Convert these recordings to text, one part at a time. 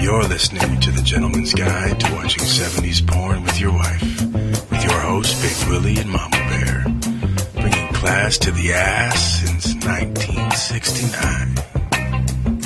You're listening to The Gentleman's Guide to Watching 70s Porn with Your Wife, with your hosts Big Willie and Mama Bear, bringing class to the ass since 1969.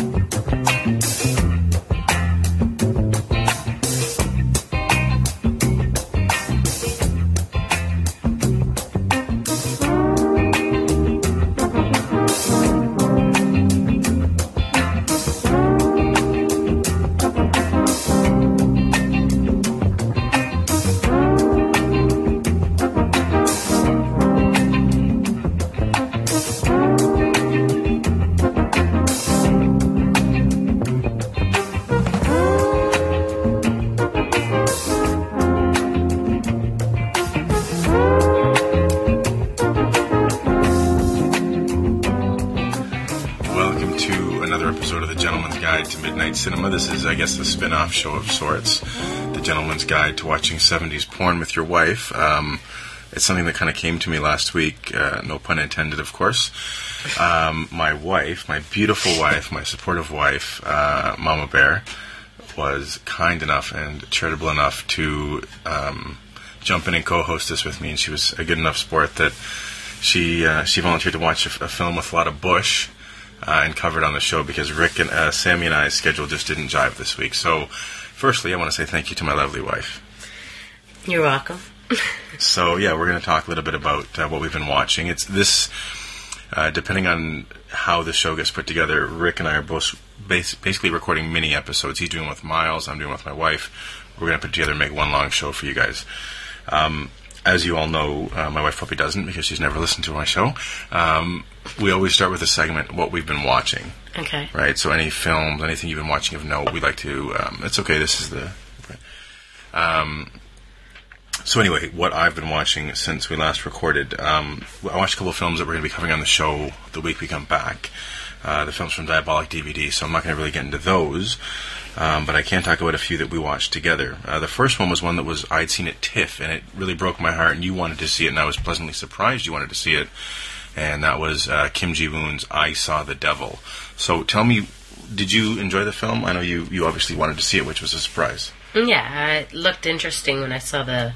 Welcome to another episode of The Gentleman's Guide to Midnight Cinema. This is, I guess, a spin off show of sorts. The Gentleman's Guide to Watching 70s Porn with Your Wife. Um, it's something that kind of came to me last week, uh, no pun intended, of course. Um, my wife, my beautiful wife, my supportive wife, uh, Mama Bear, was kind enough and charitable enough to um, jump in and co host this with me, and she was a good enough sport that. She uh, she volunteered to watch a, f- a film with a lot of Bush, uh, and covered on the show because Rick and uh, Sammy and I's schedule just didn't jive this week. So, firstly, I want to say thank you to my lovely wife. You're welcome. So, yeah, we're going to talk a little bit about uh, what we've been watching. It's this, uh, depending on how the show gets put together, Rick and I are both bas- basically recording mini episodes. He's doing one with Miles, I'm doing one with my wife. We're going to put it together and make one long show for you guys. Um, as you all know, uh, my wife probably doesn't because she's never listened to my show. Um, we always start with a segment, what we've been watching. Okay. right? So any films, anything you've been watching of note, we'd like to. Um, it's okay. This is the. Um, so anyway, what I've been watching since we last recorded, um, I watched a couple of films that we're going to be covering on the show the week we come back. Uh, the films from Diabolic DVD, so I'm not going to really get into those, um, but I can talk about a few that we watched together. Uh, the first one was one that was I'd seen at TIFF, and it really broke my heart. And you wanted to see it, and I was pleasantly surprised you wanted to see it and that was uh, Kim Ji Woon's "I Saw the Devil." So, tell me, did you enjoy the film? I know you you obviously wanted to see it, which was a surprise. Yeah, it looked interesting when I saw the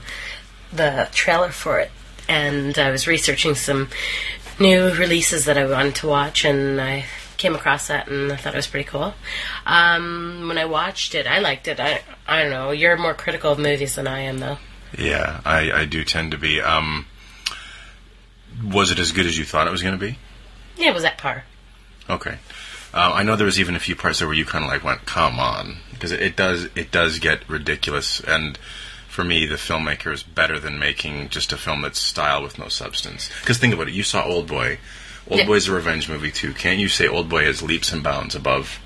the trailer for it, and I was researching some new releases that I wanted to watch, and I came across that, and I thought it was pretty cool. Um, when I watched it, I liked it. I I don't know. You're more critical of movies than I am, though. Yeah, I, I do tend to be. Um, was it as good as you thought it was going to be? Yeah, it was at par. Okay. Uh, I know there was even a few parts there where you kind of like went, "Come on," because it, it does it does get ridiculous. And for me, the filmmaker is better than making just a film that's style with no substance. Because think about it, you saw Old Boy. Old Yeah. Boy's a revenge movie too. Can't you say Old Boy is leaps and bounds above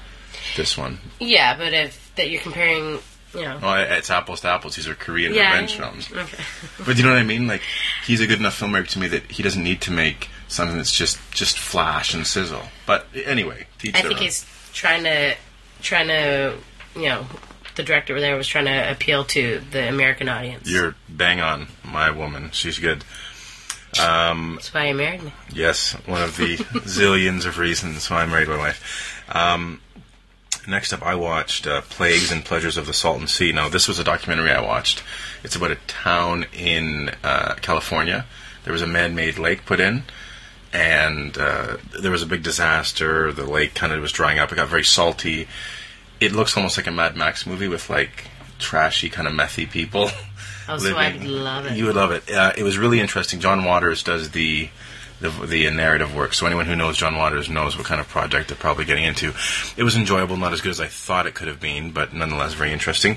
this one? Yeah, but if that you're comparing, you know. Well, it's apples to apples. These are Korean yeah. revenge films. Okay. But do you know what I mean? Like he's a good enough filmmaker to me that he doesn't need to make something that's just just flash and sizzle. But anyway, teach I their think own. he's trying to trying to you know the director there was trying to appeal to the American audience. You're bang on, my woman. She's good. That's why he married me. Yes, one of the zillions of reasons why I married my wife. Um, next up, I watched uh, Plagues and Pleasures of the Salton Sea. Now, this was a documentary I watched. It's about a town in uh, California. There was a man made lake put in, and uh, there was a big disaster. The lake kind of was drying up, it got very salty. It looks almost like a Mad Max movie with like trashy, kind of methy people. Oh, so I would love it. You would love it. Uh, it was really interesting. John Waters does the, the the narrative work, so anyone who knows John Waters knows what kind of project they're probably getting into. It was enjoyable, not as good as I thought it could have been, but nonetheless very interesting.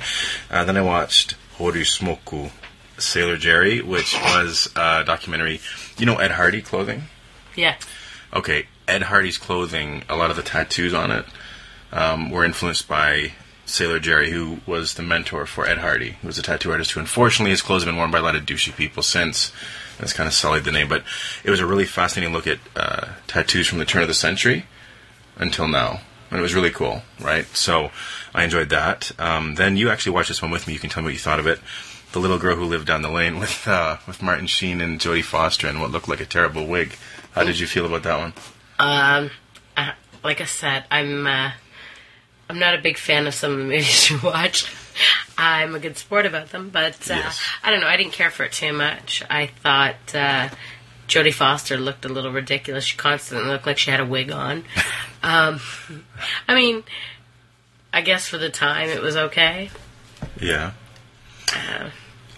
Uh, then I watched Horusmoku, Sailor Jerry, which was a documentary. You know Ed Hardy clothing? Yeah. okay, Ed Hardy's clothing, a lot of the tattoos on it um, were influenced by Sailor Jerry, who was the mentor for Ed Hardy, who was a tattoo artist who, unfortunately, his clothes have been worn by a lot of douchey people since. That's kind of sullied the name, but it was a really fascinating look at uh, tattoos from the turn of the century until now. And it was really cool, right? So I enjoyed that. Um, then you actually watched this one with me. You can tell me what you thought of it. The little girl who lived down the lane with uh, with Martin Sheen and Jodie Foster in what looked like a terrible wig. How did you feel about that one? Um, uh, like I said, I'm uh, I'm not a big fan of some of the movies you watch. I'm a good sport about them, but uh, Yes. I don't know. I didn't care for it too much. I thought uh, Jodie Foster looked a little ridiculous. She constantly looked like she had a wig on. um, I mean, I guess for the time it was okay. Yeah.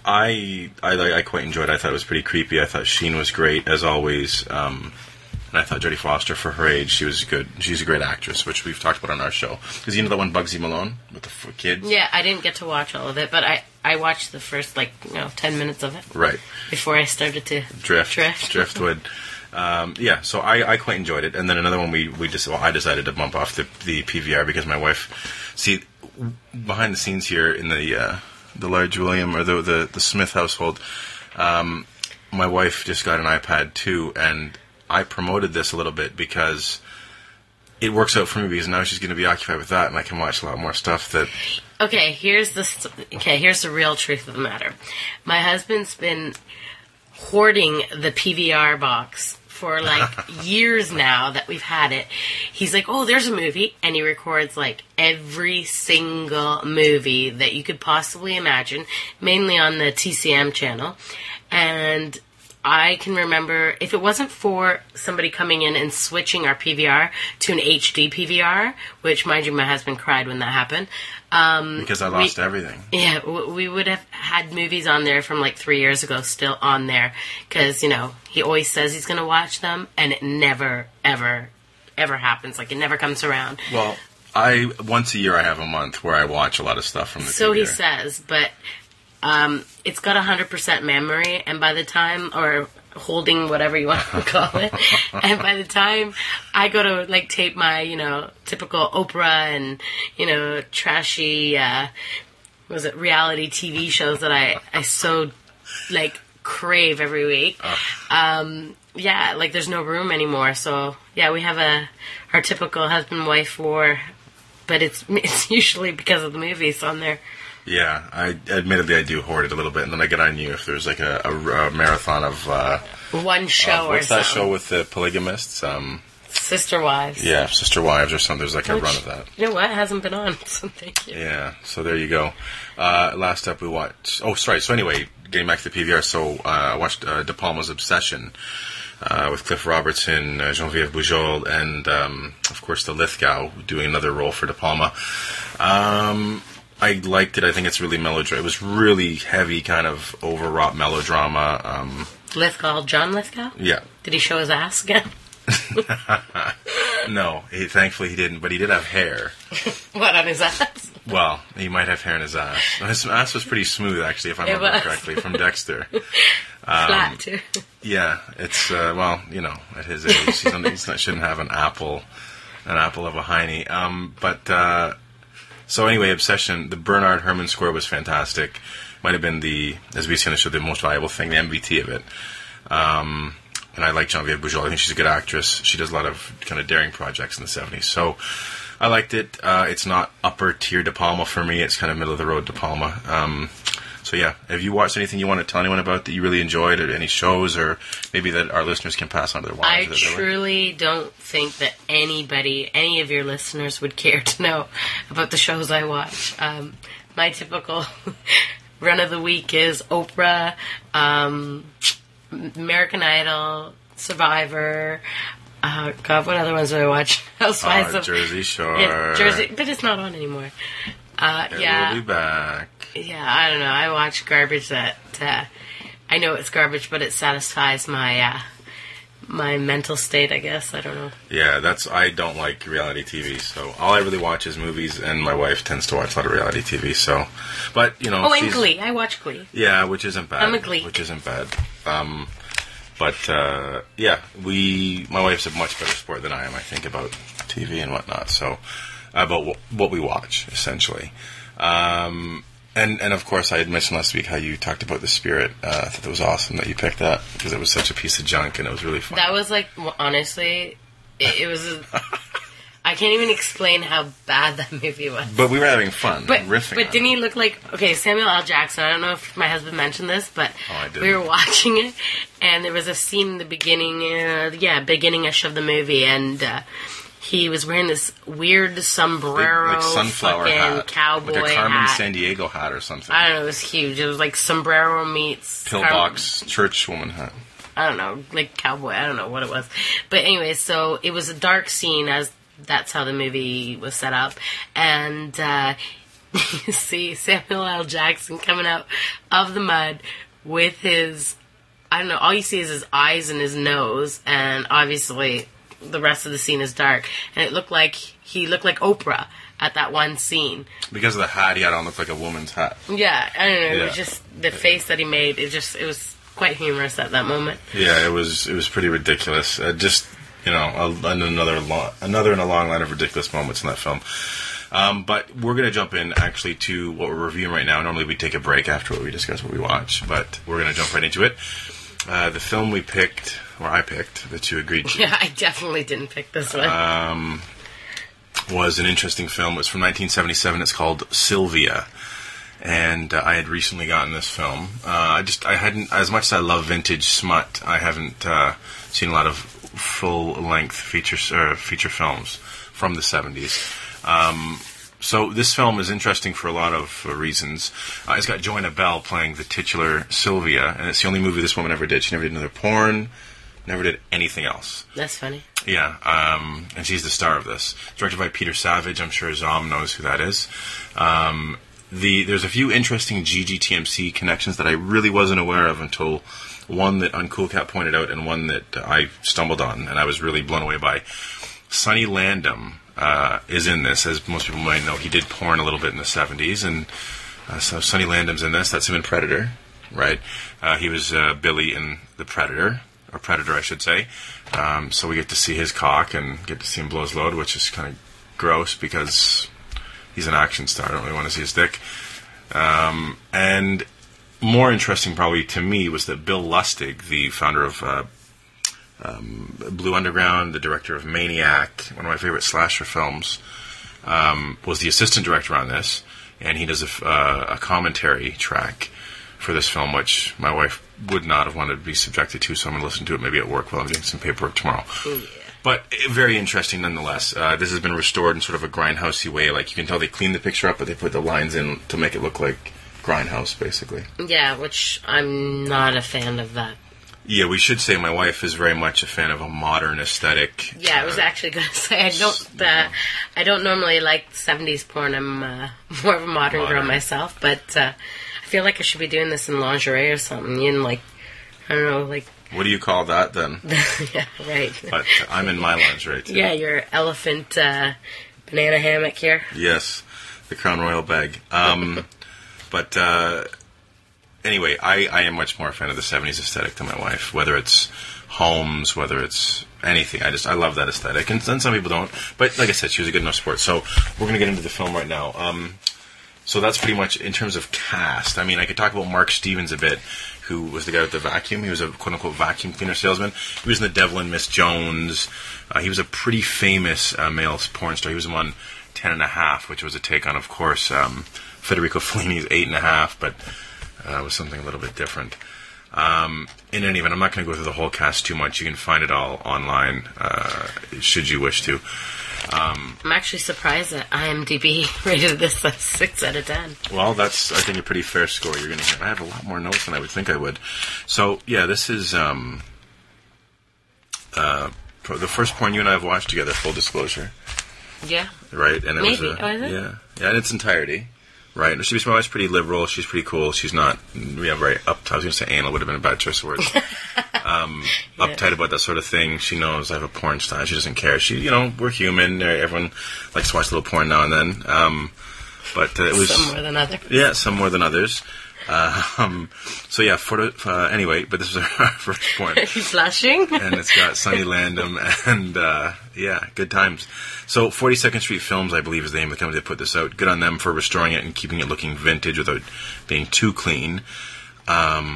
I, I like- I quite enjoyed. it. I thought it was pretty creepy. I thought Sheen was great as always, um, and I thought Jodie Foster for her age, she was good. She's a great actress, which we've talked about on our show. Because you know the one Bugsy Malone with the f- kids, Yeah, I didn't get to watch all of it, but I I watched the first like you know ten minutes of it right? before I started to Drift, Drift. driftwood. Um, yeah, so I, I quite enjoyed it. And then another one we we just well, I decided to bump off the the PVR because my wife, see, w- behind the scenes here in the uh, the large William or the the, the Smith household, um, my wife just got an iPad too, and I promoted this a little bit because. It works out for me because now she's going to be occupied with that, and I can watch a lot more stuff that Okay, here's the st- okay. Here's the real truth of the matter. My husband's been hoarding the PVR box for like years now that we've had it. He's like, "Oh, there's a movie," and he records like every single movie that you could possibly imagine, mainly on the TCM channel, and. I can remember if it wasn't for somebody coming in and switching our PVR to an HD PVR, which, mind you, my husband cried when that happened. Um, because I lost we- everything. yeah, w- we would have had movies on there from like three years ago still on there because, you know, he always says he's going to watch them and it never, ever, ever happens. Like it never comes around. Well, I once a year I have a month where I watch a lot of stuff from the So he PVR. says, but um, it's got 100% memory, and by the time, or holding whatever you want to call it, and by the time I go to like tape my, you know, typical Oprah and, you know, trashy, uh, what was it reality TV shows that I, I so like crave every week. Um, yeah, like there's no room anymore. So yeah, we have a our typical husband wife war, but it's it's usually because of the movies on there. Yeah, I admittedly I do hoard it a little bit, and then I get on you if there's like a, a- a marathon of uh, One show or what's that so. show with the polygamists? Um, Sister Wives. yeah, Sister Wives or something. There's like a Which- run of that. You know what? Hasn't been on. So thank you. Yeah, so there you go. Uh, last up, we watched. Oh, sorry. So anyway, getting back to the PVR, so uh, I watched uh, De Palma's Obsession uh, with Cliff Robertson, uh, Jean-Vive Bujol, and um, of course the Lithgow doing another role for De Palma. Um, I liked it. I think it's really melodrama. It was really heavy, kind of overwrought melodrama. Um, Lithgow. John Lithgow. yeah. Did he show his ass again? No, he, thankfully he didn't, but he did have hair. what on his ass? Well, he might have hair in his ass. His ass was pretty smooth, actually, if I remember was. correctly, from Dexter. Um, Flat too. Yeah, it's uh, well, you know, at his age, he's not, he's not, shouldn't have an apple, an apple of a hiney. Um, but uh, so anyway, obsession. The Bernard Herman score was fantastic. Might have been the, as we see on the show, the most valuable thing, the MVT of it. Um, and I like Genevieve Bujold. I think she's a good actress. She does a lot of kind of daring projects in the '70s. So I liked it. Uh, it's not upper tier De Palma for me. It's kind of middle of the road De Palma. Um, so yeah, have you watched anything you want to tell anyone about that you really enjoyed, or any shows, or maybe that our listeners can pass on to their I wives? or their- truly don't think that anybody, any of your listeners, would care to know about the shows I watch. Um, my typical run of the week is Oprah, um, American Idol, Survivor. Uh, God, what other ones do I watch? Housewives Uh, of Jersey Shore. yeah, Jersey, but it's not on anymore. Uh, yeah, We'll be back. yeah, I don't know. I watch garbage that uh, I know it's garbage, but it satisfies my uh, my mental state. I guess I don't know. Yeah, that's I don't like reality TV. So all I really watch is movies, and my wife tends to watch a lot of reality TV. So, but you know, Oh, and she's- Glee. I watch Glee. Yeah, which isn't bad. I'm a Gleek. Which isn't bad. Um, but uh, yeah, we my wife's a much better sport than I am. I think about TV and whatnot. So about wh- what we watch essentially. Um, and and of course, I had mentioned last week how you talked about the spirit. Uh, I thought that was awesome that you picked that because it was such a piece of junk and it was really fun. That was like w- honestly, it, it was. A, I can't even explain how bad that movie was. but we were having fun, But riffing. but on didn't it. he look like okay Samuel L. Jackson? I don't know if my husband mentioned this, but Oh, I didn't. we were watching it, and there was a scene in the beginning, uh, yeah, beginning-ish of the movie, and uh, He was wearing this weird Big, sombrero, like sunflower fucking hat, cowboy like a Carmen hat. San Diego hat or something. I don't know. It was huge. It was like sombrero meets Carmen- Pillbox churchwoman hat. I don't know, like cowboy. I don't know what it was, but anyway, so it was a dark scene as that's how the movie was set up, and uh, you see Samuel L. Jackson coming out of the mud with his. I don't know. All you see is his eyes and his nose, and obviously the rest of the scene is dark. And it looked like he looked like Oprah at that one scene. Because of the hat he had on, looked like a woman's hat. Yeah, I don't know. It was Yeah. just the face that he made. It just it was quite humorous at that moment. Yeah, it was it was pretty ridiculous. Uh, just you know, a, another lo- another in a long line of ridiculous moments in that film. Um, but we're going to jump in actually to what we're reviewing right now. Normally we take a break after what we discuss what we watch, but we're going to jump right into it. Uh, the film we picked, or I picked, that you agreed to, Yeah, I definitely didn't pick this one. was an interesting film. It was from 1977. It's called Sylvia. And uh, I had recently gotten this film. Uh, I just, I hadn't, as much as I love vintage smut, I haven't uh, seen a lot of full length feature, uh, feature films from the 70s. Um, so this film is interesting for a lot of uh, reasons. Uh, it's got Joanna Bell playing the titular Sylvia, and it's the only movie this woman ever did. She never did another porn, never did anything else. That's funny. Yeah, um, and she's the star of this. Directed by Peter Savage. I'm sure Zom knows who that is. Um, the there's a few interesting GGTMC connections that I really wasn't aware of until one that Uncool Cat pointed out and one that I stumbled on and I was really blown away by. Sonny Landham uh, is in this, as most people might know. He did porn a little bit in the 70s, and uh, so Sonny Landham's in this. That's him in Predator, right? Uh, he was uh, Billy in The Predator, or Predator, I should say. Um, so we get to see his cock and get to see him blow his load, which is kind of gross because he's an action star. I don't really want to see his dick. Um, and more interesting, probably to me, was that Bill Lustig, the founder of uh, um, Blue Underground, the director of Maniac, one of my favorite slasher films, um, was the assistant director on this, and he does a, f- uh, a commentary track for this film, which my wife would not have wanted to be subjected to, so I'm going to listen to it maybe at work while I'm doing some paperwork tomorrow. But eh, very interesting nonetheless. Uh, this has been restored in sort of a grindhousey way. Like you can tell they cleaned the picture up, but they put the lines in to make it look like grindhouse, basically. Yeah, which I'm not a fan of that. Yeah, we should say my wife is very much a fan of a modern aesthetic. Yeah, I was Uh, actually going to say I don't. Uh, I don't normally like '70s porn. I'm uh, more of a modern, girl Modern. myself, but uh, I feel like I should be doing this in lingerie or something. In like, I don't know, like, What do you call that then? yeah, right. but I'm in my lingerie too. Yeah, your elephant uh, banana hammock here. Yes, the Crown Royal bag. Um, but uh, anyway, I, I am much more a fan of the '70s aesthetic than my wife. Whether it's homes, whether it's anything, I just I love that aesthetic, and, and some people don't. But like I said, she was a good enough sport. So we're gonna get into the film right now. Um, so that's pretty much in terms of cast. I mean, I could talk about Mark Stevens a bit, who was the guy with the vacuum. He was a quote unquote vacuum cleaner salesman. He was in The Devil and Miss Jones. Uh, he was a pretty famous uh, male porn star. He was on Ten and a Half, which was a take on, of course, um, Federico Fellini's Eight and a Half, but uh, it was something a little bit different. Um, in any event, I'm not going to go through the whole cast too much. You can find it all online, uh, should you wish to. I'm actually surprised that IMDb rated this a six out of ten. Well, that's I think a pretty fair score you're going to hear. I have a lot more notes than I would think I would. So yeah, this is um, uh, the first porn you and I have watched together. Full disclosure, Yeah, right? And it Maybe. was a, Oh, is it? yeah, yeah, in its entirety, right? And She was my wife's pretty liberal. She's pretty cool. She's not yeah very up. I was going to say anal would have been a bad choice of words. um, Uptight about that sort of thing. She knows I have a porn style. She doesn't care. She you know we're human. Everyone likes to watch a little porn now and then. Um, but uh, it was some more than other. yeah, some more than others. Uh, um, so yeah, for, uh, anyway, but this was our first point, Are you flashing? and it's got Sonny Landham, and uh, yeah, good times. So Forty Second Street Films, I believe, is the name of the company that put this out. Good on them for restoring it and keeping it looking vintage without being too clean. I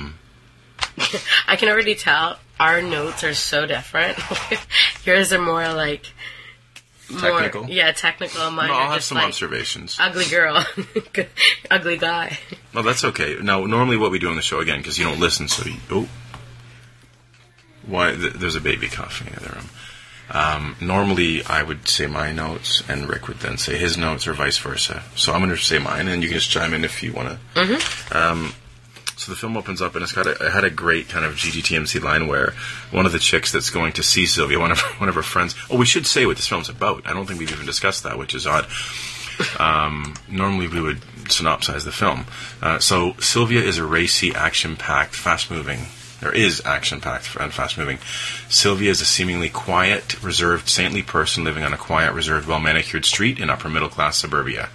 can already tell our notes are so different. Yours are more like more, Technical? yeah, technical. Mine No, are I'll have just some like observations. ugly girl, ugly guy. No, that's okay. Now, normally what we do on the show again, because you don't listen, so you, oh, why th- there's a baby coughing in the other room. Um, normally, I would say my notes, and Rick would then say his notes, or vice versa. So I'm going to say mine, and you can just chime in if you want to. Um, so the film opens up, and it's got a, it had a great kind of GGTMC line where one of the chicks that's going to see Sylvia, one of her, one of her friends. Oh, we should say what this film's about. I don't think we've even discussed that, which is odd. Um, normally, we would synopsize the film. Uh, so Sylvia is a racy, action-packed, fast-moving there is action packed and fast moving. Sylvia is a seemingly quiet, reserved, saintly person living on a quiet, reserved, well manicured street in upper middle class suburbia.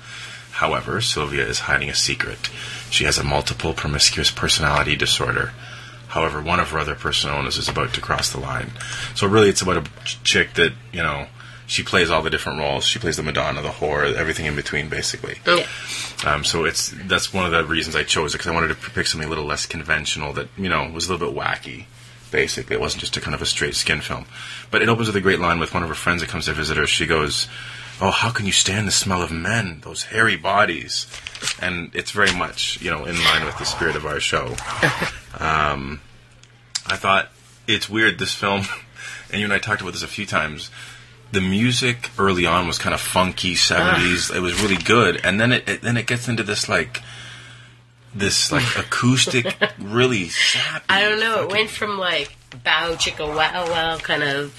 However, Sylvia is hiding a secret. She has a multiple promiscuous personality disorder. However, one of her other personas is about to cross the line. So, really, it's about a ch- chick that, you know, she plays all the different roles. She plays the Madonna, the whore, everything in between, basically. Yeah. Um, so it's that's one of the reasons I chose it because I wanted to p- pick something a little less conventional that you know was a little bit wacky. Basically, it wasn't just a kind of a straight skin film. But it opens with a great line with one of her friends that comes to visit her. She goes, "Oh, how can you stand the smell of men? Those hairy bodies." And it's very much you know in line with the spirit of our show. Um, I thought it's weird this film, and you and I talked about this a few times. The music early on was kind of funky seventies. It was really good, and then it, it then it gets into this like this like acoustic, really sappy. I don't know. It fucking went from like bow chicka wow wow kind of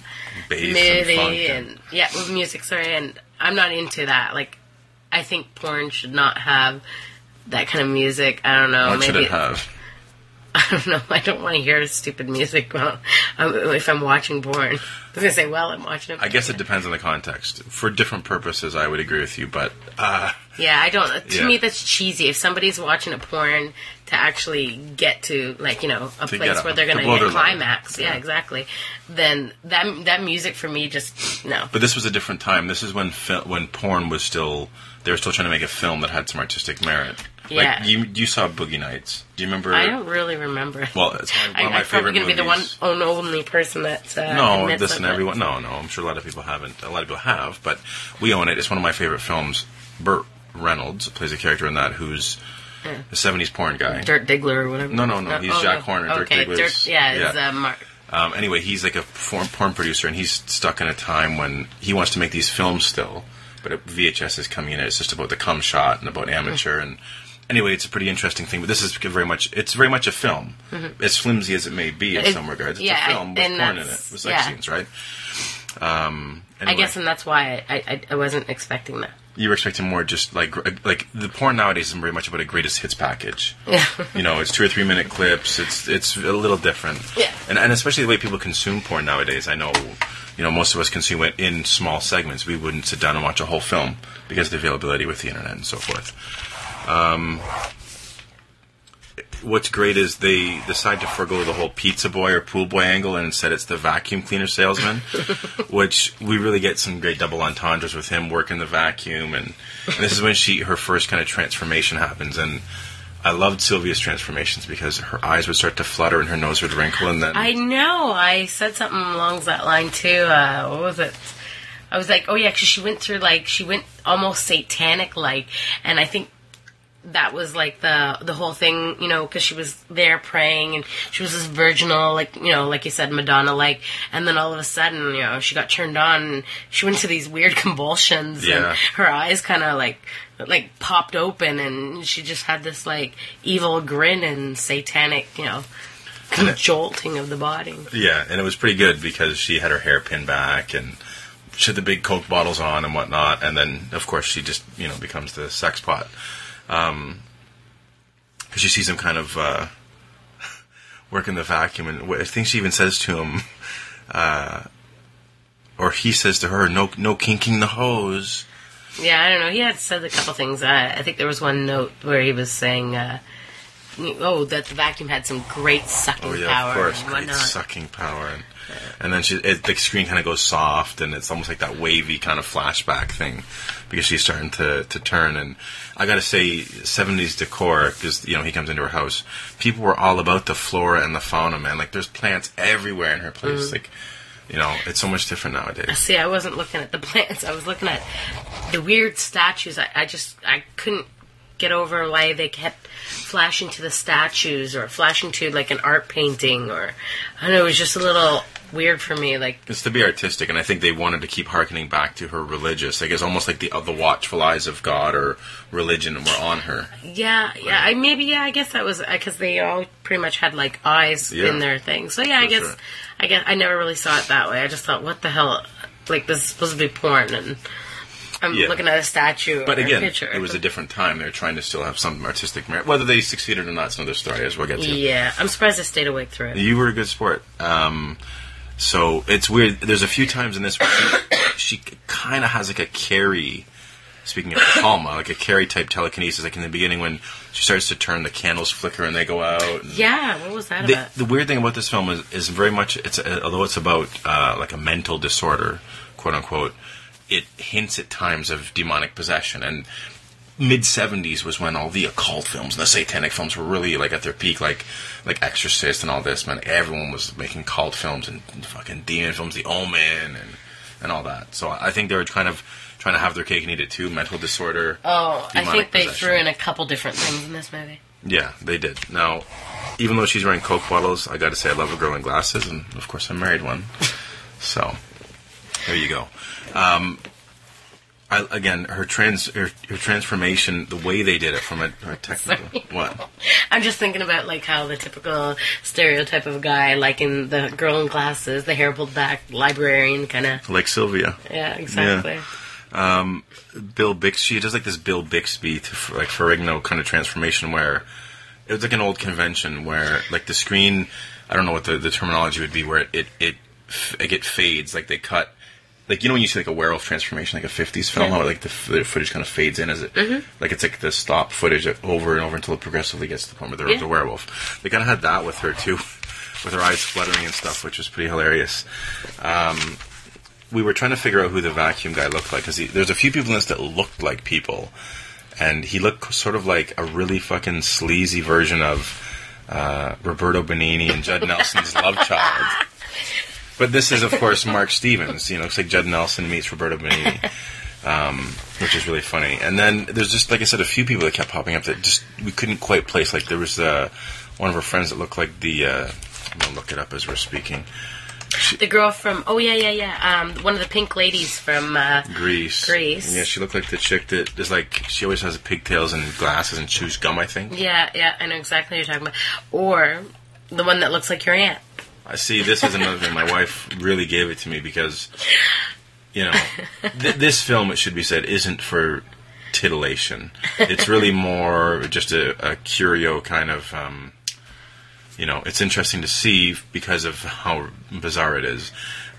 bass movie and, funk and, yeah, with music. Sorry, and I'm not into that. Like, I think porn should not have that kind of music. I don't know. what should maybe it have? I don't know. I don't want to hear stupid music while I'm, if I'm watching porn. I was gonna say, well, I'm watching it. I guess it depends on the context. For different purposes, I would agree with you, but uh, Yeah, I don't. To Yeah. me, that's cheesy. If somebody's watching a porn to actually get to, like, you know, a To place get where a- they're going to to blow get their a load. climax, yeah. Yeah. exactly. Then that that music for me just no. but this was a different time. This is when fil- when porn was still they were still trying to make a film that had some artistic merit. Yeah. Like you you saw Boogie Nights. Do you remember? I don't really remember. Well, it's one of, one I, of my I'm probably favorite going to movies. be the one and only person that uh, No, admits listen, that. everyone. No, no. I'm sure a lot of people haven't. A lot of people have, but we own it. It's one of my favorite films. Burt Reynolds plays a character in that who's Hmm. a '70s porn guy. Dirt Diggler or whatever. oh, No, no, no, he's Jack Horner, Dirk Okay, Diggler's- yeah, is yeah. Uh, Mark. Um, anyway, he's like a porn, porn producer, and he's stuck in a time when he wants to make these films still, but it- VHS is coming in. It's just about the cum shot and about amateur. And anyway, it's a pretty interesting thing. But this is very much it's very much a film, as flimsy as it may be in Mm-hmm. It- some regards. It's yeah, a film with and porn in it, that's- with sex yeah. scenes, right? Um, anyway, I guess, and that's why I, I, I wasn't expecting that. you were expecting more, just like gr- like the porn nowadays is very much about a greatest hits package. you know, it's two or three minute clips. It's it's a little different. Yeah. And and especially the way people consume porn nowadays. I know, you know, most of us consume it in small segments. We wouldn't sit down and watch a whole film because of the availability with the internet and so forth. Um, what's great is they decide to forego the whole pizza boy or pool boy angle and instead it's the vacuum cleaner salesman, which we really get some great double entendres with him working the vacuum and, and this is when she her first kind of transformation happens and. I loved Sylvia's transformations because her eyes would start to flutter and her nose would wrinkle, and then I know. I said something along that line too. Uh, what was it? I was like, oh yeah, 'cause she went through like she went almost satanic like, and I think that was like the the whole thing, you know, because she was there praying and she was this virginal, like you know, like you said, Madonna like, and then all of a sudden, you know, she got turned on and she went into these weird convulsions Yeah. and her eyes kind of like like popped open and she just had this like evil grin and satanic, you know jolting of the body. Yeah, and it was pretty good because she had her hair pinned back and she had the big Coke bottles on and whatnot, and then of course she just you know becomes the sex pot because she sees him kind of uh, working the vacuum, and wh- I think she even says to him, uh, or he says to her, "No, no kinking the hose." Yeah, I don't know. He had said a couple things. Uh, I, I think there was one note where he was saying, uh, "Oh, that the vacuum had some great sucking Oh yeah, power of course, and great whatnot." sucking power, and, and then she, it, the screen kind of goes soft, and it's almost like that wavy kind of flashback thing because she's starting to, to turn. And I gotta say, seventies decor because you know he comes into her house, people were all about the flora and the fauna, man. Like there's plants everywhere in her place, like. You know, it's so much different nowadays. See, I wasn't looking at the plants. I was looking at the weird statues. I, I just I couldn't get over why they kept flashing to the statues or flashing to like an art painting or I don't know. It was just a little weird for me. Like It's to be artistic, and I think they wanted to keep harkening back to her religious. I guess almost like the uh, the watchful eyes of God or religion were on her. Yeah, yeah. I maybe yeah. I guess that was because they all pretty much had like eyes Yeah. in their thing. So yeah, I For guess sure. I guess I never really saw it that way. I just thought, what the hell? Like this is supposed to be porn, and I'm Yeah. looking at a statue. But or again, a picture. it was a different time. They were trying to still have some artistic merit. Whether they succeeded or not, it's another story, as we'll get to. yeah. I'm surprised I stayed awake through it. You were a good sport. Um, so it's weird. There's a few times in this where she, she kind of has like a carry. Speaking of Palma, like a carry type telekinesis, like in the beginning when she starts to turn, the candles flicker and they go out. and- Yeah, what was that the, about? the weird thing about this film is, is very much it's uh, although it's about uh, like a mental disorder, quote unquote, it hints at times of demonic possession and mid 70s was when all the occult films and the satanic films were really like at their peak like like exorcist and all this man everyone was making cult films and fucking demon films the omen and and all that so i think they were kind of trying to have their cake and eat it too mental disorder Oh, I demonic think they possession. threw in a couple different things in this movie. Yeah, they did. Now, even though she's wearing Coke bottles, I got to say I love a girl in glasses, and of course I married one. So there you go. Um, I, again, her trans her, her transformation, the way they did it from a, a technical what I'm just thinking about like how the typical stereotype of guy, like in the girl in glasses, the hair pulled back, librarian kind of. like Sylvia, Yeah, exactly. Bill Bixby. She does like this Bill Bixby to like Ferrigno kind of transformation where it was like an old convention where like the screen. I don't know what the, the terminology would be where it it it, f- like it fades like they cut like you know when you see like a werewolf transformation like a 50s film how like the, f- the footage kind of fades in as it like it's like the stop footage over and over until it progressively gets to the point where they're Yeah. the werewolf they kind of had that with her too with her eyes fluttering and stuff which was pretty hilarious um, we were trying to figure out who the vacuum guy looked like because there's a few people in this that looked like people and he looked sort of like a really fucking sleazy version of uh, Roberto Benigni and Judd Nelson's love child. But this is, of course, Mark Stevens. You know, looks like Judd Nelson meets Roberto Benigni, um, which is really funny. And then there's just, like I said, a few people that kept popping up that just we couldn't quite place. Like there was uh, one of her friends that looked like the. Uh, I'm gonna look it up as we're speaking. The girl from oh yeah yeah yeah um one of the pink ladies from uh, Grease. Grease. Yeah, she looked like the chick that is like she always has pigtails and glasses and chews gum. I think. yeah yeah I know exactly what you're talking about or the one that looks like your aunt I see. This is another thing. My wife really gave it to me because, you know, th- this film, it should be said, isn't for titillation. It's really more just a, a curio kind of. Um, you know, it's interesting to see because of how bizarre it is.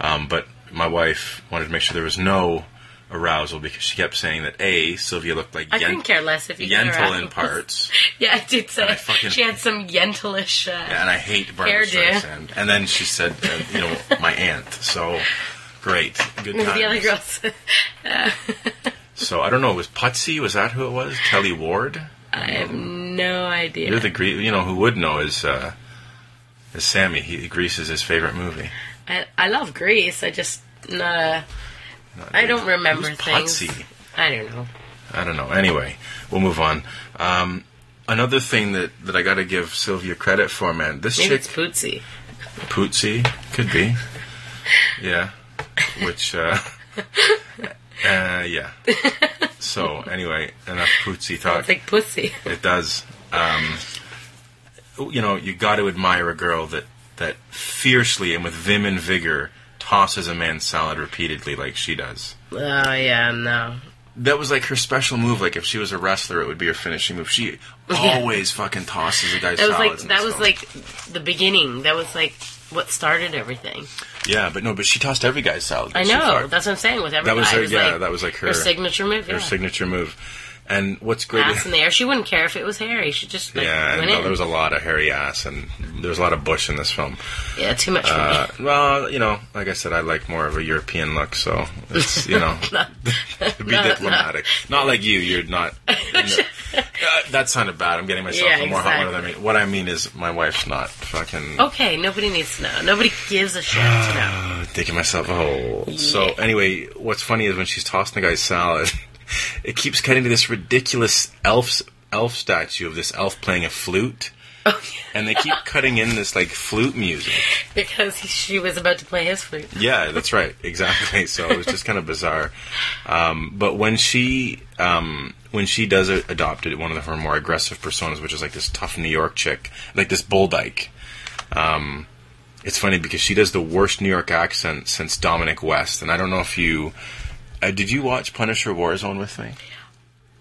Um, but my wife wanted to make sure there was no arousal because she kept saying that a Sylvia looked like I Yen- couldn't care less if you get her Yentl in out. parts. yeah I did say I fucking- she had some yentlish uh, Yeah, and I hate Barbara Hairdo. Streisand. And then she said, uh, you know, my aunt. So great, good times. the other girls So I don't know. Was Putzi? Was that who it was? Kelly Ward. I have no idea You're the Gre- You know who would know is uh, is Sammy. He, Grease is his favorite movie. I I love Greece I just not a I don't remember Who's things Putzi? I don't know I don't know. Anyway, we'll move on. Um, another thing that, that I got to give Sylvia credit for, man. This maybe chick it's Pootsy Pootsie could be. Yeah. Which uh uh yeah. So anyway, enough Pootsie talk. it's like pussy It does. Um, you know, you got to admire a girl that that fiercely and with vim and vigor tosses a man salad repeatedly like she does. oh yeah no That was like her special move. Like if she was a wrestler, it would be her finishing move. She always fucking tosses a guy That was salads. like in that this was film. like the beginning. That was like what started everything. yeah, but no, but she tossed every guy's salad. that I she know. fucked. That's what I'm saying with everybody. was her- It was yeah, like that was like her- signature move. her yeah. signature move. And what's great? ass in the air. She wouldn't care if it was hairy. She just like yeah, went no, in. there was a lot of hairy ass, and there was a lot of bush in this film. yeah, too much for Uh, well, you know, like I said, I like more of a European look, so it's you know, to be No, no. diplomatic. Not like you. You're not. you know- Uh, that sounded bad. I'm getting myself Yeah, more hot water than I exactly. mean. What I mean is, my wife's not fucking me. Okay, nobody needs to know. Nobody gives a shit to know. uh, digging myself a hole. So Yeah. anyway, what's funny is when she's tossing the guy's salad, it keeps cutting to this ridiculous elf elf statue of this elf playing a flute. Oh, and they keep cutting in this like flute music. because he, she was about to play his flute. Yeah, that's right. Exactly. So it was just kind of bizarre. Um, but when she um, when she does a- adopt it, one of her more aggressive personas, which is like this tough New York chick, like this bull dyke. Um, it's funny because she does the worst New York accent since Dominic West, and I don't know if you. Uh, did you watch Punisher Warzone with me?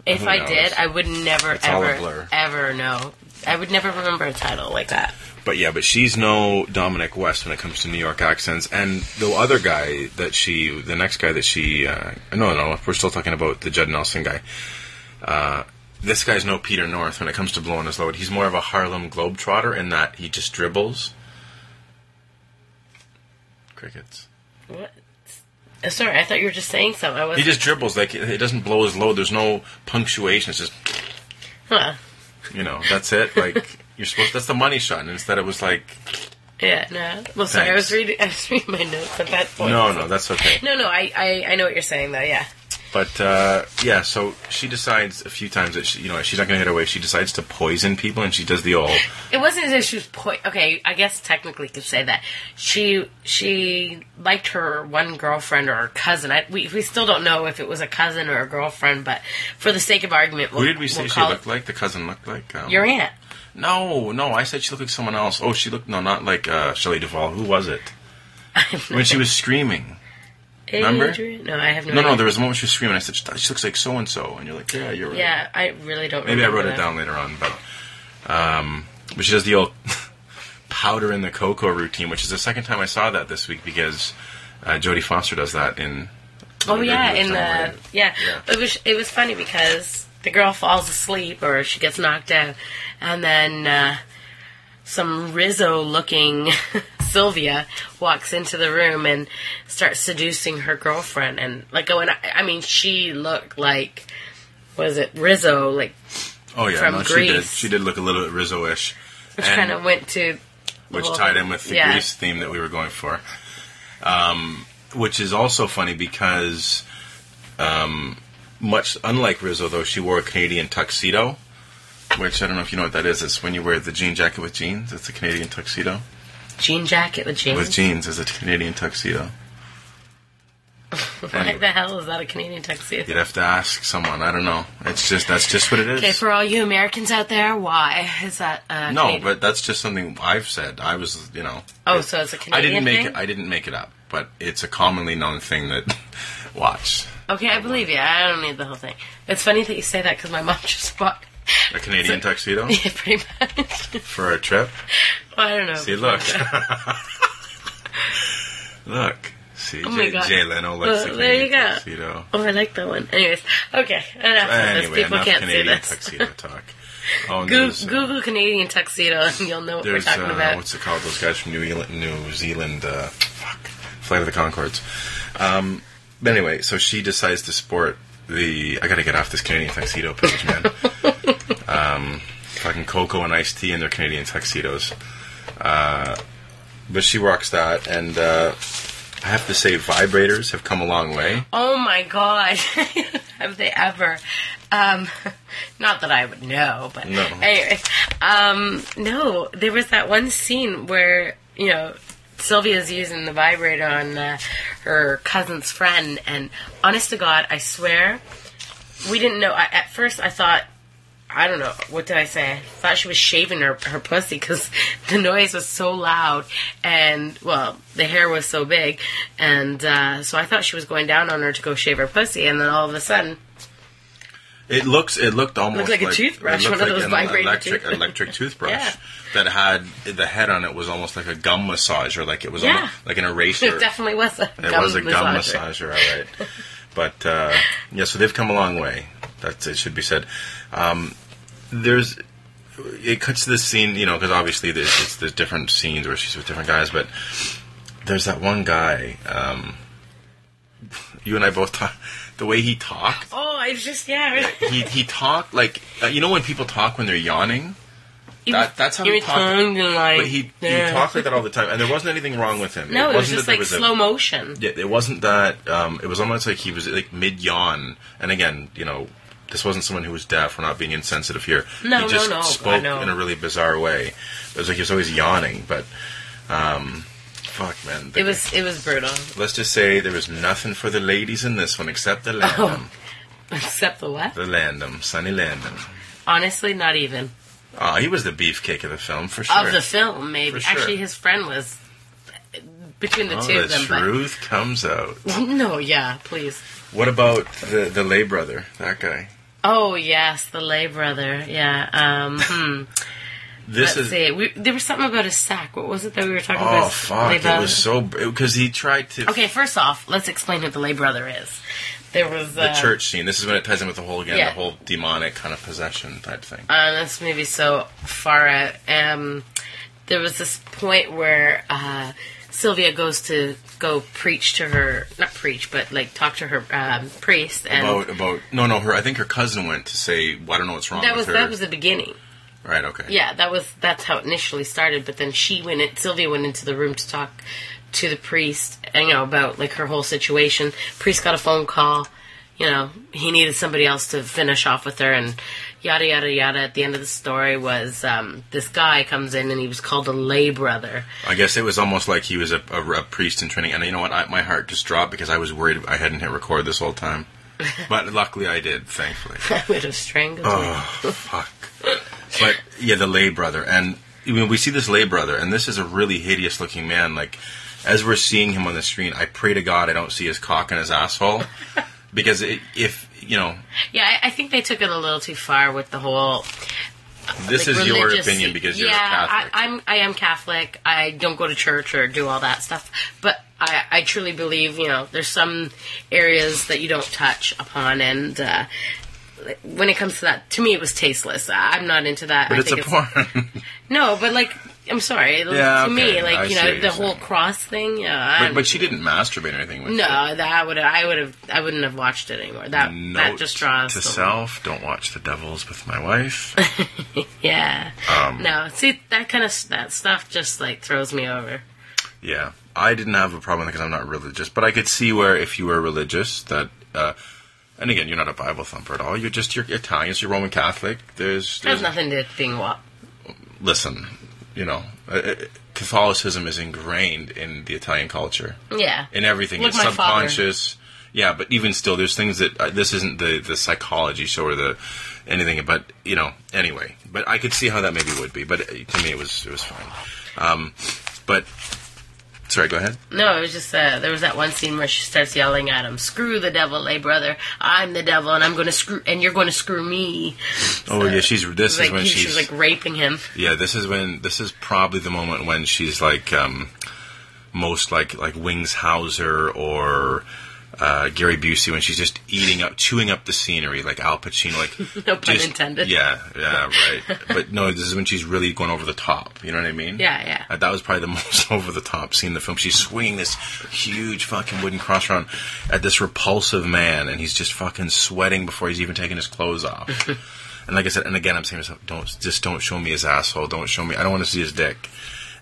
If Who I knows? did, I would never, It's all a blur. ever, ever know. I would never remember a title like that. But yeah, but she's no Dominic West when it comes to New York accents. And the other guy that she, the next guy that she, uh, no, no, we're still talking about the Judd Nelson guy. Uh, this guy's no Peter North when it comes to blowing his load. He's more of a Harlem Globetrotter in that he just dribbles. Crickets. What? Uh, Sorry, I thought you were just saying something. I was. He just dribbles like it it doesn't blow his load. There's no punctuation. It's just huh. you know that's it. Like you're supposed. That's the money shot. And instead it was like Yeah, no. Well, sorry, I Thanks. was reading. I was reading my notes at that point. no, no, that's okay. no, no. I, I, I know what you're saying though. Yeah. But uh, yeah, so she decides a few times that she, you know she's not going to get away. She decides to poison people, and she does the old. It wasn't as if she was point. Okay, I guess technically you could say that she she liked her one girlfriend or her cousin. I, we we still don't know if it was a cousin or a girlfriend, but for the sake of argument, we'll, Who did we say we'll she call looked like? The cousin looked like um, it your aunt. No, no, I said she looked like someone else. Oh, she looked no, not like uh, Shelley Duvall. Who was it? When she was screaming. remember? Adrian? No, I have no. No, idea. no, there was a moment she was screaming. I said she looks like so and so, and you're like, yeah, you're right. Yeah, I really don't. Maybe I remember wrote it that. down later on, but um, but she does the old powder in the cocoa routine, which is the second time I saw that this week because uh, Jodie Foster does that in. Oh yeah, Don't in the worry. yeah. Yeah. It was it was funny because the girl falls asleep or she gets knocked out, and then uh, some Rizzo looking Sylvia walks into the room and starts seducing her girlfriend and like going. I mean, she looked like was it Rizzo like Oh yeah, from no, she did. Greece. She did look a little bit Rizzo-ish, which kind of went to which well, tied in with the yeah. Greece theme that we were going for. Um, which is also funny because, um, much unlike Rizzo, though, she wore a Canadian tuxedo. Which I don't know if you know what that is. It's when you wear the jean jacket with jeans. It's a Canadian tuxedo. jean jacket with jeans. With jeans is a Canadian tuxedo. Why the hell is that a Canadian tuxedo? You'd have to ask someone. I don't know. It's just that's just what it is. Okay, for all you Americans out there, why is that? Uh, no, Canadian- but that's just something I've said. I was, you know. Oh, so it's a I Canadian didn't make thing? it. I didn't make it up, but it's a commonly known thing that watch Okay, I believe you. I don't need the whole thing. It's funny that you say that because my mom just bought a Canadian tuxedo yeah, pretty much. for a trip. well, I don't know. See, look, look. See, Oh my Jay, God. Jay Leno likes Well, a there you Canadian go. tuxedo. Oh, I like that one. Anyways, okay, enough of this. Anyway, People enough can't Canadian see this. tuxedo talk. Oh, and Google, there's, uh, Google Canadian tuxedo and you'll know what we're There's talking uh, about. what's it called? Those guys from New Zealand, New Zealand, uh, fuck, Flight of the Concords. Um, but anyway, so she decides to sport the. I gotta get off this Canadian tuxedo page, man. um, fucking cocoa and iced tea in their Canadian tuxedos. Uh, but she rocks that, and uh, I have to say, vibrators have come a long way. Oh my god, have they ever? Um, not that I would know, but No. anyways, um, no, there was that one scene where you know Sylvia's using the vibrator on uh, her cousin's friend, and honest to God, I swear, we didn't know. I, at first, I thought. I don't know. What did I say? I thought she was shaving her, her pussy because the noise was so loud and, well, the hair was so big. And uh, so I thought she was going down on her to go shave her pussy. And then all of a sudden, It looks. It looked almost Looked like a toothbrush, it looked one of those an vibrating electric toothbrush. electric toothbrush Yeah. that had the head on it was almost like a gum massager, like it was Yeah. almost like an eraser. it definitely was a It gum was a massager. gum massager, all right. but uh, yeah, so they've come a long way. That's it should be said. Um, there's it cuts to this scene, you know, because obviously there's it's, there's different scenes where she's with different guys, but there's that one guy. Um, you and I both talk. The way he talked, Oh, I was just, yeah. he he talked like uh, you know when people talk when they're yawning. That- that's how Your he talked. tongue and, like, But he yeah. he talked like that all the time, and there wasn't anything wrong with him. No, it, was wasn't just that there like was a- slow motion. yeah, it wasn't that. Um, it was almost like he was like mid yawn, and again, you know, this wasn't someone who was deaf. We're not being insensitive here. No, he no, just no, I spoke know. in a really bizarre way. It was like he was always yawning, but um, fuck, man. The- It was it was brutal, Let's just say there was nothing for the ladies in this one except Oh. the Landom, except the what? the Landom, Sonny Landom. Honestly, not even Ah, he was the beefcake of the film for sure. of the film. Maybe For sure. actually, his friend was between the Oh, two of the them. truth comes out. But no, yeah, please. What about the the lay brother? That guy. Oh yes, the lay brother. Yeah. Um, hmm. This Let's is see. We, there was something about his sack. What was it that we were talking about? oh fuck! Lay It brother? was so because he tried to Okay, first off, let's explain who the lay brother is. There was the uh, church scene. This is when it ties in with the whole again, Yeah. the whole demonic kind of possession type thing. Uh, this movie so far out. Um, there was this point where uh, Sylvia goes to go preach to her, not preach, but like talk to her um, priest, and about about no no her I think her cousin went to say well, I don't know what's wrong that was with her. that was the beginning. right okay Yeah, that was that's how it initially started. But then she went, in, Sylvia went into the room to talk to the priest, and, you know, about like her whole situation. Priest got a phone call. You know, he needed somebody else to finish off with her, and yada yada yada. At the end of the story was um, this guy comes in and he was called a lay brother. I guess it was almost like he was a, a, a priest in training and you know what I, my heart just dropped because I was worried I hadn't hit record this whole time but luckily I did thankfully I would have strangled him. Oh, fuck. But yeah, the lay brother, and I mean, we see this lay brother, and this is a really hideous looking man. Like as we're seeing him on the screen, I pray to God I don't see his cock and his asshole, because i if you know, Yeah, I, I think they took it a little too far with the whole this like, is your religious- opinion because you're a yeah, Catholic. I, I'm I am Catholic. I don't go to church or do all that stuff, but I, I truly believe you know there's some areas that you don't touch upon, and uh, like, when it comes to that, to me it was tasteless. I- I'm not into that. but I it's a think porn. no, but like I'm sorry. like, Yeah, okay, to me, like I you see what know you're the whole saying. cross thing. Yeah, but, I'm- but she didn't masturbate or anything. With it. no, that would I would have I wouldn't have watched it anymore. That that Note just draws to the- self: Don't watch the devils with my wife. Yeah. Um. no, see that kind of s- that stuff just like throws me over. Yeah, I didn't have a problem because I'm not religious, but I could see where if you were religious, that, uh, and again, you're not a Bible thumper at all. You're just you're Italians, you're Roman Catholic. There's, It has there's nothing to do with being what. listen, you know, uh, uh, Catholicism is ingrained in the Italian culture, Yeah. in everything. Look, it's my father. subconscious. Yeah, but even still, there's things that uh, this isn't the the psychology show or the anything, but you know, anyway. But I could see how that maybe would be, but uh, to me, it was it was fine. Um, but sorry, go ahead. No, it was just uh, there was that one scene where she starts yelling at him, "Screw the devil, eh, brother! I'm the devil, and I'm going to screw, and you're going to screw me." Oh yeah, she's this is Like when he, she's she was like raping him. yeah, this is when this is probably the moment when she's like um, most like like Wings Hauser or uh, Gary Busey when she's just eating up, chewing up the scenery like Al Pacino, like No pun just- intended. Yeah, yeah, right. but no, this is when she's really going over the top. You know what I mean? Yeah, yeah. Uh, that was probably the most over the top scene in the film. She's swinging this huge fucking wooden cross around at this repulsive man, and he's just fucking sweating before he's even taking his clothes off. and like I said, and again, I'm saying to myself, don't just don't show me his asshole. Don't show me. I don't want to see his dick.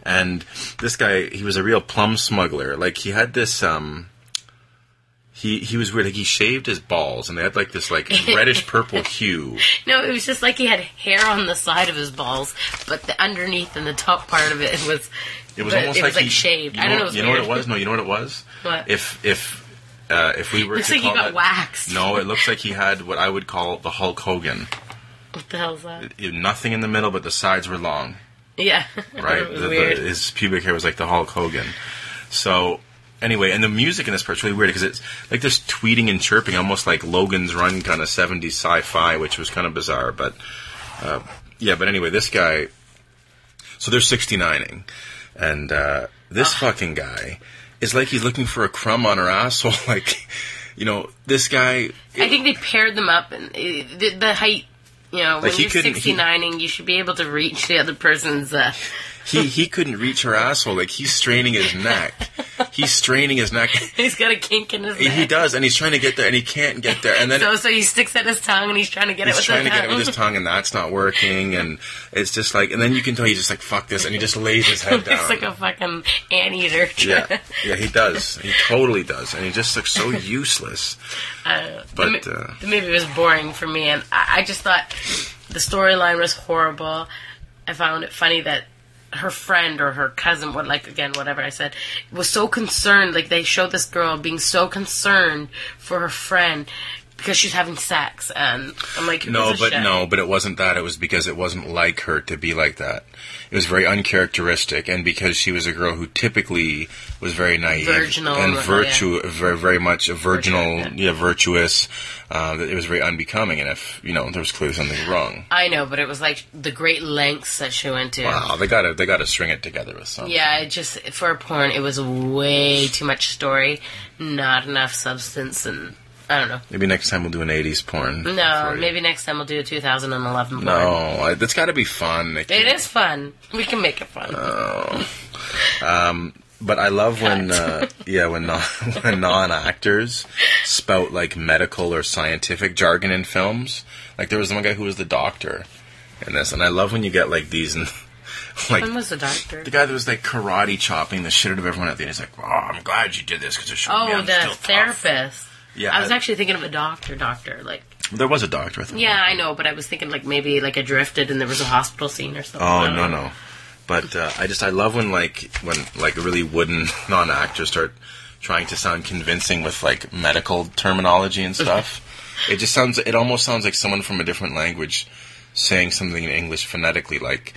And this guy, he was a real plum smuggler. Like he had this. um he, he was weird. Like he shaved his balls, and they had like this like reddish purple hue. No, it was just like he had hair on the side of his balls, but the underneath and the top part of it was It was but almost it like, was like he- shaved. You I know, don't know. You know what it was? No, you know what it was? What? If if uh, if we were Looks to like he call got that- waxed. No, it looks like he had what I would call the Hulk Hogan. What the hell's that? It- Nothing in the middle, but the sides were long. Yeah. Right? it was The- the- weird. his pubic hair was like the Hulk Hogan. So. Anyway, and the music in this part's really weird because it's like this tweeting and chirping, almost like Logan's Run kind of 70s sci fi, which was kind of bizarre. But uh, yeah, but anyway, this guy. So they're 69ing. And uh, this Ah. fucking guy is like he's looking for a crumb on her asshole. Like, you know, this guy. I think they paired them up, and uh, the, the height. You know, when he you're couldn't- he- 69 and you should be able to reach the other person's. Uh, he he couldn't reach her asshole. Like he's straining his neck, he's straining his neck. He's got a kink in his He- He neck. does, and he's trying to get there, and he can't get there. And then So, so he sticks out his tongue and he's trying to get it he's with trying to his get it tongue. with his tongue, and that's not working. And it's just like, and then you can tell he's just like, "Fuck this," and he just lays his head down. Looks like a fucking anteater. yeah, yeah, he does. He totally does, and he just looks so useless. Uh, But, the, mo- uh, the movie was boring for me, and I, I just thought the storyline was horrible. I found it funny that her friend or her cousin, what like again, whatever I said, was so concerned. Like they showed this girl being so concerned for her friend because she's having sex, and I'm like, who No, gives a but shit? no, but it wasn't that. It was because it wasn't like her to be like that. It was very uncharacteristic, and because she was a girl who typically was very naive Virginal and and whatnot, virtu, very, very much a virginal, Virtuous, yeah, virtuous. Uh, that it was very unbecoming, and if you know, there was clearly something wrong. I know, but it was like the great lengths that she went to. Wow, they gotta they gotta string it together with something. Ah. Yeah, it just for porn, it was way too much story, not enough substance, and I don't know. Maybe next time we'll do an '80s porn. No, for you. maybe next time we'll do a 2011 porn. No, I- that's got to be fun. It is fun. We can make it fun. Uh, But I love when, uh, yeah, when non when non actors spout like medical or scientific jargon in films. Like there was one guy who was the doctor in this, and I love when you get like these and like. when was the doctor? The guy that was like karate chopping the shit out of everyone at the end. He's like, "Oh, I'm glad you did this because it showed me oh, I'm the still tough." therapist. Yeah, I was I- actually thinking of a doctor, doctor. Like, There was a doctor. I thought. yeah, I know, but I was thinking like maybe like I drifted and there was a hospital scene or something. I Oh don't no know. no, but uh, I just I love when like when like really wooden non actors start trying to sound convincing with like medical terminology and stuff. it just sounds it almost sounds like someone from a different language saying something in English phonetically. Like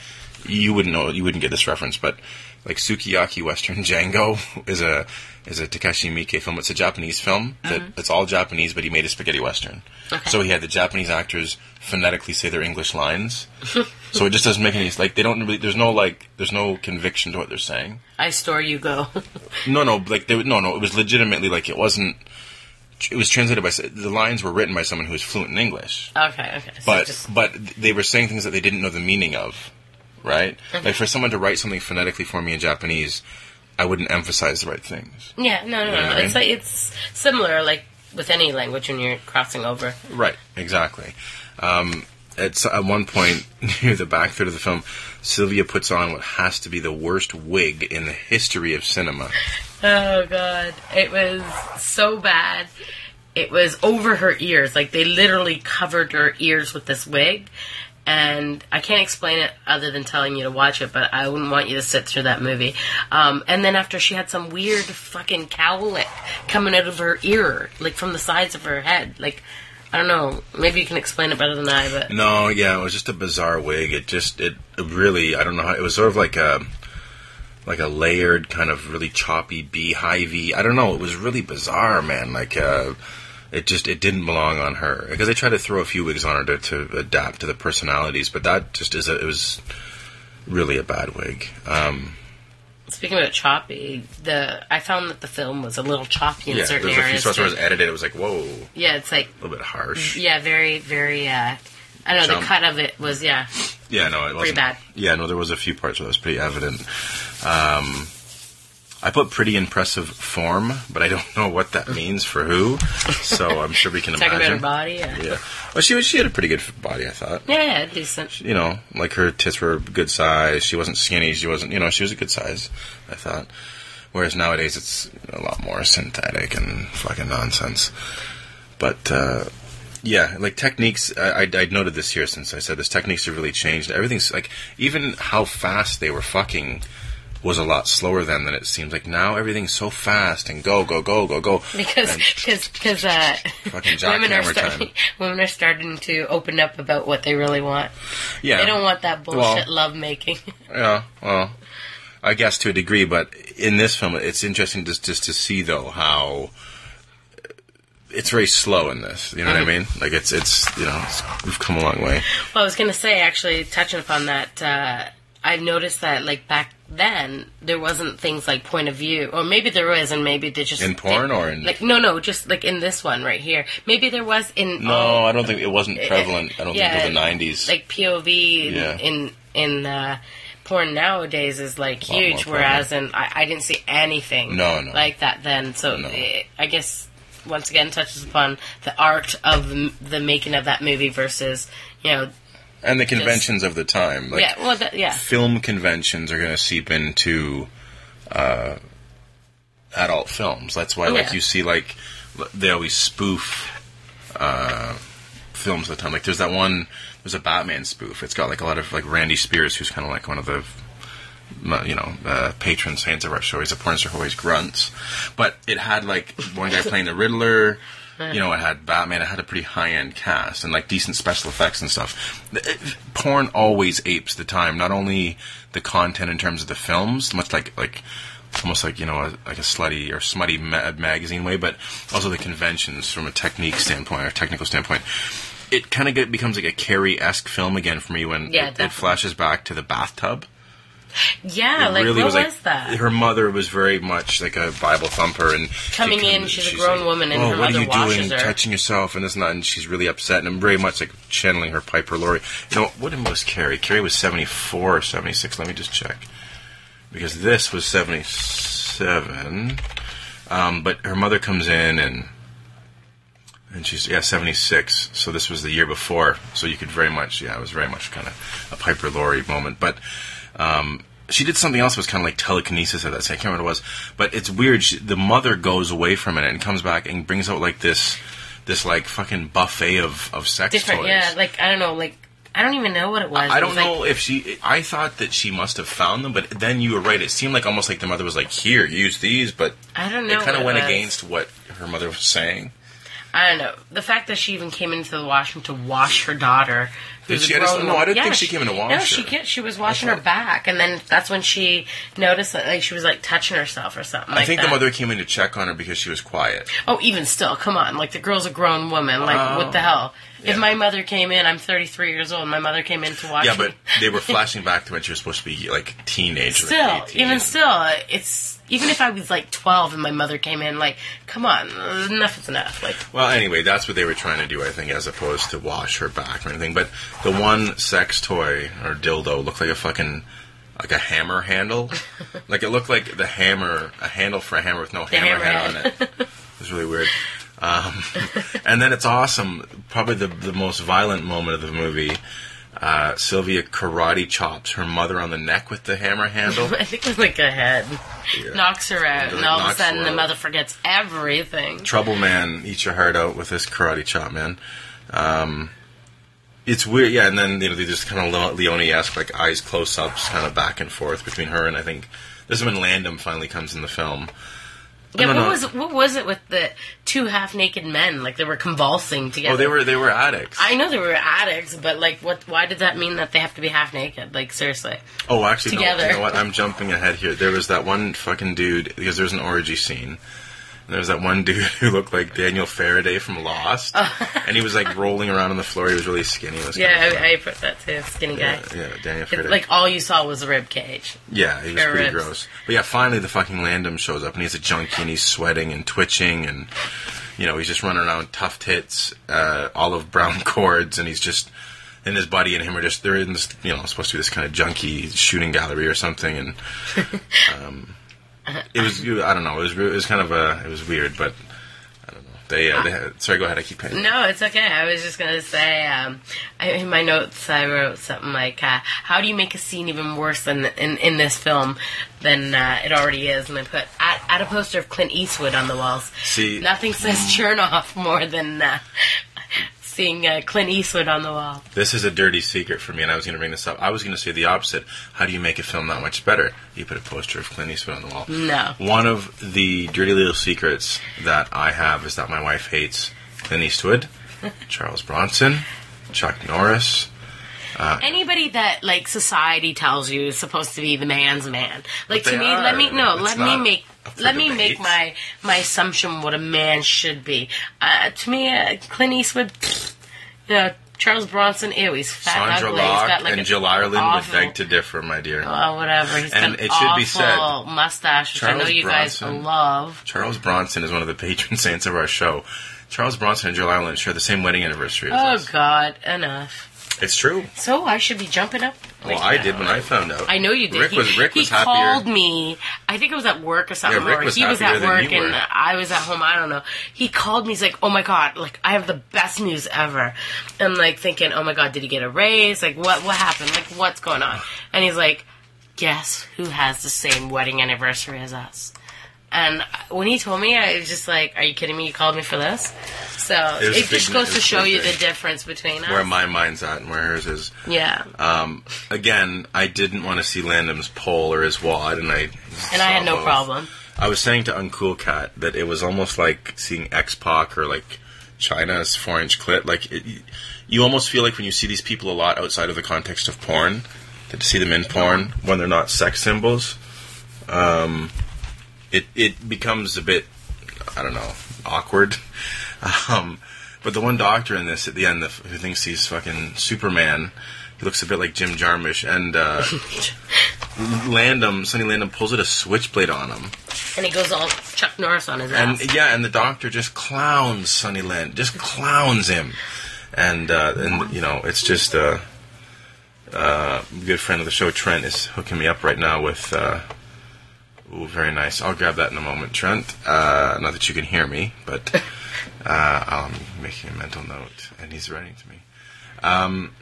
you wouldn't know you wouldn't get this reference, but like Sukiyaki Western Django is a is a Takashi Miike film. It's a Japanese film that it's all Japanese, but he made a spaghetti western. So he had the Japanese actors phonetically say their English lines. So it just doesn't make any like they don't really. There's no like. There's no conviction to what they're saying. I store you go. No, no, like they no, no. It was legitimately like it wasn't. It was translated by the lines were written by someone who was fluent in English, okay, okay. So but just- but they were saying things that they didn't know the meaning of, right? Like for someone to write something phonetically for me in Japanese, I wouldn't emphasize the right things. yeah, no, no, know no. what I It's like it's similar, like with any language when you're crossing over. Right, exactly. Um, it's at one point near the back third of the film, Sylvia puts on what has to be the worst wig in the history of cinema. Oh god, it was so bad. It was over her ears. Like they literally covered her ears with this wig. And I can't explain it other than telling you to watch it, but I wouldn't want you to sit through that movie. Um, and then after she had some weird fucking cowlick coming out of her ear, like from the sides of her head. Like, I don't know. Maybe you can explain it better than I, but No, yeah, it was just a bizarre wig. It just it really I don't know how it was sort of like a like a layered kind of really choppy beehivey. I don't know. It was really bizarre, man. Like uh, it just it didn't belong on her because they tried to throw a few wigs on her to, to adapt to the personalities, but that just is a, it was really a bad wig. Um, speaking about choppy, the I found that the film was a little choppy in yeah, there certain was a few areas. spots where it was edited. It was like whoa, a yeah, it's like little bit harsh. Yeah, very, very. Uh, I don't know. Jump. The cut of it was yeah. Yeah, no, it Pretty wasn't. bad. Yeah, no, there was a few parts where that was pretty evident. Um, I put pretty impressive form, but I don't know what that means for who. So I'm sure we can Talking about her imagine. body. Yeah, yeah, Yeah. Well, she was. She had a pretty good f- body, I thought. yeah decent. You know, like her tits were good size. She wasn't skinny. She wasn't. You know, she was a good size. I thought. Whereas nowadays it's a lot more synthetic and fucking nonsense. But uh, yeah, like techniques. I, I, I noted this here since I said this. Techniques have really changed. Everything's like even how fast they were fucking was a lot slower then than it seems. Like now everything's so fast and go go go go go. Because And- because because uh, Fucking Jack women are Hammer starting time. women are starting to open up about what they really want. yeah, They don't want that bullshit Well- love making. Yeah, well, I guess to a degree, but in this film, it's interesting just just to see though how it's very slow in this. You know Mm-hmm. what I mean? Like it's it's you know it's, we've come a long way. Well, I was going to say, actually, touching upon that, uh, I noticed that, like, back then, there wasn't things like point of view. Or maybe there was, and maybe they just. In porn or in- Like, no, no, just, like, in this one right here. Maybe there was in. No, I don't think it wasn't prevalent. I don't oh. Yeah, think until the nineties. Like, POV in, Yeah. in, in uh, porn nowadays is like Lot more huge, porn. whereas in I, I didn't see anything No, no. like that then. So No. it, I guess once again touches upon the art of m- the making of that movie versus you know and the conventions of the time. Like, yeah well that, yeah film conventions are going to seep into uh, adult films. That's why, like, Oh, Yeah. you see, like, l- they always spoof uh, films at the time. Like, there's that one. There's a Batman spoof. It's got like a lot of like Randy Spears, who's kind of like one of the m- you know uh, patron saints of our show. He's a porn star who always grunts, but it had like one guy playing the Riddler. You know, it had Batman. It had a pretty high-end cast and like decent special effects and stuff. Th- it- Porn always apes the time, not only the content in terms of the films, much like like almost like you know a, like a slutty or smutty ma- magazine way, but also the conventions from a technique standpoint or technical standpoint. It kind of becomes like a Carrie-esque film again for me when Yeah, it- it definitely. flashes back to the bathtub yeah it like really what was was, like that her mother was very much like a Bible thumper and Coming she can- in, she's a grown woman and oh, her what mother are you washes doing, her." touching yourself and this and that, and she's really upset. And I'm very much like channeling her Piper Laurie. You know what was Carrie? Carrie was 74 or 76. Let me just check because this was 77. Um, but her mother comes in and and she's yeah 76 so this was the year before so you could very much yeah it was very much kind of a piper laurie moment but um, she did something else that was kind of like telekinesis at that same i can't remember what it was but it's weird she, the mother goes away from it and comes back and brings out like this this like fucking buffet of, of sex different toys yeah like I don't know like I don't even know what it was I It don't was like- know if she. I thought that she must have found them, but then you were right. It seemed like almost like the mother was like, "Here, use these," but I don't know it kind what of went was. against what her mother was saying. I don't know. The fact that she even came into the washroom to wash her daughter. Did who's a she? I just- grown no, I didn't woman- think she came in to wash No, her. she ca- she was washing her thought- back, and then that's when she noticed that like she was like touching herself or something. I like think that. the mother came in to check on her because she was quiet. Oh, even still, come on! Like the girl's a grown woman. Like what the hell? Oh. Yeah. If my mother came in, I'm 33 years old. My mother came in to wash. Yeah, me. but they were flashing back to when she was supposed to be like teenager. still, 18. even still, it's even if I was like 12 and my mother came in, like come on, enough is enough. Like Well, anyway, that's what they were trying to do, I think, as opposed to wash her back or anything. But the one sex toy or dildo looked like a fucking like a hammer handle. like it looked like the hammer, a handle for a hammer with no hammer head on hammerhead. it. It was really weird. Um, and then it's awesome. Probably the the most violent moment of the movie. Uh, Sylvia karate chops her mother on the neck with the hammer handle. I think it was like a head. Knocks her out, Like, and all of a knocks her sudden the out. mother forgets everything. Trouble Man, eat your heart out with this karate chop, man. Um, it's weird, yeah. And then you know they just kind of Leone-esque, like eyes close-ups, kind of back and forth between her and I think this is when Landon finally comes in the film. Yeah, No, what no. was what was it with the two half naked men? Like they were convulsing together. Oh, they were they were addicts. I know they were addicts, but like, what? Why did that mean that they have to be half naked? Like seriously, Oh, actually, No, Together. you know what? I'm jumping ahead here. There was that one fucking dude because there was an orgy scene. And there was that one dude who looked like Daniel Faraday from Lost, and he was like rolling around on the floor. He was really skinny. It was kind Oh. yeah, of fun. I, I put that too. Skinny guy. yeah, yeah, Daniel It- Faraday. like all you saw was the rib cage. Yeah, he was Bare pretty ribs. gross. But yeah, finally the fucking Landom shows up and he's a junkie and he's sweating and twitching and you know he's just running around tough tits, uh, olive brown cords, and he's just and his buddy and him are just they're in this you know supposed to be this kind of junkie shooting gallery or something and um, it was I don't know it was re- it was kind of a it was weird but I don't know they uh, they had, sorry go ahead I keep cutting you. No, it's okay. I was just gonna say, um, I, in my notes, I wrote something like, uh, "How do you make a scene even worse than in, in this film than uh, it already is?" And I put add, add a poster of Clint Eastwood on the walls. See- nothing says Chernoff more than uh, seeing uh, Clint Eastwood on the wall. This is a dirty secret for me, and I was going to bring this up. I was going to say the opposite. How do you make a film that much better? You put a poster of Clint Eastwood on the wall. No. One of the dirty little secrets that I have is that my wife hates Clint Eastwood, Charles Bronson, Chuck Norris. Anybody that like society tells you is supposed to be the man's man. Like they to me, are. let me no, It's let not me make up for let me debate. make my my assumption what a man should be. Uh, to me, uh, Clint Eastwood, you know, Charles Bronson, ew, he's fat, and Sandra ugly, he's Locke got like and a Jill Ireland awful, would beg to differ, my dear. Oh, whatever. He's And got an it should be said, awful mustache, which I know Charles you Bronson- guys love. Charles Bronson is one of the patron saints of our show. Charles Bronson and Jill Ireland share the same wedding anniversary as Oh us. God, enough. It's true. So I should be jumping up Well, I did when I found out. I know you did. Rick he, was Rick he was happier. called me. I think it was at work or something. Yeah, Rick or was he was happier at than work you and were. I was at home. I don't know. He called me. He's like, "Oh my god! Like I have the best news ever." I'm like thinking, "Oh my god! Did he get a raise? Like what? What happened? Like what's going on?" And he's like, "Guess who has the same wedding anniversary as us?" And when he told me, I was just like, "Are you kidding me? You called me for this?" So It was a it, big- just it goes was to a show big you day. the difference between us. where my mind's at and where hers is. yeah, Um, again, I didn't want to see Landon's pole or his wad, and I and I had no both. problem. I was saying to Uncool Cat that it was almost like seeing X Pac or like China's four inch clit. Like it, you almost feel like when you see these people a lot outside of the context of porn, that to see them in porn when they're not sex symbols, um, it it becomes a bit I don't know awkward. Um, but the one doctor in this at the end the, who thinks he's fucking Superman, he looks a bit like Jim Jarmusch, and uh, Landon, Sonny Landon pulls out a switchblade on him. And he goes all Chuck Norris on his ass. And yeah, and the doctor just clowns Sonny Land, just clowns him, and uh, and you know it's just uh, uh, good friend of the show Trent is hooking me up right now with. Uh, Ooh, very nice. I'll grab that in a moment, Trent. Uh, not that you can hear me, but uh, I'm making a mental note, and he's writing to me. Um,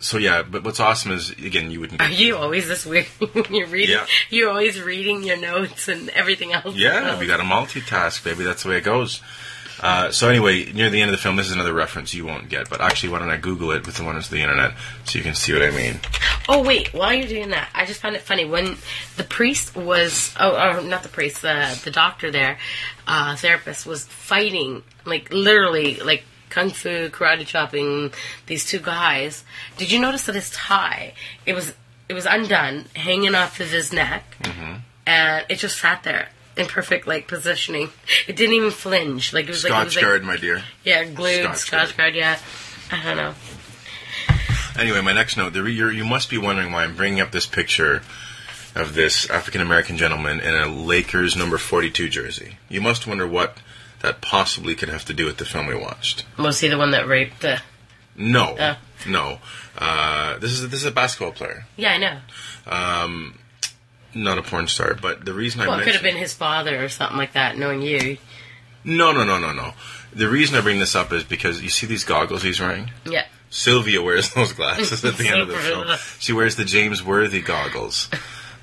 so yeah, but what's awesome is again you wouldn't. Are you always this weird when you're reading? Yeah. You're always reading your notes and everything else. Yeah, we got to multitask, baby. That's the way it goes. Uh, so anyway, near the end of the film, this is another reference you won't get, but actually, why don't I Google it with the one that's the internet so you can see what I mean? Oh wait, while you're doing that, I just found it funny when the priest was oh, oh not the priest, the the doctor there, uh, therapist was fighting like literally like kung fu karate chopping these two guys. Did you notice that his tie it was it was undone, hanging off of his neck, Mm-hmm. and it just sat there in perfect like positioning. It didn't even flinch. Like it was like it Scotch was like guard, my dear. yeah glued Scotch scotch, guard. Yeah, I don't know. Anyway, my next note: the re- you're, you must be wondering why I'm bringing up this picture of this African American gentleman in a Lakers number 42 jersey. You must wonder what that possibly could have to do with the film we watched. Was he the one that raped the? No, Oh. no. Uh, this is this is a basketball player, Yeah, I know. not a porn star. But the reason I Well, it could mentioned- have been his father or something like that, knowing you. No, no, no, no, no. The reason I bring this up is because you see these goggles he's wearing. Yeah. Sylvia wears those glasses at the end of the film. She wears the James Worthy goggles,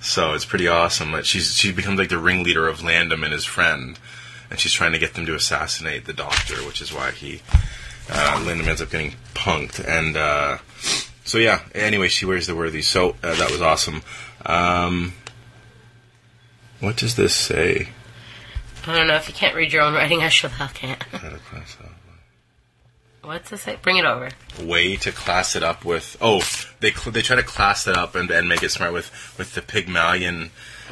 so it's pretty awesome. Like she's she becomes like the ringleader of Landon and his friend, and she's trying to get them to assassinate the Doctor, which is why he uh, Landon ends up getting punked. And uh, so yeah. Anyway, she wears the Worthy, so uh, that was awesome. Um, what does this say? I don't know. If you can't read your own writing, I sure the hell can't. How to class up? What's this say? Bring it over. way to class it up with. Oh, they cl- they try to class it up and, and make it smart with with the Pygmalion.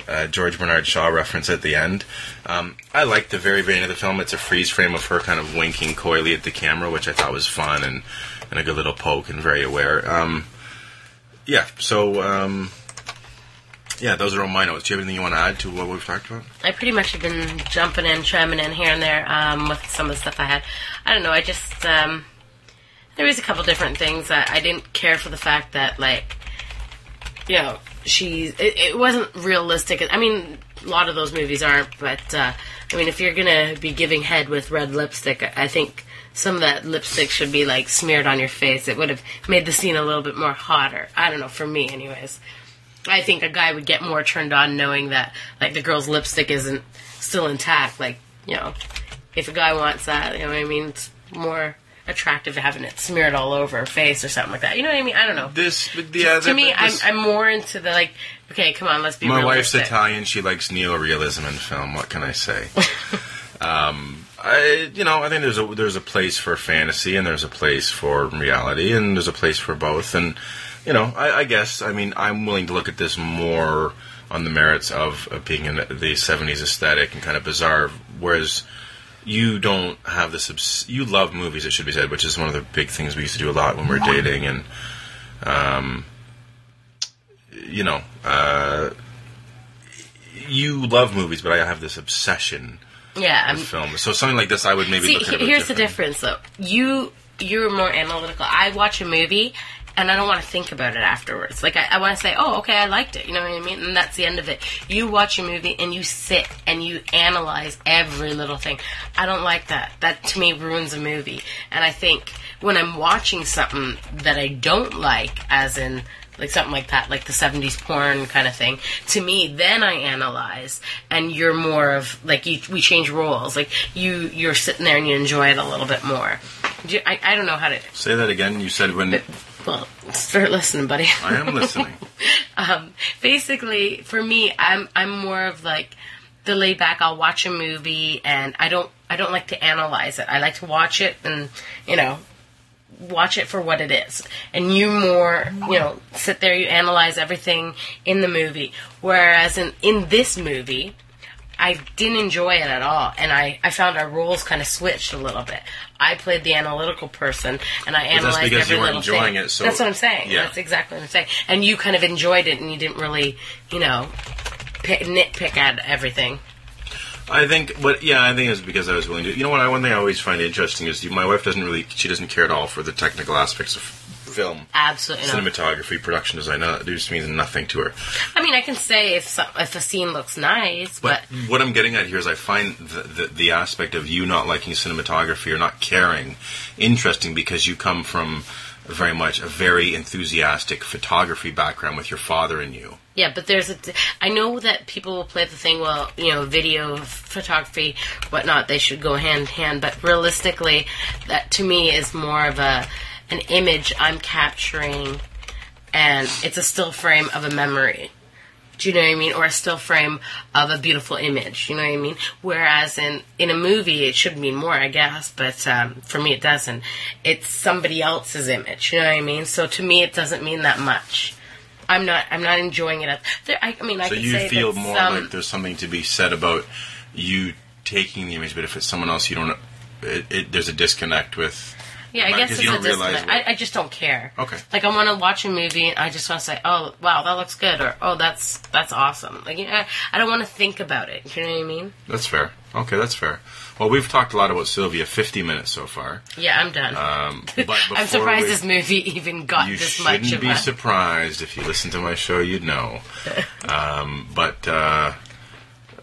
Uh, George Bernard Shaw reference at the end. Um, I like the very beginning of the film. It's a freeze frame of her kind of winking coyly at the camera, which I thought was fun and, and a good little poke and very aware. Um, yeah, so um, yeah, those are all my notes. Do you have anything you want to add to what we've talked about? I pretty much have been jumping in, chiming in here and there um, with some of the stuff I had. I don't know. I just um, there was a couple different things that I didn't care for the fact that like you know she it, it wasn't realistic. I mean, a lot of those movies aren't, but uh, I mean, if you're gonna be giving head with red lipstick, I I think some of that lipstick should be like smeared on your face. It would have made the scene a little bit more hotter. I don't know. For me, anyways. I think a guy would get more turned on knowing that like the girl's lipstick isn't still intact. Like you know, if a guy wants that, you know what I mean. It's more attractive having it smeared all over her face or something like that. You know what I mean? I don't know. This, yeah, to me, I'm, I'm more into the like. Okay, come on, let's be. My wife's realistic. Italian. She likes neorealism in film. What can I say? um, I, you know, I think there's a there's a place for fantasy and there's a place for reality and there's a place for both. And you know, I, I guess I mean I'm willing to look at this more on the merits of, of being in the 70s aesthetic and kind of bizarre, whereas you don't have this. Obs- you love movies, it should be said, which is one of the big things we used to do a lot when we were dating. And, um, you know, uh, you love movies, but I have this obsession Yeah, I'm, with film. So something like this, I would maybe See, look at. he- it a bit here's the different. difference, though. You you're more analytical. I watch a movie, and I don't want to think about it afterwards. Like I, I want to say, oh, okay, I liked it. You know what I mean? And that's the end of it. You watch a movie and you sit and you analyze every little thing. I don't like that. That to me ruins a movie. And I think when I'm watching something that I don't like, as in like something like that, like the 70s porn kind of thing. To me, then I analyze, and you're more of like you, we change roles. Like you, you're sitting there and you enjoy it a little bit more. Do you- I, I don't know how to. Say that again. You said when Well, start listening, buddy. I am listening. um, basically, for me, I'm I'm more of like the laid back. I'll watch a movie, and I don't I don't like to analyze it. I like to watch it, and you know, watch it for what it is. And you more, you know, sit there, you analyze everything in the movie. Whereas in, in this movie, I didn't enjoy it at all. And I, I found our roles kind of switched a little bit. I played the analytical person and I that's analyzed because every you weren't little enjoying thing. it, so- that's what I'm saying. Yeah. That's exactly what I'm saying. And you kind of enjoyed it and you didn't really, you know, pi nitpick at everything. I think, what yeah, I think it's because I was willing to. You know what? I, one thing I always find interesting is you, my wife doesn't really, she doesn't care at all for the technical aspects of film, Absolutely not. cinematography, production design. None, of- it just means nothing to her. I mean, I can say if some, if a scene looks nice, But but what I'm getting at here is I find the, the, the aspect of you not liking cinematography or not caring interesting because you come from very much a very enthusiastic photography background with your father and you. Yeah, but there's a. I know that people will play the thing. Well, you know, video, photography, whatnot. They should go hand in hand. But realistically, that to me is more of a an image I'm capturing, and it's a still frame of a memory. Do you know what I mean? Or a still frame of a beautiful image. You know what I mean? Whereas in in a movie, it should mean more, I guess. But um, for me, it doesn't. It's somebody else's image. You know what I mean? So to me, it doesn't mean that much. I'm not. I'm not enjoying it. At, there, I, I mean, I So could you say feel that more some- like there's something to be said about you taking the image, but if it's someone else, you don't. It, it, there's a disconnect with. Yeah, I Right, guess 'cause it's you a don't realize Oh. disconnect. what- I, I just don't care. Okay. Like I want to watch a movie and I just want to say, "Oh, wow, that looks good," or "Oh, that's that's awesome." Like you know, I, I don't want to think about it. You know what I mean? That's fair. Okay, that's fair. Well, we've talked a lot about Sylvia. 50 minutes so far. Yeah, I'm done. Um, but before I'm surprised we- this movie even got You this shouldn't much of be a. surprised if you listen to my show. You'd know. um, but uh,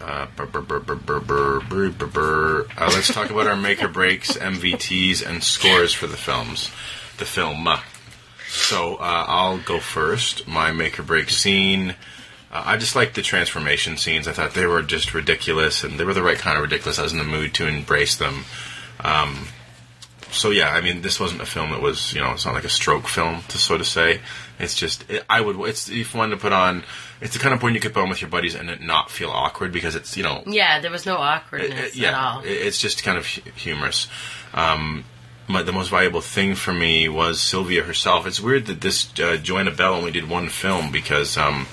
uh, brr, brr, brr, brr, brr, brr, brr, brr, brr. Uh, let's talk about our make or breaks, MVTs, and scores for the films. The film. So uh, I'll go first. My make or break scene. Uh, I just liked the transformation scenes. I thought they were just ridiculous, and they were the right kind of ridiculous. I was in the mood to embrace them. So yeah, I mean, this wasn't a film that was, you know, it's not like a stroke film to sort of say. It's just, it, I would, it's if one to put on. It's the kind of porn you could put on with your buddies and it not feel awkward because it's, you know, yeah, there was no it- awkwardness it- Uh, yeah, at all. it- it's just kind of hu- humorous. Um, my, the most valuable thing for me was Sylvia herself. It's weird that this uh, Joanna Bell only did one film because, um,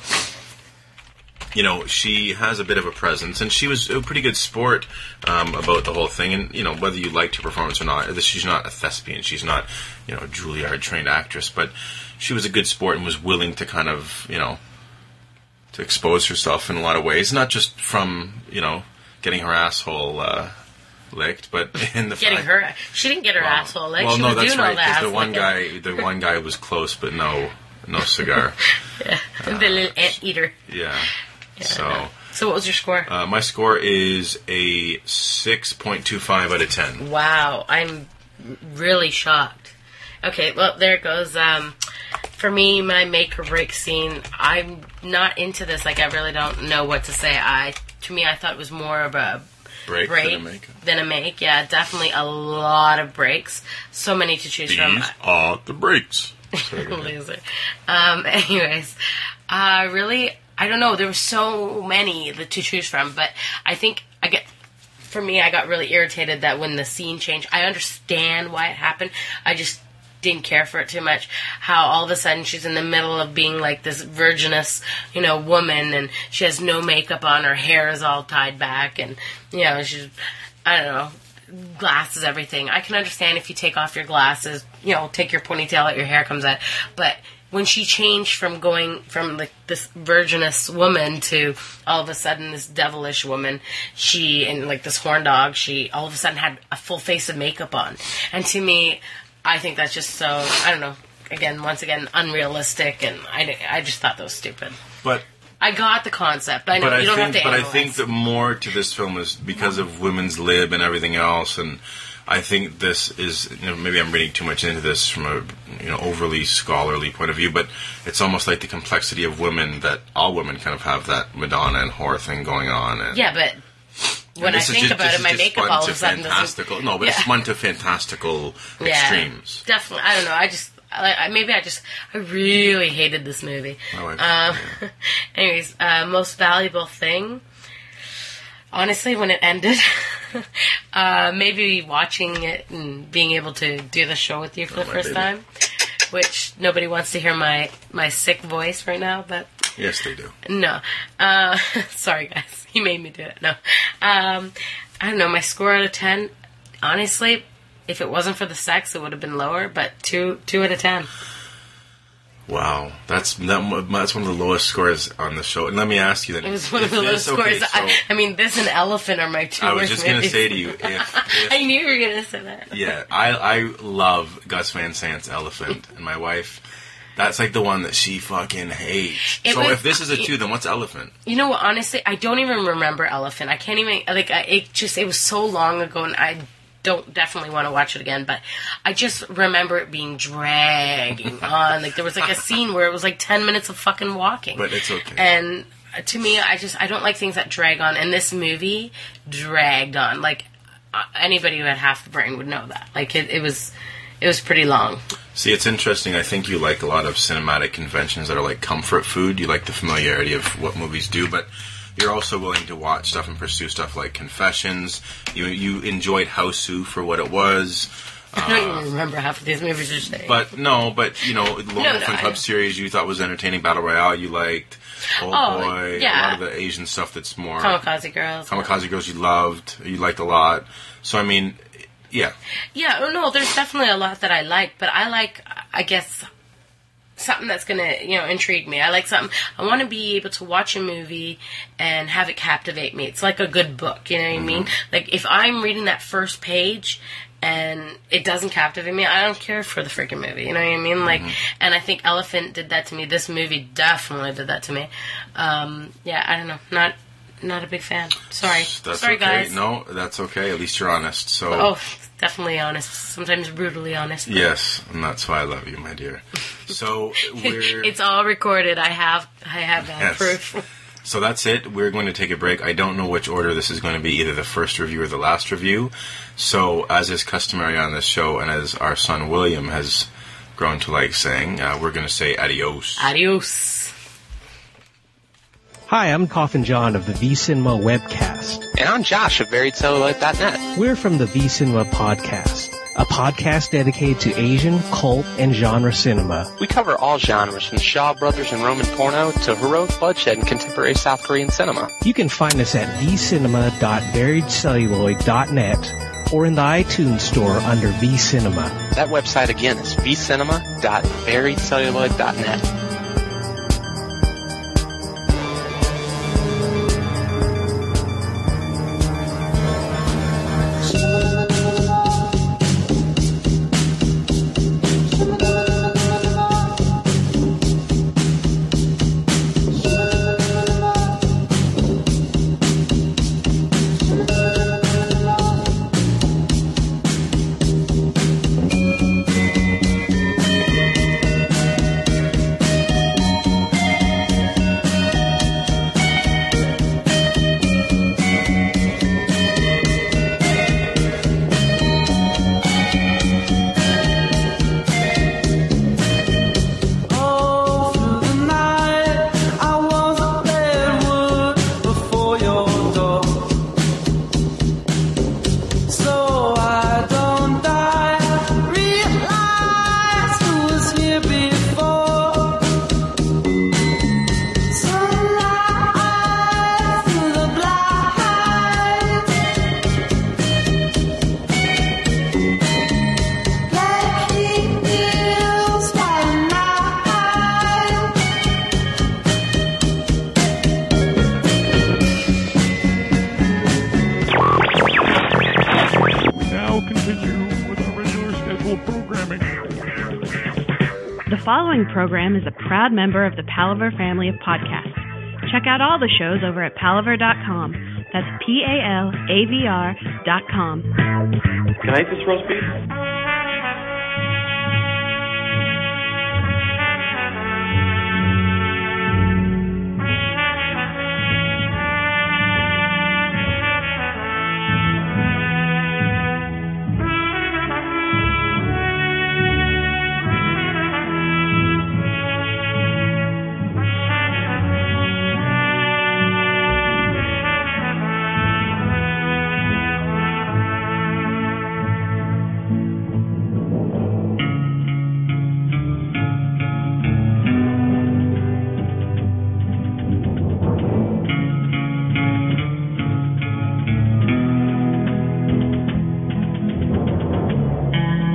you know, she has a bit of a presence, and she was a pretty good sport um, about the whole thing. And you know, whether you liked her performance or not, this- she's not a thespian, she's not, you know, a Juilliard trained actress, but she was a good sport and was willing to kind of, you know, to expose herself in a lot of ways, not just from you know getting her asshole uh, licked, but in the Getting fact- her, she didn't get her Well, asshole. Like well, she no, was that's doing right. all 'cause that. the one guy, the one guy was close, but no, no cigar. the little ant eater. yeah. So So what was your score? uh, my score is a six point two five out of ten. Wow, I'm really shocked. Okay, well there it goes. Um, for me, my make or break scene. I'm not into this. Like I really don't know what to say. I to me, I thought it was more of a Break, break didn't make. it. than a make. Yeah, definitely a lot of breaks. So many to choose These from. are the breaks. Sorry, go ahead. Loser. Um, anyways, uh, really, I don't know. There were so many that to choose from, but I think I get. For me, I got really irritated that when the scene changed, I understand why it happened. I just didn't care for it too much. How all of a sudden she's in the middle of being like this virginous, you know, woman, and she has no makeup on, her hair is all tied back, and you know, she's, I don't know, glasses, everything. I can understand if you take off your glasses, you know, take your ponytail out, your hair comes out. But when she changed from going from like this virginous woman to all of a sudden this devilish woman, she and like this horn dog, she all of a sudden had a full face of makeup on. And to me, I think that's just so I don't know. again, once again, unrealistic, and I, I just thought that was stupid. But I got the concept. I know but I you don't think have to. but I analyze. think that more to this film is because of women's lib and everything else, and I think this is you know, maybe I'm reading too much into this from a you know overly scholarly point of view, but it's almost like the complexity of women that all women kind of have that Madonna and horror thing going on. And, yeah, but when I this is think just- about this it, is my just makeup fun all of to a sudden doesn't. fantastical. No, but it's Yeah. fun to fantastical extremes. Yeah, definitely. I don't know. I just I, I- maybe I just I really hated this movie. My wife- um, anyways, uh, most valuable thing. Honestly, when it ended, uh, maybe watching it and being able to do the show with you for the Oh, my first baby. time, which nobody wants to hear my my sick voice right now, but Yes, they do. no. Uh, sorry, guys. He made me do it. No. Um, I don't know. My score out of 10, honestly, if it wasn't for the sex, it would have been lower, but two two out of 10. Wow, that's that, mu- that's one of the lowest scores on the show. And let me ask you then: It was one if of the lowest this- okay, scores. so- I, I mean, this and Elephant are my two I was worst just gonna movies. say to you, if, if I knew you were going to say that. yeah, I I love Gus Van Sant's Elephant, and my wife, that's like the one that she fucking hates. It so was- if this is a two, then what's Elephant? You know what? Honestly, I don't even remember Elephant. I can't even like. I, it just it was so long ago, and I don't definitely want to watch it again. But I just remember it being dragging on. Like there was like a scene where it was like ten minutes of fucking walking. But it's okay. And uh, to me, I just I don't like things that drag on. And this movie dragged on. Like uh, anybody who had half the brain would know that. Like it, it was. It was pretty long. See, it's interesting. I think you like a lot of cinematic conventions that are like comfort food. You like the familiarity of what movies do, but you're also willing to watch stuff and pursue stuff like Confessions. You you enjoyed Houseu for what it was. I don't even remember half of these movies are saying. Ah. But no, but you know, the Lone No, Wolf no, and I- Cub series you thought was entertaining. Battle Royale you liked. Old Oh, Boy. yeah. A lot of the Asian stuff that's more Kamikaze Girls. Kamikaze Girls you loved, you liked a lot. So I mean, yeah, Yeah, oh no, there's definitely a lot that I like, but I like, I guess, something that's gonna, you know, intrigue me. I like something, I wanna be able to watch a movie and have it captivate me. It's like a good book, you know what I mean? Mm-hmm. Like, if I'm reading that first page and it doesn't captivate me, I don't care for the freaking movie, you know what I mean? Like, Mm-hmm. and I think Elephant did that to me. This movie definitely did that to me. Um, yeah, I don't know. Not, not a big fan. Sorry. that's Sorry, okay. guys. No, that's okay. At least you're honest. So Oh, definitely honest. Sometimes brutally honest. yes, and that's why I love you, my dear. So we're it's all recorded. I have I have that Yes. proof. so that's it. We're going to take a break. I don't know which order this is going to be, either the first review or the last review. So as is customary on this show, and as our son William has grown to like saying, uh, we're going to say adios. Adios. Hi, I'm Coffin John of the VCinema webcast. And I'm Josh of VariedSellowLife.net. We're from the VCinema podcast, a podcast dedicated to Asian, cult, and genre cinema. We cover all genres from Shaw Brothers and Roman porno to heroic bloodshed and contemporary South Korean cinema. You can find us at vcinema.buriedcelluloid.net or in the iTunes store under VCinema. That website again is vcinema.variedcelluloid.net. following program is a proud member of the Palaver family of podcasts. Check out all the shows over at palaver.com. That's P A L A V R dot com. Can I eat this roast beef?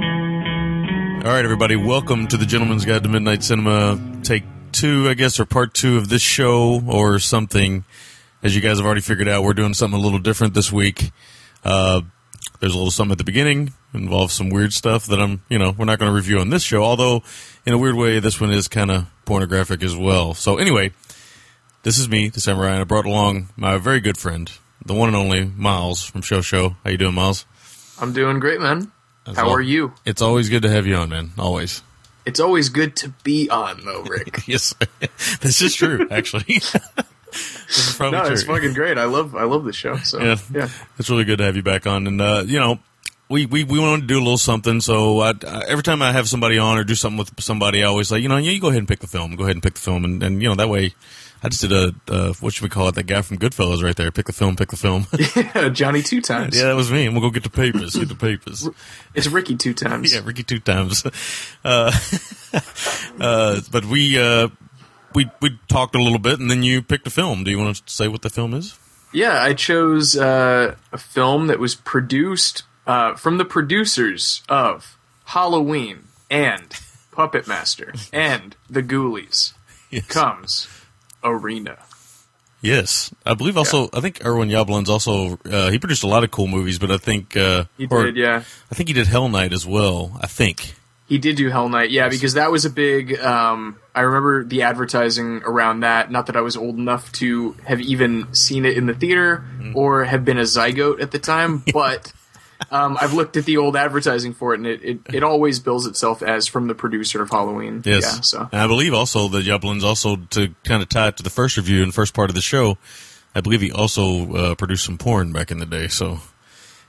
All right, everybody, welcome to the Gentleman's Guide to Midnight Cinema, take two, I guess, or part two of this show or something. As you guys have already figured out, we're doing something a little different this week. Uh, there's a little something at the beginning, involves some weird stuff that I'm, you know, we're not going to review on this show, although in a weird way, this one is kind of pornographic as well. So, anyway, this is me, the Samurai, and I brought along my very good friend, the one and only Miles from Show Show. How you doing, Miles? I'm doing great, man. How al- are you? It's always good to have you on, man. Always. It's always good to be on, though, Rick. Yes, this is true. Actually, this is probably no, true. it's fucking great. I love, I love the show. So yeah. yeah, it's really good to have you back on. And uh, you know, we, we we wanted to do a little something. So I, I, every time I have somebody on or do something with somebody, I always say, you know, you go ahead and pick the film. Go ahead and pick the film, and, and you know that way. I just did a uh, what should we call it? That guy from Goodfellas right there. Pick the film. Pick the film. Johnny two times. yeah, that was me. And we'll go get the papers. Get the papers. it's Ricky two times. Yeah, Ricky two times. Uh, uh, but we uh, we we talked a little bit, and then you picked a film. Do you want to say what the film is? Yeah, I chose uh, a film that was produced uh, from the producers of Halloween and Puppet Master and The Ghoulies. Yes. Comes Arena. Yes, I believe also. I think Erwin Yablon's also. Uh, he produced a lot of cool movies, but I think uh, He or- did, yeah. I think he did Hell Night as well. I think. He did do Hell Knight, yeah, because that was a big. Um, I remember the advertising around that. Not that I was old enough to have even seen it in the theater Mm. or have been a zygote at the time, but um, I've looked at the old advertising for it, and it, it, it always bills itself as from the producer of Halloween. Yes. Yeah, so And I believe also that Yablon's also to kind of tie it to the first review and first part of the show. I believe he also uh, produced some porn back in the day. So,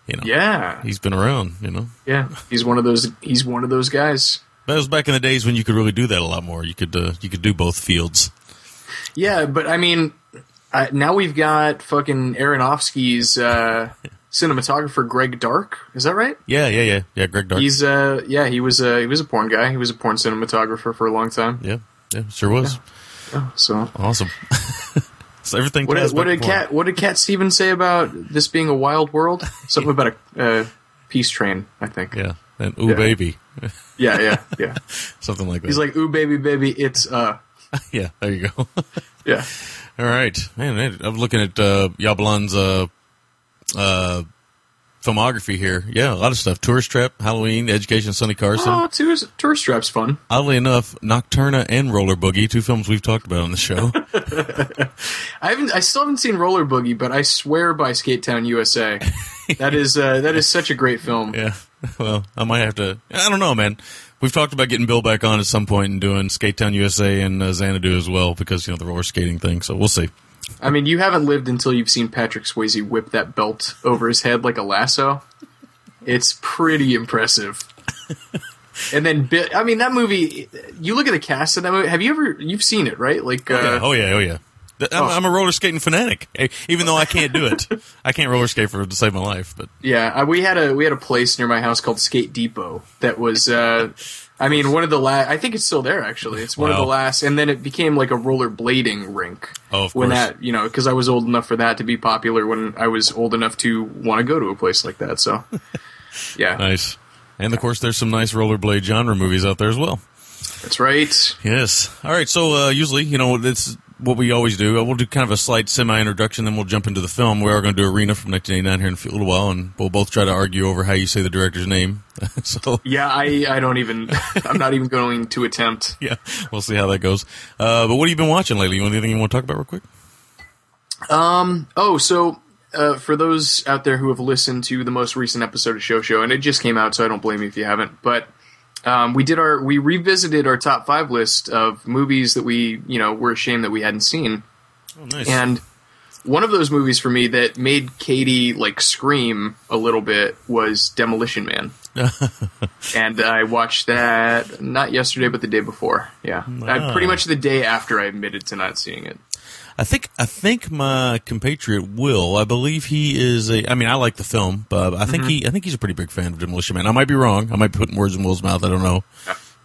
you know, yeah, he's been around. You know. yeah, he's one of those. He's one of those guys. That was back in the days when you could really do that a lot more. You could uh, you could do both fields. Yeah, but I mean, uh, now we've got fucking Aronofsky's uh, cinematographer Greg Dark. Is that right? Yeah, yeah, yeah, yeah. Greg Dark. He's uh yeah he was a he was a porn guy he was a porn cinematographer for a long time yeah, yeah, sure was so awesome. so everything. what ties did, what back did to porn. Cat what did Cat Stevens say about this being a wild world something about a uh, peace train I think Yeah, and ooh Yeah. baby, yeah yeah yeah something like that. he's like ooh baby baby it's uh yeah, there you go. yeah All right, man. I- I'm looking at uh, Yablon's uh, uh, filmography here. Yeah, a lot of stuff. Tourist Trap, Halloween, Education, Sonny Carson. oh tourist tourist trap's fun Oddly enough, Nocturna and Roller Boogie, two films we've talked about on the show. I haven't I still haven't seen Roller Boogie but I swear by Skate Town USA that is uh that is such a great film yeah. Well, I might have to. I don't know, man. We've talked about getting Bill back on at some point and doing Skate Town USA and uh, Xanadu as well because you know the roller skating thing. So we'll see. I mean you haven't lived until you've seen Patrick Swayze whip that belt over his head like a lasso. It's pretty impressive. and then, Bi- I mean, that movie. You look at the cast of that movie. Have you ever? You've seen it, right? Like, uh, Yeah. Oh yeah. Oh yeah. Th- I'm, Oh. I'm a roller skating fanatic, eh, even though I can't do it. I can't roller skate for to save my life. But Yeah, I, we had a we had a place near my house called Skate Depot that was. Uh, I mean, one of the last. I think it's still there actually. It's one of Wow. the last, and then it became like a rollerblading rink. Oh, of when course. that you know, because I was old enough for that to be popular when I was old enough to want to go to a place like that. So, yeah, nice. And of course, there's some nice rollerblade genre movies out there as well. that's right. Yes. All right. So uh, usually, you know, it's what we always do. We'll do kind of a slight semi introduction, then we'll jump into the film. We are going to do Arena from 1989 here in a little while, and we'll both try to argue over how you say the director's name. so Yeah, I, I don't even. I'm not even going to attempt. yeah, we'll see how that goes. Uh, but what have you been watching lately? You want anything you want to talk about real quick? Oh, so uh, for those out there who have listened to the most recent episode of Show Show, and it just came out, so I don't blame you if you haven't. But um, we did our we revisited our top five list of movies that we you know were ashamed that we hadn't seen. Oh, nice. And one of those movies for me that made Katie like scream a little bit was Demolition Man. and I watched that not yesterday, but the day before. Yeah, I, pretty much the day after I admitted to not seeing it. I think I think my compatriot Will. I believe he is a. I mean, I like the film, but I Mm-hmm. think he. I think he's a pretty big fan of Demolition Man. I might be wrong. I might be putting words in Will's mouth. I don't know,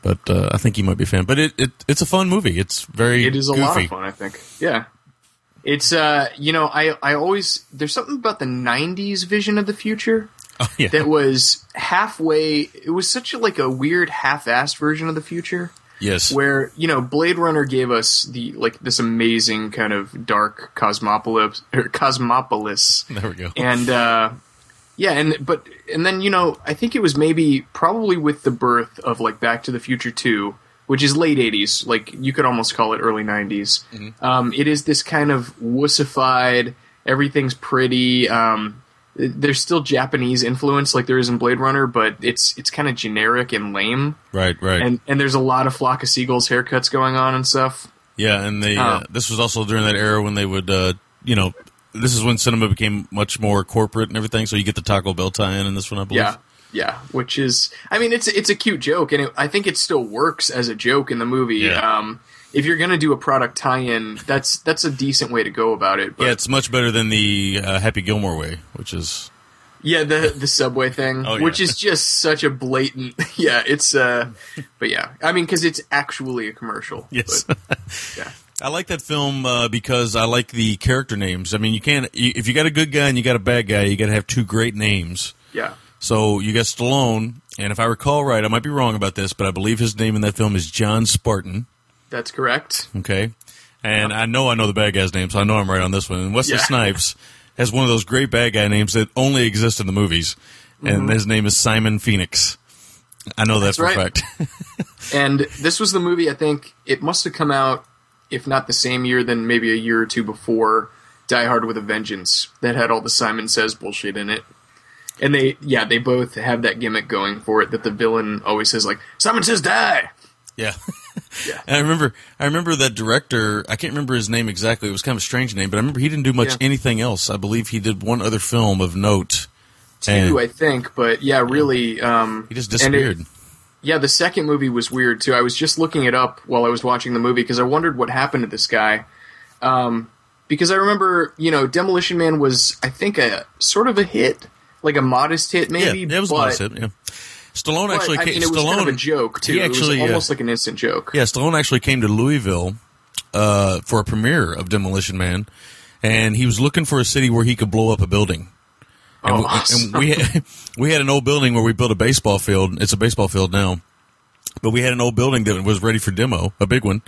but uh, I think he might be a fan. But it, it it's a fun movie. It's very. It is a goofy. lot of fun, I think. Yeah. It's uh, you know, I I always there's something about the '90s vision of the future Oh, yeah. that was halfway. It was such a, like a weird half-assed version of the future. yes. where you know Blade Runner gave us the like this amazing kind of dark cosmopolis or cosmopolis, there we go. and uh, yeah, and but and then you know I think it was maybe probably with the birth of like Back to the Future Two, which is late '80s, like you could almost call it early '90s. Mm-hmm. Um, it is this kind of wussified, everything's pretty. Um, there's still Japanese influence, like there is in Blade Runner, but it's it's kind of generic and lame right. Right. and and there's a lot of flock of seagulls haircuts going on and stuff. yeah, and Oh. they. Uh, this was also during that era when they would. Uh, you know, this is when cinema became much more corporate and everything. So you get the Taco Bell tie-in in this one, I believe. Yeah, yeah. Which is, I mean, it's it's a cute joke, and it, I think it still works as a joke in the movie. Yeah. Um, if you're gonna do a product tie-in, that's that's a decent way to go about it. But Yeah, it's much better than the uh, Happy Gilmore way, which is yeah, the the subway thing, Oh, yeah. which is just such a blatant. Yeah, it's uh, but yeah, I mean, because it's actually a commercial. yes. but, yeah. I like that film uh, because I like the character names. I mean, you can't you, if you got a good guy and you got a bad guy, you got to have two great names. Yeah. So you got Stallone, and if I recall right, I might be wrong about this, but I believe his name in that film is John Spartan. That's correct. Okay, and I know I know the bad guy's name, so I know I'm right on this one. And Wesley Yeah. Snipes has one of those great bad guy names that only exist in the movies, Mm-hmm. and his name is Simon Phoenix. I know that for a right. fact. And this was the movie I think it must have come out, if not the same year, then maybe a year or two before Die Hard with a Vengeance that had all the Simon Says bullshit in it. And they, yeah, they both have that gimmick going for it that the villain always says like Simon Says die. Yeah. Yeah. And I remember I remember that director, I can't remember his name exactly. It was kind of a strange name, but I remember he didn't do much Yeah. anything else. I believe he did one other film of note. And Two, I think, but yeah, really. Um, he just and it- disappeared. Yeah, the second movie was weird too. I was just looking it up while I was watching the movie because I wondered what happened to this guy. Um, because I remember, you know, Demolition Man was, I think, a sort of a hit, like a modest hit, yeah, maybe. it was but, last hit, yeah. Stallone but, actually I came mean, it was Stallone kind of a joke too. He actually uh, it was almost like an instant joke. Yeah, Stallone actually came to Louisville uh, for a premiere of Demolition Man, and he was looking for a city where he could blow up a building. And, Oh, we, awesome. and we had, we had an old building where we built a baseball field. It's a baseball field now, but we had an old building that was ready for demo, a big one.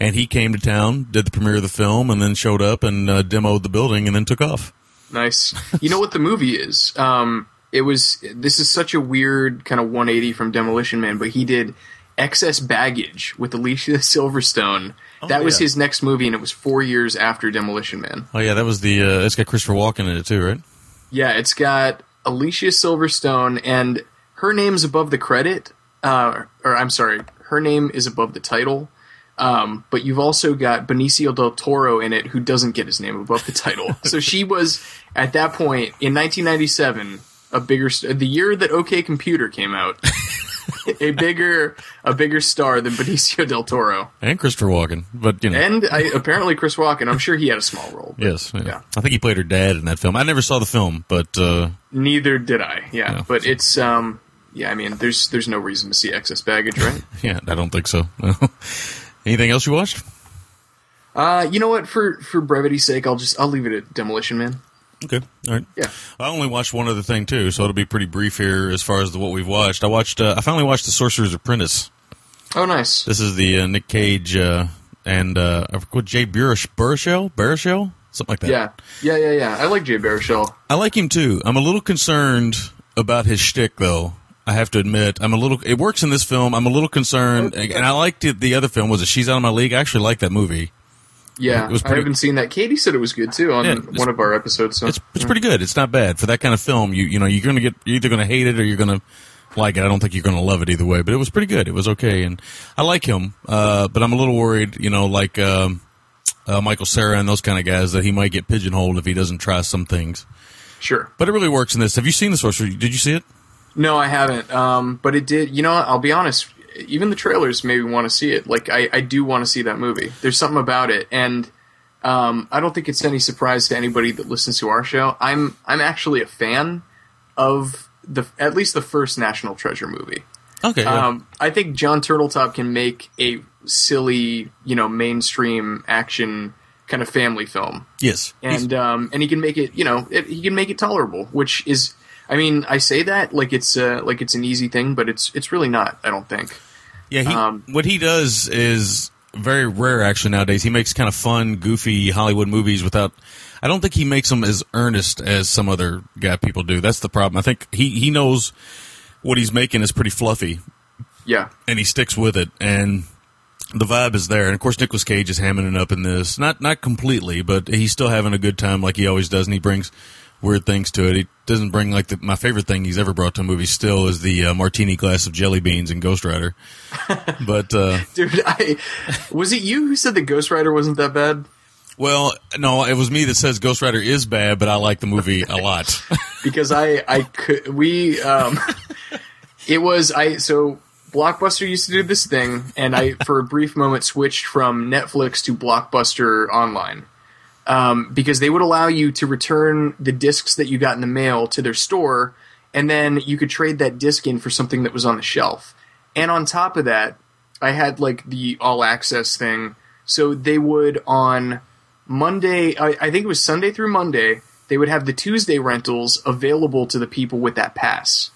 And he came to town, did the premiere of the film, and then showed up and uh, demoed the building, and then took off. Nice. You know what the movie is? Um, it was. This is such a weird kind of 180 from Demolition Man, but he did excess baggage with Alicia Silverstone. that was Oh, yeah. his next movie, and it was four years after Demolition Man. Oh yeah, that was the. Uh, it's got Christopher Walken in it too, right? Yeah, it's got Alicia Silverstone, and her name's above the credit. Uh, or I'm sorry, her name is above the title. Um, but you've also got Benicio del Toro in it, who doesn't get his name above the title. so she was at that point in 1997 a bigger st- the year that OK Computer came out. a bigger a bigger star than Benicio del Toro, And Christopher Walken, but you know, and I, apparently Chris Walken. I'm sure he had a small role. but yes, yeah. Yeah. I think he played her dad in that film. I never saw the film, but uh, Neither did I. Yeah, Yeah. but it's um, yeah. I mean, there's there's no reason to see excess baggage, right? Yeah, I don't think so. Anything else you watched? uh, you know what? For for brevity's sake, I'll just I'll leave it at Demolition Man. Okay, all right. Yeah. I only watched one other thing too, so it'll be pretty brief here as far as the, what we've watched. I watched. Uh, I finally watched The Sorcerer's Apprentice. Oh, nice. This is the uh, Nick Cage uh, and uh, I forget what Jay Burish, Burishell, Burishell, something like that. Yeah, yeah, yeah, yeah. I like Jay Baruchel. I like him too. I'm a little concerned about his shtick, though. I have to admit, I'm a little. It works in this film. I'm a little concerned, and I liked it. The other film was it She's Out of My League. I actually like that movie. Yeah, It was I pretty- haven't seen that. Katie said it was good too on Yeah, it's- one of our episodes. So It's it's pretty good. It's not bad for that kind of film. You you know you're gonna get you're either gonna hate it or you're gonna like it. I don't think you're gonna love it either way. But it was pretty good. It was okay, and I like him. Uh, but I'm a little worried. You know, like um, uh, Michael Sarah and those kind of guys that he might get pigeonholed if he doesn't try some things. sure. But it really works in this. Have you seen the sorcerer? Did you see it? No, I haven't. Um, but it did. You know, I'll be honest. Even the trailers made me want to see it. Like, I, I do want to see that movie. There's something about it, and um, I don't think it's any surprise to anybody that listens to our show. I'm I'm actually a fan of the at least the first National Treasure movie. Okay. yeah. Um, I think John Turtletop can make a silly, you know, mainstream action kind of family film yes. and um, and he can make it you know it, he can make it tolerable which is i mean i say that like it's uh, like it's an easy thing but it's it's really not i don't think Yeah, he, Um, what he does is very rare actually nowadays. He makes kind of fun, goofy Hollywood movies without. I don't think he makes them as earnest as some other guy people do. That's the problem. I think he he knows what he's making is pretty fluffy, yeah and he sticks with it, and the vibe is there. And of course, Nicolas Cage is hamming it up in this, not not completely, but he's still having a good time like he always does, and he brings weird things to it. He doesn't bring like the, my favorite thing he's ever brought to a movie. Still, is the uh, martini glass of jelly beans in Ghost Rider, but. Uh, dude i was it you who said that ghost rider wasn't that bad Well, no, it was me that says Ghost Rider is bad, but I like the movie a lot. because i i could we um it was i so blockbuster used to do this thing and i for a brief moment switched from netflix to blockbuster online Um, because they would allow you to return the discs that you got in the mail to their store, and then you could trade that disc in for something that was on the shelf. And on top of that, I had like the all access thing. So they would on Monday, I, I think it was Sunday through Monday, they would have the Tuesday rentals available to the people with that pass.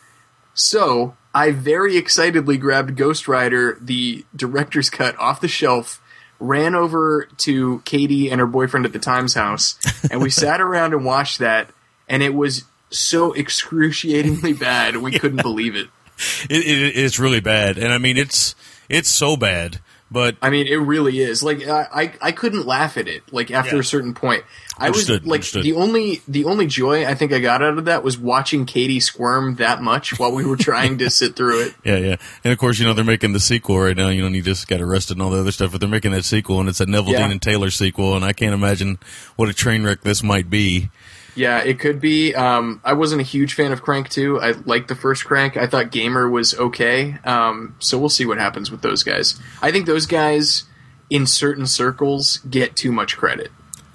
So I very excitedly grabbed Ghost Rider, the director's cut, off the shelf, ran over to Katie and her boyfriend at the Times house, and we sat around and watched that, and it was so excruciatingly bad we couldn't believe it. it, it, it's really bad, and I mean it's it's so bad. But I mean, it really is. Like I, I, I couldn't laugh at it. Like after Yeah. a certain point, I Understood, was like understood. the only the only joy I think I got out of that was watching Katie squirm that much while we were trying to sit through it. yeah, yeah, and of course you know they're making the sequel right now. You know, and he just got arrested and all the other stuff, but they're making that sequel, and it's a Neville Yeah. Dean and Taylor sequel, and I can't imagine what a train wreck this might be. Yeah, it could be. Um, I wasn't a huge fan of Crank 2. I liked the first Crank. I thought Gamer was okay. Um, so we'll see what happens with those guys. I think those guys, in certain circles, get too much credit.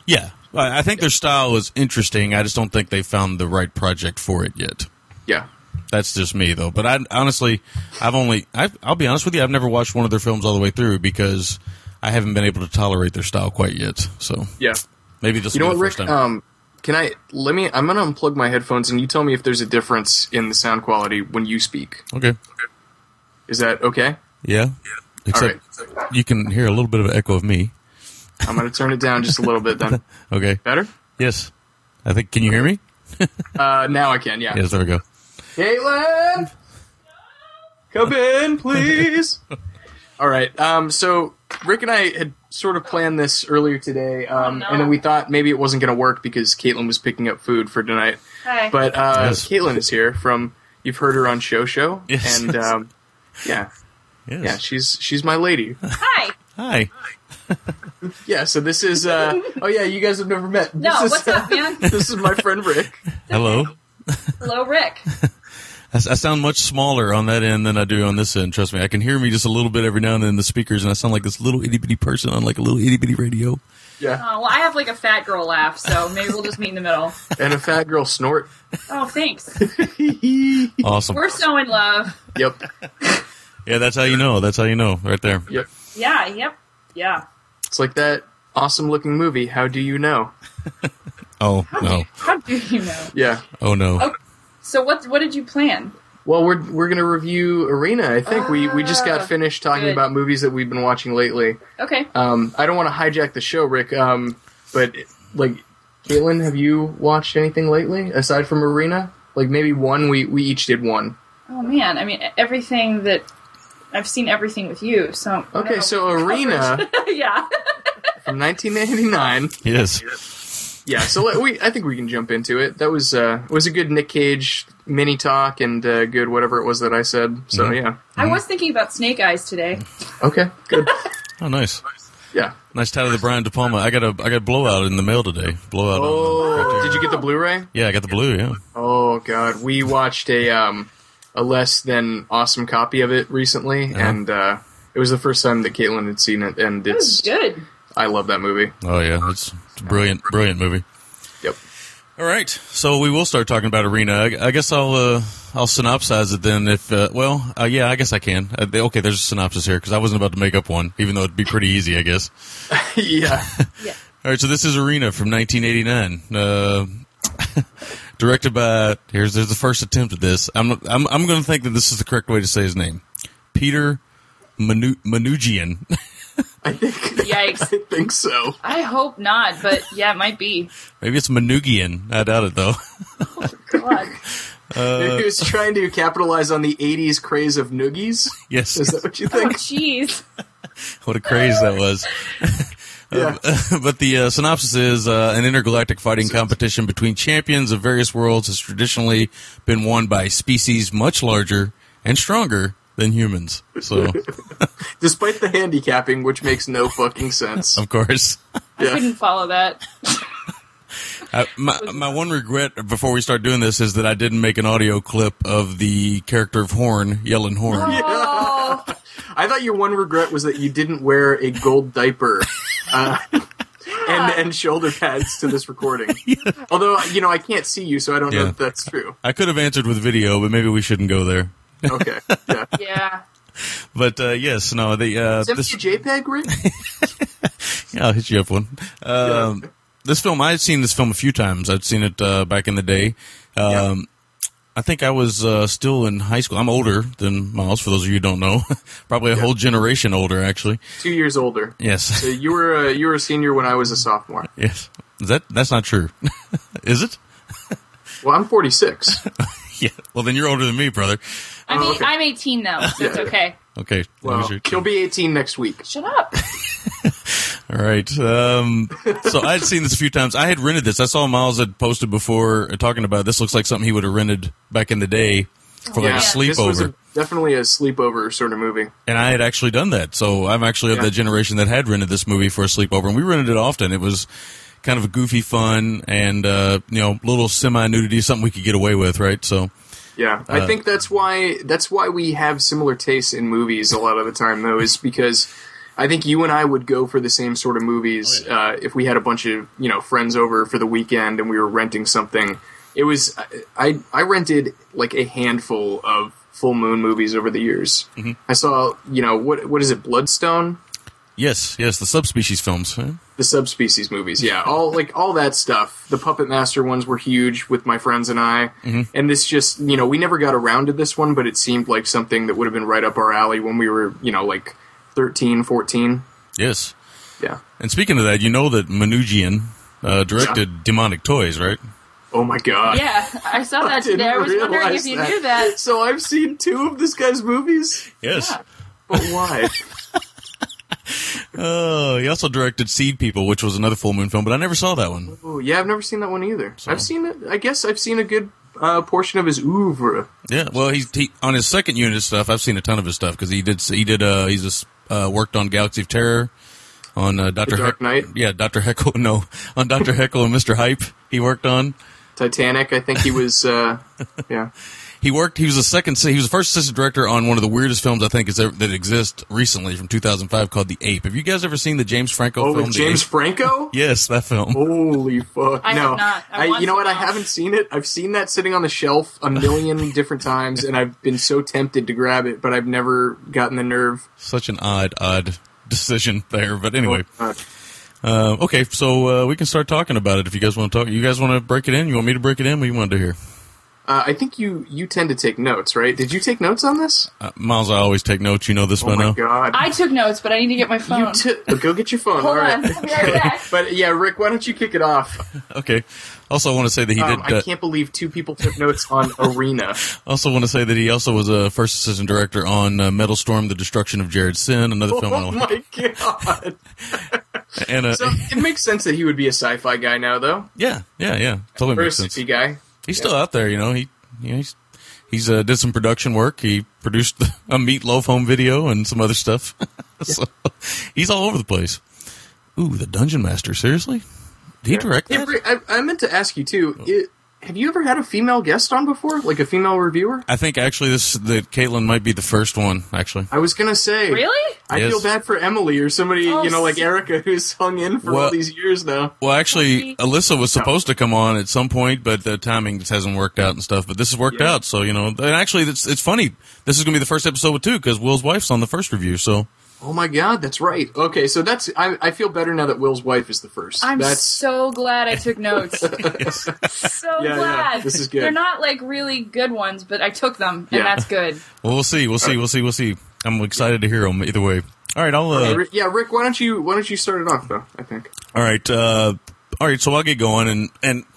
Yeah, I, I think their style is interesting. I just don't think they found the right project for it yet. Yeah. That's just me though. But I honestly, I've only I've, I'll be honest with you, I've never watched one of their films all the way through because I haven't been able to tolerate their style quite yet. So Yeah. maybe this You will know be what, the first Rick? time. Um, can I let me? I'm gonna unplug my headphones, and you tell me if there's a difference in the sound quality when you speak. okay. Is that okay? Yeah. All Except right. you can hear a little bit of an echo of me. I'm gonna turn it down just a little bit. Then Okay. better? Yes. I think. Can you hear me? Uh, now I can. Yeah. Yes. There we go. Caitlin, come in, please. All right. Um, so Rick and I had sort of planned this earlier today, um, and then we thought maybe it wasn't going to work because Caitlin was picking up food for tonight. Hi. But uh, Yes. Caitlin is here from you've heard her on Show Show, Yes. and um, yeah, Yes. yeah, she's she's my lady. Hi. Hi. Yeah. So this is. Uh, oh yeah, you guys have never met. No, This is, what's up, man? This is my friend Rick. Hello. Hello, Rick. Uh, I, s- I sound much smaller on that end than I do on this end. Trust me, I can hear me just a little bit every now and then in the speakers, and I sound like this little itty bitty person on like a little itty bitty radio. Yeah, Oh, well, I have like a fat girl laugh, so maybe we'll just meet in the middle. and a fat girl snort. Oh, thanks. Awesome. We're so in love. Yep. Yeah, that's how you know. That's how you know, right there. Yep. Yeah, yep, yeah. It's like that awesome looking movie, How Do You Know? Oh no! How do you know? Yeah. Oh no! So what what did you plan? Well, we're we're gonna review Arena. I think we we just got finished talking Ah, good. about movies that we've been watching lately. Okay. Um, I don't want to hijack the show, Rick. Um, but like, Caitlin, have you watched anything lately aside from Arena? Like maybe one. We we each did one. Oh man, I mean everything that I've seen everything with you. So I don't Okay, know. so Arena yeah, from 1989. Yes. Yeah, so let, we I think we can jump into it. That was uh was a good Nick Cage mini talk and uh, good whatever it was that I said. So Mm-hmm. yeah, I was thinking about Snake Eyes today. okay, good. Oh, nice. Yeah. Nice title to Brian De Palma. I got a I got a blowout in the mail today. Blowout. on- Oh, did you get the Blu-ray? yeah, I got the blue. Yeah. Oh god, we watched a um a less than awesome copy of it recently, Uh-huh. and uh, it was the first time that Caitlin had seen it, and It was it's good. I love that movie. Oh yeah, it's, it's a brilliant, brilliant movie. Yep. All right, so we will start talking about Arena. I, I guess I'll uh, I'll synopsize it then. If uh, well, uh, yeah, I guess I can. Uh, they- okay, there's a synopsis here because I wasn't about to make up one, even though it'd be pretty easy, I guess. yeah. All right, so this is Arena from 1989, uh, directed by. Here's there's the first attempt at this. I'm I'm I'm going to think that this is the correct way to say his name, Peter Manu- Manugian. I think Yikes! I think so. I hope not, but yeah, it might be. Maybe it's Manugian. I doubt it though. God. Uh, he was trying to capitalize on the '80s craze of noogies. yes, Is that what you Oh, think? jeez. what a craze that was. Um, yeah. but the uh, synopsis is uh, an intergalactic fighting competition between champions of various worlds has traditionally been won by species much larger and stronger than humans. So, Despite the handicapping, which makes no fucking sense. of course. I couldn't follow that. I, my, my one regret before we start doing this is that I didn't make an audio clip of the character of Horn, yelling Horn. Oh, I thought your one regret was that you didn't wear a gold diaper uh, and and shoulder pads to this recording. Although you know I can't see you, so I don't know Yeah. if that's true. I could have answered with video, but maybe we shouldn't go there. Okay, yeah. yeah. But uh, yes, no, the uh, Is that this, your JPEG, Rick? Yeah, I'll hit you up one. Um, This film, I had seen this film a few times. I'd seen it uh, back in the day. Um, I think I was uh, still in high school. I'm older than Miles, for those of you who don't know. Probably a whole generation older, actually. Two years older. Yes. So you were uh, you were a senior when I was a sophomore. yes. Is that That's not true. Is it? Well, I'm 46. Yeah. Well, then you're older than me, brother. I mean, Oh, okay. I'm 18 now, so it's Yeah. okay. Okay. that was Well, your- he'll be 18 next week. Shut up. All right. Um, so I had seen this a few times. I had rented this. I saw Miles had posted before uh, talking about it. this. Looks like something he would have rented back in the day for like yeah, a This was sleepover. a, definitely a sleepover sort of movie. And I had actually done that. So I'm actually of Yeah. that generation that had rented this movie for a sleepover. And we rented it often. It was kind of a goofy fun and, uh, you know, little semi nudity, something we could get away with, right? So, Yeah, Uh, I think that's why that's why we have similar tastes in movies a lot of the time, though, is because I think you and I would go for the same sort of movies Oh, uh, if we had a bunch of you know friends over for the weekend and we were renting something. It was I I rented like a handful of full moon movies over the years. Mm-hmm. I saw you know what what is it Bloodstone yes, yes, the subspecies films. huh? the subspecies movies yeah all like all that stuff the puppet master ones were huge with my friends and i and this just you know we never got around to this one but it seemed like something that would have been right up our alley when we were you know like 13 14 Yes. yeah And speaking of that, you know that Manugian uh, directed Demonic Toys, right? oh my god Yeah, I saw that Didn't today. I was wondering realize if you knew that. so i've seen two of this guy's movies Yes. but why Oh, he also directed Seed People, which was another full moon film, but I never saw that one. oh yeah i've never seen that one either i've seen it i guess i've seen a good uh, portion of his oeuvre Yeah, well, he's he, on his second unit stuff. I've seen a ton of his stuff because he did he did uh he's just uh, worked on Galaxy of Terror, on uh, Doctor Dark Knight? Yeah, Doctor Heckle. No, on Doctor Heckle and Mister Hype. He worked on. titanic i think he was uh, yeah He worked. He was the second. He was the first assistant director on one of the weirdest films I think is ever, that exist recently from 2005 called The Ape. Have you guys ever seen the James Franco oh film? with The james Ape? franco Yes, that film. Holy fuck! I have no, not. I I, want you know to what? I now. haven't seen it. I've seen that sitting on the shelf a million different times, and I've been so tempted to grab it, but I've never gotten the nerve. Such an odd, odd decision there. But anyway, Uh, uh, okay, so uh, we can start talking about it if you guys want to talk. You guys want to break it in? You want me to break it in? What do you want to hear? Uh, I think you you tend to take notes, right? Did you take notes on this? Uh, Miles, I always take notes. You know this by oh my now. god! I took notes, but I need to get my phone. you took. Go get your phone. Hold All right. on, I'll be right back. But yeah, Rick, why don't you kick it off? Okay. Also, want to say that he Um, did. I Uh, can't believe two people took notes on Arena. also, want to say that he also was a first assistant director on uh, Metal Storm: The Destruction of Jared Sin, another film. I Oh like. my god! And uh, So it makes sense that he would be a sci-fi guy now, though, yeah, yeah, yeah, totally or a makes sense. sci-fi guy. He's still out there, you know. He, you know, he's he's uh, did some production work. He produced a meatloaf home video and some other stuff. so he's all over the place. Ooh, the Dungeon Master. Seriously, did he direct Yeah, that? Rick, I, I meant to ask you too. Oh. It, have you ever had a female guest on before, like a female reviewer? I think actually this that Caitlin might be the first one. Actually, I was gonna say. Really? I Yes. feel bad for Emily or somebody, Oh, you know, like s- Erica, who's hung in for all Well- these years now. well, actually, Sorry. Alyssa was supposed to come on at some point, but the timing just hasn't worked out and stuff. But this has worked Yeah. out, so you know. And actually, it's it's funny. This is going to be the first episode with two because Will's wife's on the first review. So Oh my god, that's right. Okay, so that's I, I feel better now that Will's wife is the first. I'm that's so glad I took notes. so Yeah, yeah, glad. this is good. They're not like really good ones, but I took them, Yeah. and that's good. well, we'll see, we'll see, we'll see, we'll see. I'm excited to hear them either way. All right, I'll. Uh, Hey, Rick- yeah, Rick, why don't you why don't you start it off though? I think All right, uh, all right. So I'll get going, and and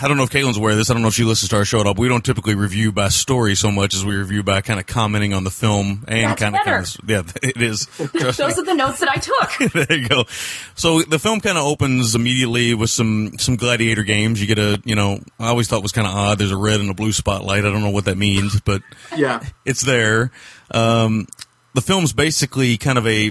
I don't know if Caitlin's aware of this. I don't know if she listens to our show at all. But we don't typically review by story so much as we review by kind of commenting on the film and That's kind of better. kind of yeah, it is. Trust me Those are the notes that I took. there you go. So the film kind of opens immediately with some some gladiator games. You get a you know I always thought was kind of odd. There's a red and a blue spotlight. I don't know what that means, but yeah, it's there. Um, the film's basically kind of a,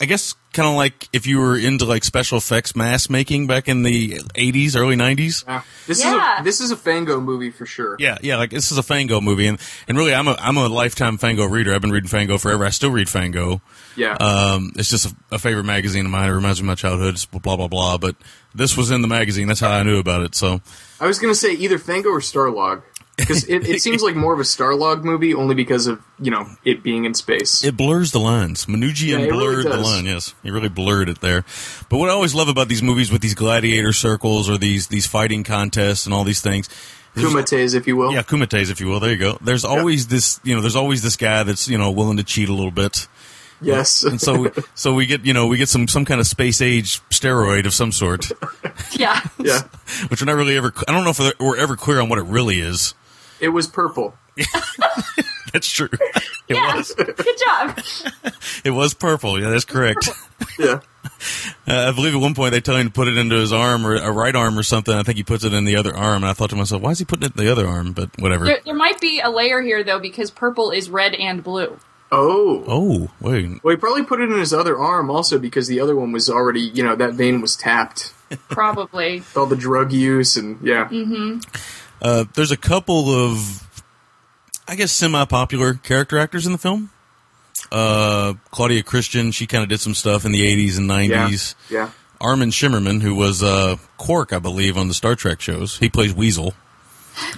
I guess, kind of like if you were into like special effects mass making back in the '80s, early '90s. Yeah. this is Yeah. a, this is a Fango movie for sure. Yeah, yeah. Like this is a Fango movie, and and really, I'm a I'm a lifetime Fango reader. I've been reading Fango forever. I still read Fango. yeah. Um, it's just a, a favorite magazine of mine. It reminds me of my childhood. It's blah blah blah. But this was in the magazine. That's how I knew about it. So I was gonna say either Fango or Starlog because it, it seems like more of a Starlog movie only because of you know it being in space. It blurs the lines. Manugian Yeah, it really blurred the does. line. Yes, he really blurred it there. But what I always love about these movies with these gladiator circles or these these fighting contests and all these things, Kumates, if you will. yeah, kumites, if you will. There you go. There's always this, you know, there's always this guy that's you know willing to cheat a little bit. Yes. And so, so we get you know we get some some kind of space age steroid of some sort, yeah. yeah. which we're not really ever. I don't know if we're ever clear on what it really is. It was purple. That's true. It Yeah. was Good job. it was purple. Yeah, that's correct. Yeah. Uh, I believe at one point they tell him to put it into his arm or a right arm or something. I think he puts it in the other arm, and I thought to myself, why is he putting it in the other arm? But whatever. There, there might be a layer here though, because purple is red and blue. Oh. oh, wait. Well, he probably put it in his other arm also because the other one was already, you know, that vein was tapped. Probably. With all the drug use and yeah, Mm-hmm. Uh, there's a couple of, I guess, semi-popular character actors in the film. Uh, Claudia Christian, she kind of did some stuff in the 80s and yeah, 90s. yeah. Armin Shimmerman, who was uh, Quark, I believe, on the Star Trek shows. He plays Weasel.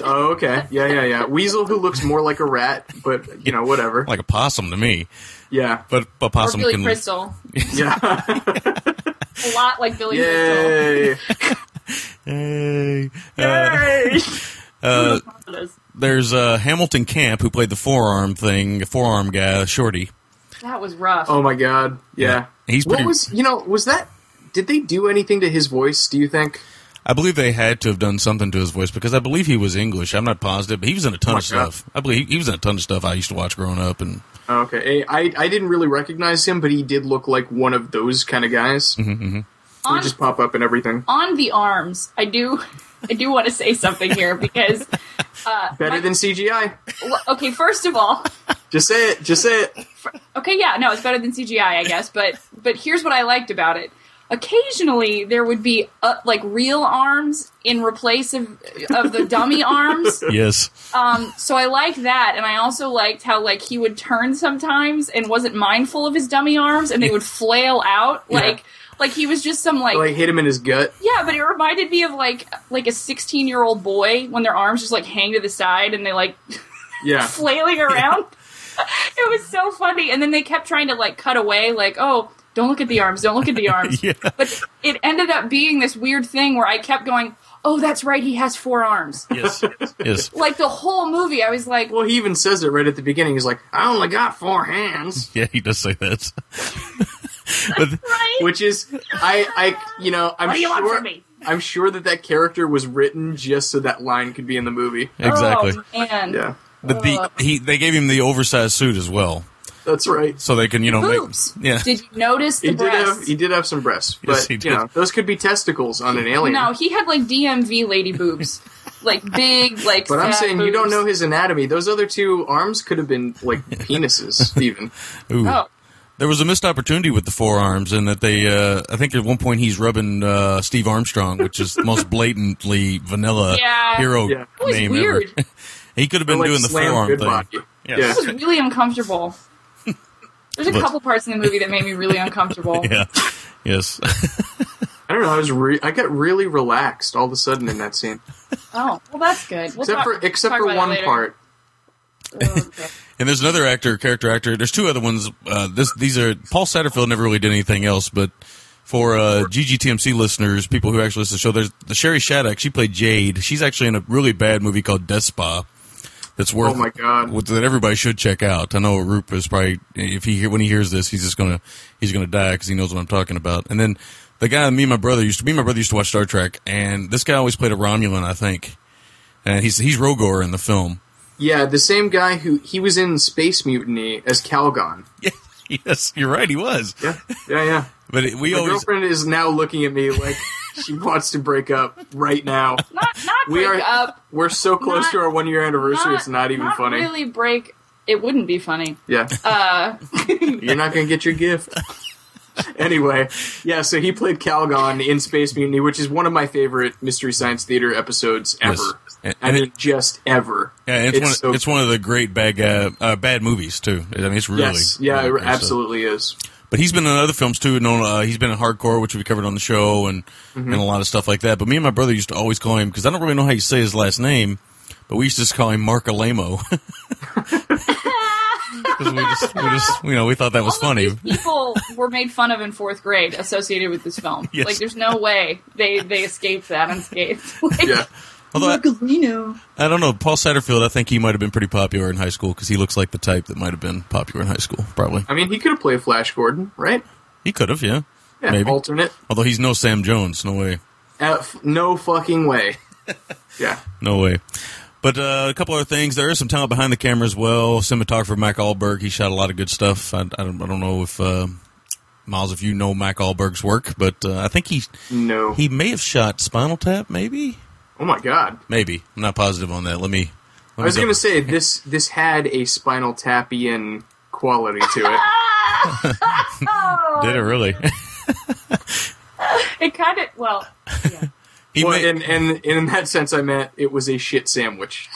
Oh, okay. Yeah, yeah, yeah. Weasel who looks more like a rat, but you know, whatever. Like a possum to me. Yeah, But a Or possum Billy can... Crystal. yeah. A lot like Billy Crystal. Yay! Uh, Hey. Uh, there's uh, Hamilton Camp who played the forearm thing, forearm guy, Shorty. That was rough. Oh my god. Yeah. He's what pretty- was you know was that? Did they do anything to his voice? Do you think? I believe they had to have done something to his voice because I believe he was English. I'm not positive, but he was in a ton my of stuff. I believe he, he was in a ton of stuff I used to watch growing up, and Oh, okay, I, I I didn't really recognize him, but he did look like one of those kind of guys. Mm-hmm, He would on, just pop up and everything. on the arms, I do I do want to say something here because Better than CGI. well, okay, first of all, Just say it. Just say it. Okay, yeah, no, it's better than CGI, I guess. But but here's what I liked about it. Occasionally, there would be uh, like real arms in replace of of the dummy arms. yes, Um, so I liked that, and I also liked how like he would turn sometimes and wasn't mindful of his dummy arms, and they would flail out like like he was just some like. Like hit him in his gut. yeah, but it reminded me of like like a sixteen year old boy when their arms just like hang to the side and they like Yeah. flailing around. it was so funny. And then they kept trying to like cut away, like, oh, Don't look at the arms. Don't look at the arms. Yeah. But it ended up being this weird thing where I kept going, "Oh, that's right. He has four arms." Yes. Yes. Like the whole movie, I was like, Well, he even says it right at the beginning. He's like, "I only got four hands," Yeah, he does say that. but "Right? which is, I, I, you know, I'm What do you sure, want from me? I'm sure that that character was written just so that line could be in the movie. exactly. Oh, man. Yeah, But the he they gave him the oversized suit as well, that's right. so they can you know Boobs. make yeah. Did you notice the He did breasts? have he did have some breasts, but Yes, he you did. know, those could be testicles on an alien. No, he had like DMV lady boobs, like big, like. But I'm fat saying you don't boobs. know his anatomy. Those other two arms could have been like penises, even. Ooh. Oh, There was a missed opportunity with the forearms, and that they uh, I think at one point he's rubbing uh, Steve Armstrong, which is the most blatantly vanilla Yeah. hero Yeah. that was name weird. ever. he could have been Like, doing the slam forearm good thing. body. Yes. That was really uncomfortable. There's a But- couple parts in the movie that made me really uncomfortable. Yeah. Yes. I don't know. I was re- I got really relaxed all of a sudden in that scene, Oh, well, that's good. We'll except talk- for except talk for about that one later. part. Oh, okay. And there's another actor, character actor. There's two other ones. Uh, this, these are Paul Satterfield never really did anything else, but for uh, GGTMC listeners, people who actually listen to the show, there's the Sherry Shattuck. She played Jade. She's actually in a really bad movie called Death Spa. That's worth. Oh, my God. with- That everybody should check out. I know Roop is probably if he hear- when he hears this, he's just gonna he's gonna die because he knows what I'm talking about. And then the guy, me and my brother used to me and my brother used to watch Star Trek, and this guy always played a Romulan, I think, and he's he's Rogor in the film. Yeah, the same guy who he was in Space Mutiny as Calgon. Yes, you're right. He was. Yeah, yeah, yeah. But it, we My always girlfriend is now looking at me like she wants to break up right now. Not, not We break are up. we're so close Not- to our one year anniversary. Not, it's not even funny. really break. It wouldn't be funny. Yeah. Uh, You're not going to get your gift. anyway, yeah, so he played Calgon in Space Mutiny, which is one of my favorite Mystery Science Theater episodes ever. And- I and mean, it- just ever. yeah, it's, one. so- it's one of the great bad guy, uh, bad movies too. I mean, it's really Yes, yeah, really it great stuff. absolutely is. But he's been in other films too. Known, uh, he's been in Hardcore, which we covered on the show, and Mm-hmm. and a lot of stuff like that. But me and my brother used to always call him because I don't really know how you say his last name, but we used to just call him Mark Alamo. 'Cause we just, we just, you know, we thought that was all of funny. these people were made fun of in fourth grade associated with this film. Yes. Like, there's no way they they escaped that unscathed. Like, Yeah. Although I, Michelino. I don't know, Paul Satterfield, I think he might have been pretty popular in high school because he looks like the type that might have been popular in high school. Probably I mean, he could have played Flash Gordon, right? he could have, yeah, Yeah, maybe. alternate. Although he's no Sam Jones, no way. Uh, f- no fucking way. Yeah. No way. But uh, a couple other things. There is some talent behind the camera as well. Cinematographer Mac Allberg. He shot a lot of good stuff. I, I, don't, I don't know if uh, Miles, if you know Mac Allberg's work, but uh, I think he No. he may have shot Spinal Tap. Maybe, oh my god. maybe. I'm not positive on that. Let me. Let I was me going to say this this had a spinal tappian quality to it. double- Did it really? It kind of well. Yeah. he well, may- and, and in that sense, I meant it was a shit sandwich.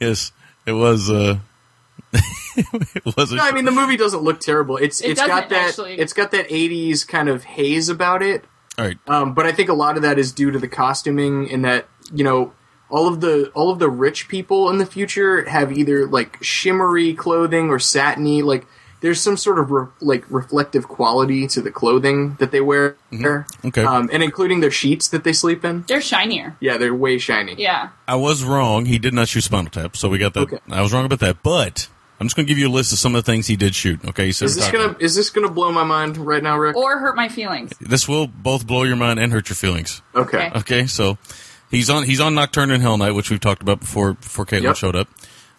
yes, it was. Uh, it was. A, No, I mean the movie doesn't look terrible. It's It it has got doesn't, that actually. it's got that '80s kind of haze about it. all right. Um, but I think a lot of that is due to the costuming and that you know all of the all of the rich people in the future have either like shimmery clothing or satiny. Like there's some sort of re- like reflective quality to the clothing that they wear. Mm-hmm. Okay. um, and including their sheets that they sleep in. They're shinier. Yeah, they're way shiny. Yeah. I was wrong. He did not shoot Spinal Tap, so we got that. Okay. I was wrong about that, but. I'm just going to give you a list of some of the things he did shoot. Okay, so Is this gonna is this gonna blow my mind right now, Rick? Or hurt my feelings. this will both blow your mind and hurt your feelings. Okay. Okay. Okay, so he's on he's on Nocturne and Hell Night, which we've talked about before before Caitlin Yep. showed up.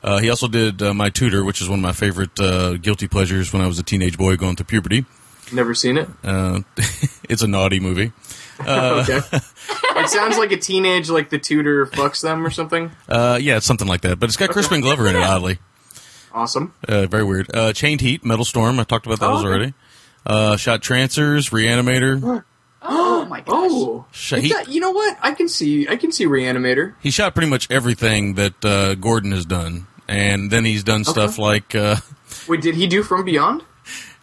Uh, he also did uh, My Tutor, which is one of my favorite uh, guilty pleasures when I was a teenage boy going through puberty. Never seen it. Uh, it's a naughty movie. Uh, okay. it sounds like a teenage, like the tutor fucks them or something. Uh, yeah, it's something like that, but it's got Crispin Glover in it. Oddly, Awesome. uh, very weird. Uh, Chained Heat, Metal Storm. I talked about those Oh, okay. already. Uh, shot Trancers, Reanimator. Oh my gosh. Oh, Sh- It he- do- you know what? I can see, I can see Reanimator. He shot pretty much everything that uh, Gordon has done, and then he's done stuff like. Uh, Wait, did he do From Beyond?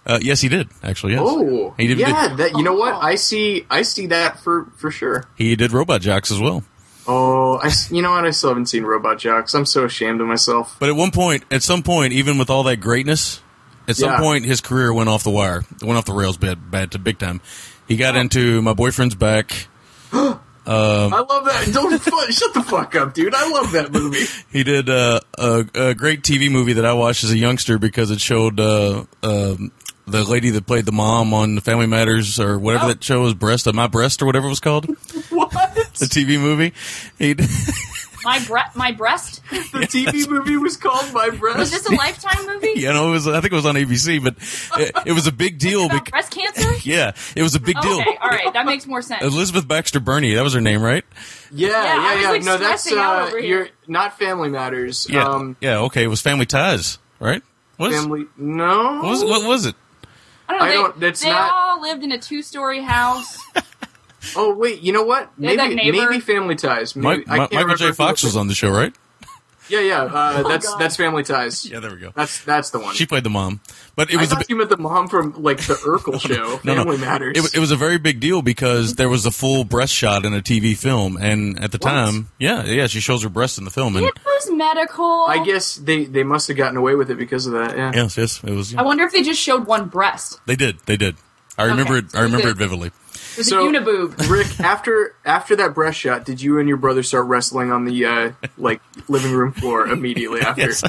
Uh, yes, he did actually. Yes. Oh, he did. yeah. did- That you know what? I see, I see that for for sure. he did Robot Jocks as well. Oh, I s you know what? I still haven't seen Robot Jocks. I'm so ashamed of myself. But at one point, at some point, even with all that greatness, At some Yeah. point, his career went off the wire, went off the rails bad, bad to big time. He got into my boyfriend's back. Um, I love that. Don't fu- shut the fuck up, dude. I love that movie. He did uh, a, a great TV movie that I watched as a youngster because it showed uh, um, the lady that played the mom on Family Matters or Oh. whatever that show was, Breast of My Breast or whatever it was called, the What? The TV movie. He did- My bre- my breast. TV movie was called My Was Breast. this a lifetime movie? you know, it was I think it was on ABC, but it, it was a big deal. About bec- breast cancer. yeah, it was a big deal. Okay, all right, that makes more sense. Elizabeth Baxter Burney, that was her name, right? Yeah, Yeah, I yeah, was, yeah. like, no, that's stressing out uh, over here. you're not Family Matters. Yeah, Um, yeah. Okay, it was Family Ties, right? What is- family. No. what was what was it? I don't know. I they don't- that's they not- all lived in a two-story house. Oh wait, you know what? They're that Maybe neighbor. maybe Family Ties. Maybe, Mi- Mi- I can't Michael remember J. if it Fox was on the show, right? Yeah, yeah. Uh, Oh, that's that's Family Ties. Yeah, there we go. That's that's the one. She played the mom, but it I was a thought bit. you meant the mom from like the Urkel show. No, no. Family Matters. It, wa- it was a very big deal because there was a full breast shot in a TV film, and at the time, yeah, yeah, she shows her breasts in the film, and It was medical. I guess they they must have gotten away with it because of that. Yeah. yes, yes, it was. I wonder if they just showed one breast. They did, they did. I remember Okay. it. I remember it vividly. It was So- a uniboob. Rick, after after that breast shot, did you and your brother start wrestling on the uh, like living room floor immediately after? Yes.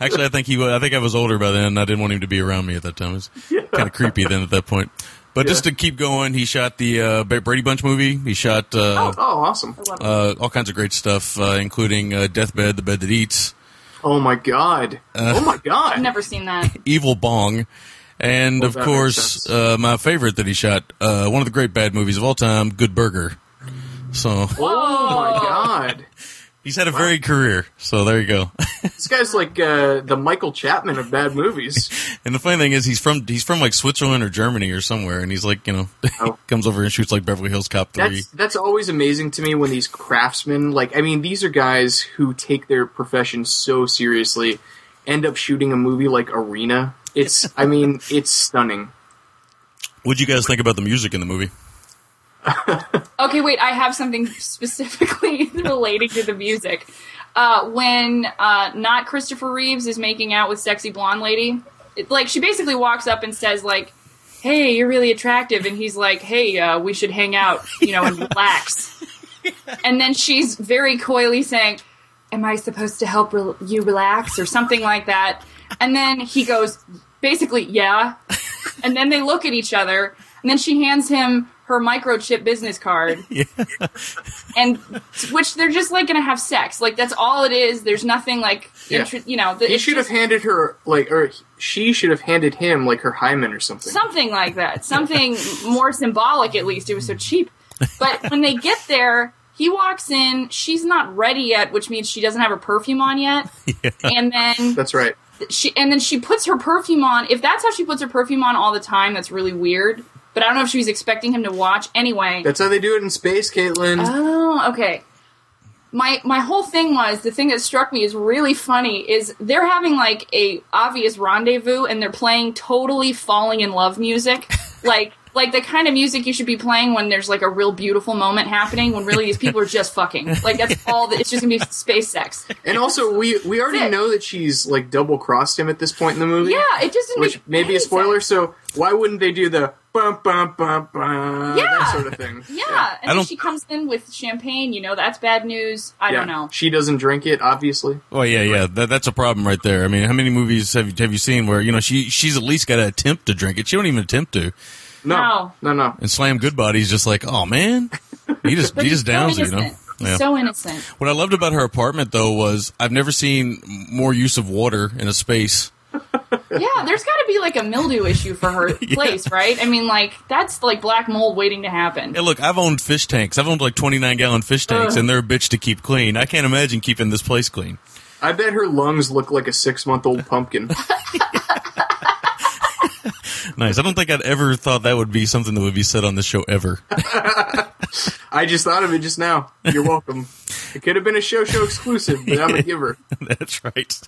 Actually, I think he. wa- I think I was older by then. and I didn't want him to be around me at that time. It was kind of creepy then at that point. But just to keep going, he shot the uh, Ba- Brady Bunch movie. He shot uh, Oh, awesome! uh, all kinds of great stuff, uh, including uh, Deathbed, The Bed That Eats, Oh my god! oh my god! I've never seen that. Evil Bong, and of that makes course sense. uh, my favorite that he shot, uh, one of the great bad movies of all time, Good Burger. So Oh my god! he's had a varied career. So there you go. This guy's like uh, the Michael Chapman of bad movies. And the funny thing is, he's from he's from like Switzerland or Germany or somewhere, and he's like you know he Oh. comes over and shoots like Beverly Hills Cop three. That's that's always amazing to me when these craftsmen, like I mean, these are guys who take their profession so seriously, end up shooting a movie like Arena. It's I mean, it's stunning. What'd you guys think about the music in the movie? Okay, wait. I have something specifically relating to the music. Uh, when uh, not Christopher Reeves is making out with sexy blonde lady, it, like she basically walks up and says like, "Hey, you're really attractive," and he's like, "Hey, uh, we should hang out, you know, and relax." and then she's very coyly saying, "Am I supposed to help rel- you relax?" or something like that. And then he goes, basically, "Yeah," and then they look at each other, and then she hands him her microchip business card, and which they're just like gonna have sex. Like that's all it is. There's nothing like, Yeah. intri- you know, the, He it's should have just handed her like, or she should have handed him like her hymen or something. something like that, something more symbolic. At least it was so cheap. But when they get there. He walks in. She's not ready yet, which means she doesn't have her perfume on yet. And then That's right. she and then she puts her perfume on. If that's how she puts her perfume on all the time, that's really weird. But I don't know if she was expecting him to watch anyway. That's how they do it in space, Caitlin. Oh, okay. My my whole thing was the thing that struck me is really funny is they're having like a obvious rendezvous and they're playing totally falling in love music. like like the kind of music you should be playing when there's like a real beautiful moment happening when really these people are just fucking. Like that's all that it's just gonna be space sex. and also, we we already Sick. know that she's like double crossed him at this point in the movie. Yeah, it just didn't which make may be any a spoiler. sense. So why wouldn't they do the bum bum bum bum Yeah. that sort of thing? Yeah, and I then don't- she comes in with champagne. You know, that's bad news. I don't know. She doesn't drink it, obviously. Oh yeah, yeah. That, that's a problem right there. I mean, how many movies have you, have you seen where you know she she's at least got to attempt to drink it? She don't even attempt to. No, no, no. And Slam Goodbody's just like, oh man, he just he just downs so it, you innocent. know. Yeah. So innocent. what I loved about her apartment though was I've never seen more use of water in a space. Yeah, there's got to be like a mildew issue for her place, right? I mean, like that's like black mold waiting to happen. Hey, look, I've owned fish tanks. I've owned like twenty nine gallon fish tanks, and they're a bitch to keep clean. I can't imagine keeping this place clean. I bet her lungs look like a six month old pumpkin. Nice. I don't think I'd ever thought that would be something that would be said on the show ever. I just thought of it just now. You're welcome. It could have been a show show exclusive, but I'm a giver. That's right.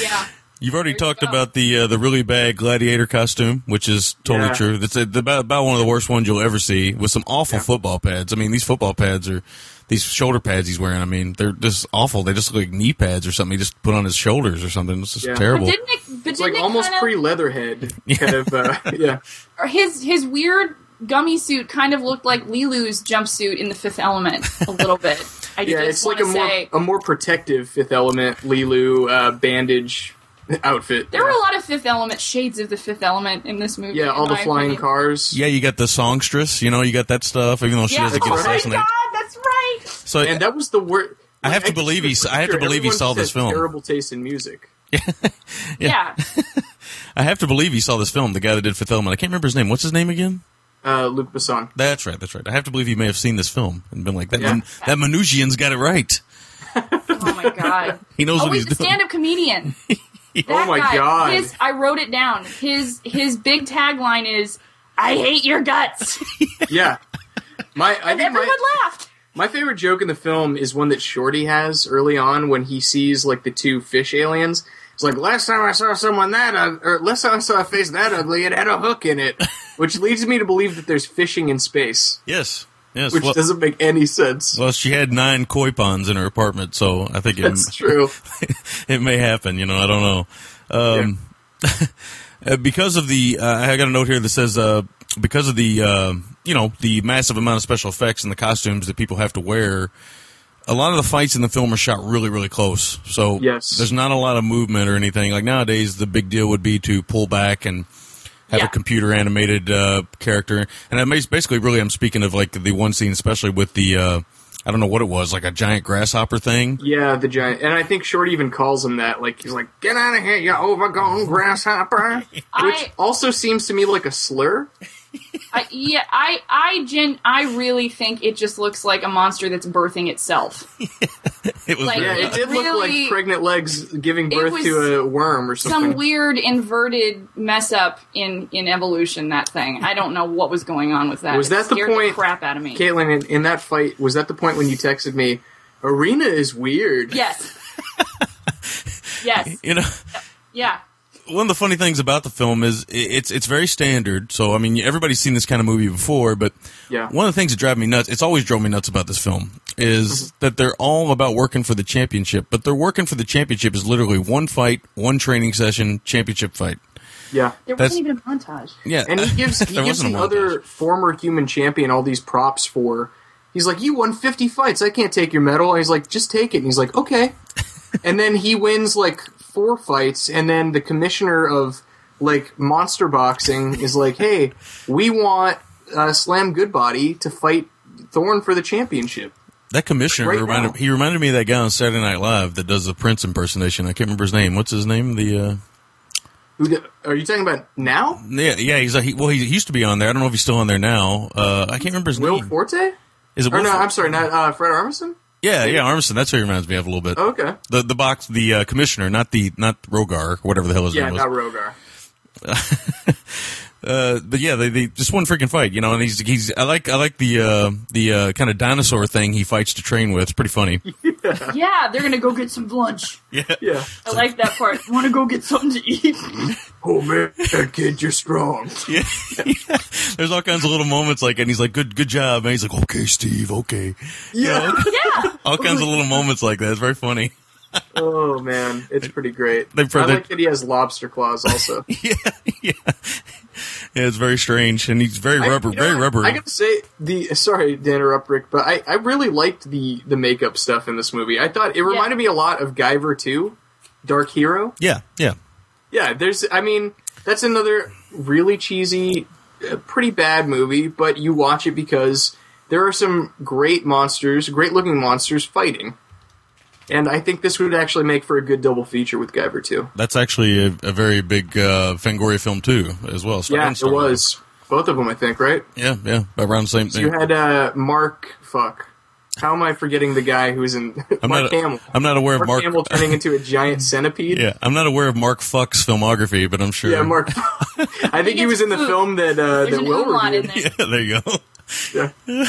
Yeah. You've already talked go. about the uh, the really bad gladiator costume, which is totally Yeah. true. That's uh, the- about, about one of the worst ones you'll ever see, with some awful football pads. I mean, these football pads are these shoulder pads he's wearing. I mean, they're just awful. They just look like knee pads or something. He just put on his shoulders or something. It's just Yeah. But terrible. didn't it? But didn't It's like it almost kind pre of, Leatherhead kind of. Uh, yeah, or his his weird gummy suit kind of looked like Lilu's jumpsuit in The Fifth Element a little bit. I yeah. just It's want like a to more say a more protective Fifth Element Lilu uh, bandage outfit. there were a lot of Fifth Element shades of the Fifth Element in this movie. yeah, all in the my flying opinion. cars. yeah, you got the songstress. You know, you got that stuff. Even though she Yeah. doesn't get oh my assassinated. god, that's right. So and that was the word. I have to believe he- I have to believe he saw this film. Terrible taste in music. Yeah. I have to believe you saw this film. The guy that did Fifth Element. I can't remember his name. What's his name again? Uh, Luke Besson. That's right. That's right. I have to believe you may have seen this film and been like that. Yeah. Min- that Minugian's got it right. Oh my god. He knows Oh, what he's he's a doing. stand-up comedian. That Oh my guy, God. His, I wrote it down. His his big tagline is "I hate your guts," Yeah. My, I and think everyone my, laughed. my favorite joke in the film is one that Shorty has early on when he sees like the two fish aliens. It's like last time I saw someone that, ug- or last time I saw a face that ugly, it had a hook in it, which leads me to believe that there's fishing in space, Yes. Yes. which Well, doesn't make any sense. well, she had nine koi ponds in her apartment, so I think it, That's true. it may happen. You know, I don't know. Um, uh, because of the, uh, I got a note here that says uh, because of the, uh, you know, the massive amount of special effects and the costumes that people have to wear. A lot of the fights in the film are shot really, really close. So Yes. there's not a lot of movement or anything. Like nowadays, the big deal would be to pull back and have Yeah. a computer animated uh, character. And I mas- basically, really, I'm speaking of like the one scene, especially with the, uh, I don't know what it was, like a giant grasshopper thing. Yeah, the giant, and I think Shorty even calls him that. Like he's like, "Get out of here, you overgrown grasshopper," which I, also seems to me like a slur. I yeah, I I gen, I really think it just looks like a monster that's birthing itself. It was Like, very Yeah, it did look Really- like pregnant legs giving It birth was to a worm or something. Some weird inverted mess up in in evolution. That thing. I don't know what was going on with that. Was It that the scared point- crap out of me. Caitlin, in, in that fight, was that the point when you texted me, "Arena is weird"? Yes. yes. you know, Yeah. one of the funny things about the film is i- it's it's very standard. So I mean, everybody's seen this kind of movie before, but Yeah. one of the things that drive me nuts, it's always drove me nuts about this film, Mm-hmm. is that they're all about working for the championship, but they're working for the championship is literally one fight, one training session, championship fight. Yeah. There That's- wasn't even a montage. Yeah, And he gives he There gives wasn't the a montage. other former human champion all these props for. He's like, "You won fifty fights. I can't take your medal." And he's like, "Just take it." And he's like, "Okay." and then he wins like four fights, and then the commissioner of like monster boxing is like, "Hey, we want uh, Slam Goodbody to fight Thorn for the championship." that commissioner Right reminded now. he reminded me of that guy on Saturday Night Live that does the Prince impersonation. I can't remember his name. What's his name? The uh, Who d are you talking about now? yeah yeah he's like he, well he used to be on there. I don't know if he's still on there now. Uh, I can't remember his Will name. Forte? Is it Or Will no, Forte? I'm sorry, not uh, Fred Armisen. Yeah, yeah, Armisen. That's who he reminds me of a little bit. Okay, The the box, the uh, commissioner, not the not Rogar, or whatever the hell his yeah, name was. not Rogar. uh, but yeah, they, they just one freaking fight, you know. And he's he's I like I like the uh, the uh, kind of dinosaur thing he fights to train with. It's pretty funny. Yeah, they're gonna go get some lunch. Yeah. I like that part. Want to go get something to eat? Oh man, kid, you're strong. Yeah. There's all kinds of little moments like, and he's like, "Good good job," and he's like, "Okay, Steve, okay." Yeah. yeah. All kinds of little moments like that. It's very funny. Oh man, it's pretty great. They- I they- like that he has lobster claws. Also, yeah, yeah, yeah. It's very strange, and he's very rubber, I, you know very what? rubber. I gotta say the sorry to interrupt, Rick, but I, I really liked the the makeup stuff in this movie. I thought it reminded me a lot of Guyver 2, Dark Hero. yeah, yeah. Yeah, there's. I mean, that's another really cheesy, uh, pretty bad movie, but you watch it because there are some great monsters, great looking monsters fighting. And I think this would actually make for a good double feature with Guyver 2. That's actually a, a very big uh, Fangoria film too, as well. Star- Yeah, and it Star Wars. was. Both of them, I think, right? Yeah, yeah, around the same thing. You had uh, Mark. Fuck. How am I forgetting the guy who was in I'm Mark not. Hamill? I'm not aware Mark, of Mark. Hamill turning into a giant centipede. yeah, I'm not aware of Mark Fuck's filmography, but I'm sure. Yeah, Mark. I think he was in the There's film that uh, There's that an Will umlaut in reviewed. there. Yeah, there you go. Yeah.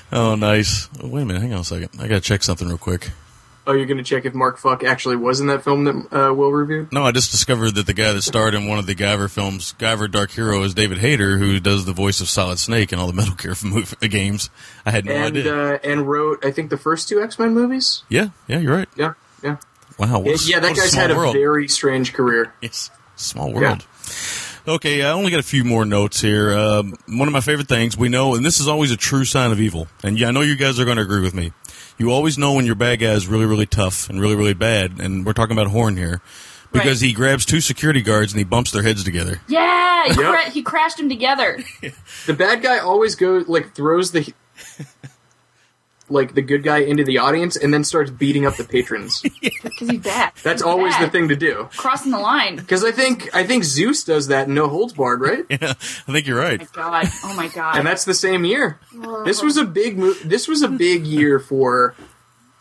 oh, nice. Oh, wait a minute. Hang on a second. I gotta check something real quick. Oh, you're going to check if Mark Fuck actually was in that film that uh, Will reviewed? No, I just discovered that the guy that starred in one of the Guyver films, Guyver Dark Hero, is David Hayter, who does the voice of Solid Snake in all the Metal Gear move, the games. I had no and idea. uh, and wrote I think the first two X Men movies. yeah, yeah, you're right. Yeah, yeah, Wow. what yeah. a s- yeah what that a guy's small had a world. very strange career. Yes. Small world. Okay, I only got a few more notes here. Um, one of my favorite things we know, and this is always a true sign of evil, and yeah, I know you guys are going to agree with me. You always know when your bad guy is really, really tough and really, really bad, and we're talking about Horn here, because Right. he grabs two security guards and he bumps their heads together. Yeah, he, cra- he crashed them together. The bad guy always goes like throws the like the good guy into the audience and then starts beating up the patrons. Because he's bad. That's He's always bad. the thing to do. Crossing the line. Because I think I think Zeus does that in No Holds Barred, right? I think you're right. My God. Oh my God. And that's the same year. This was a big mo- this was a big year for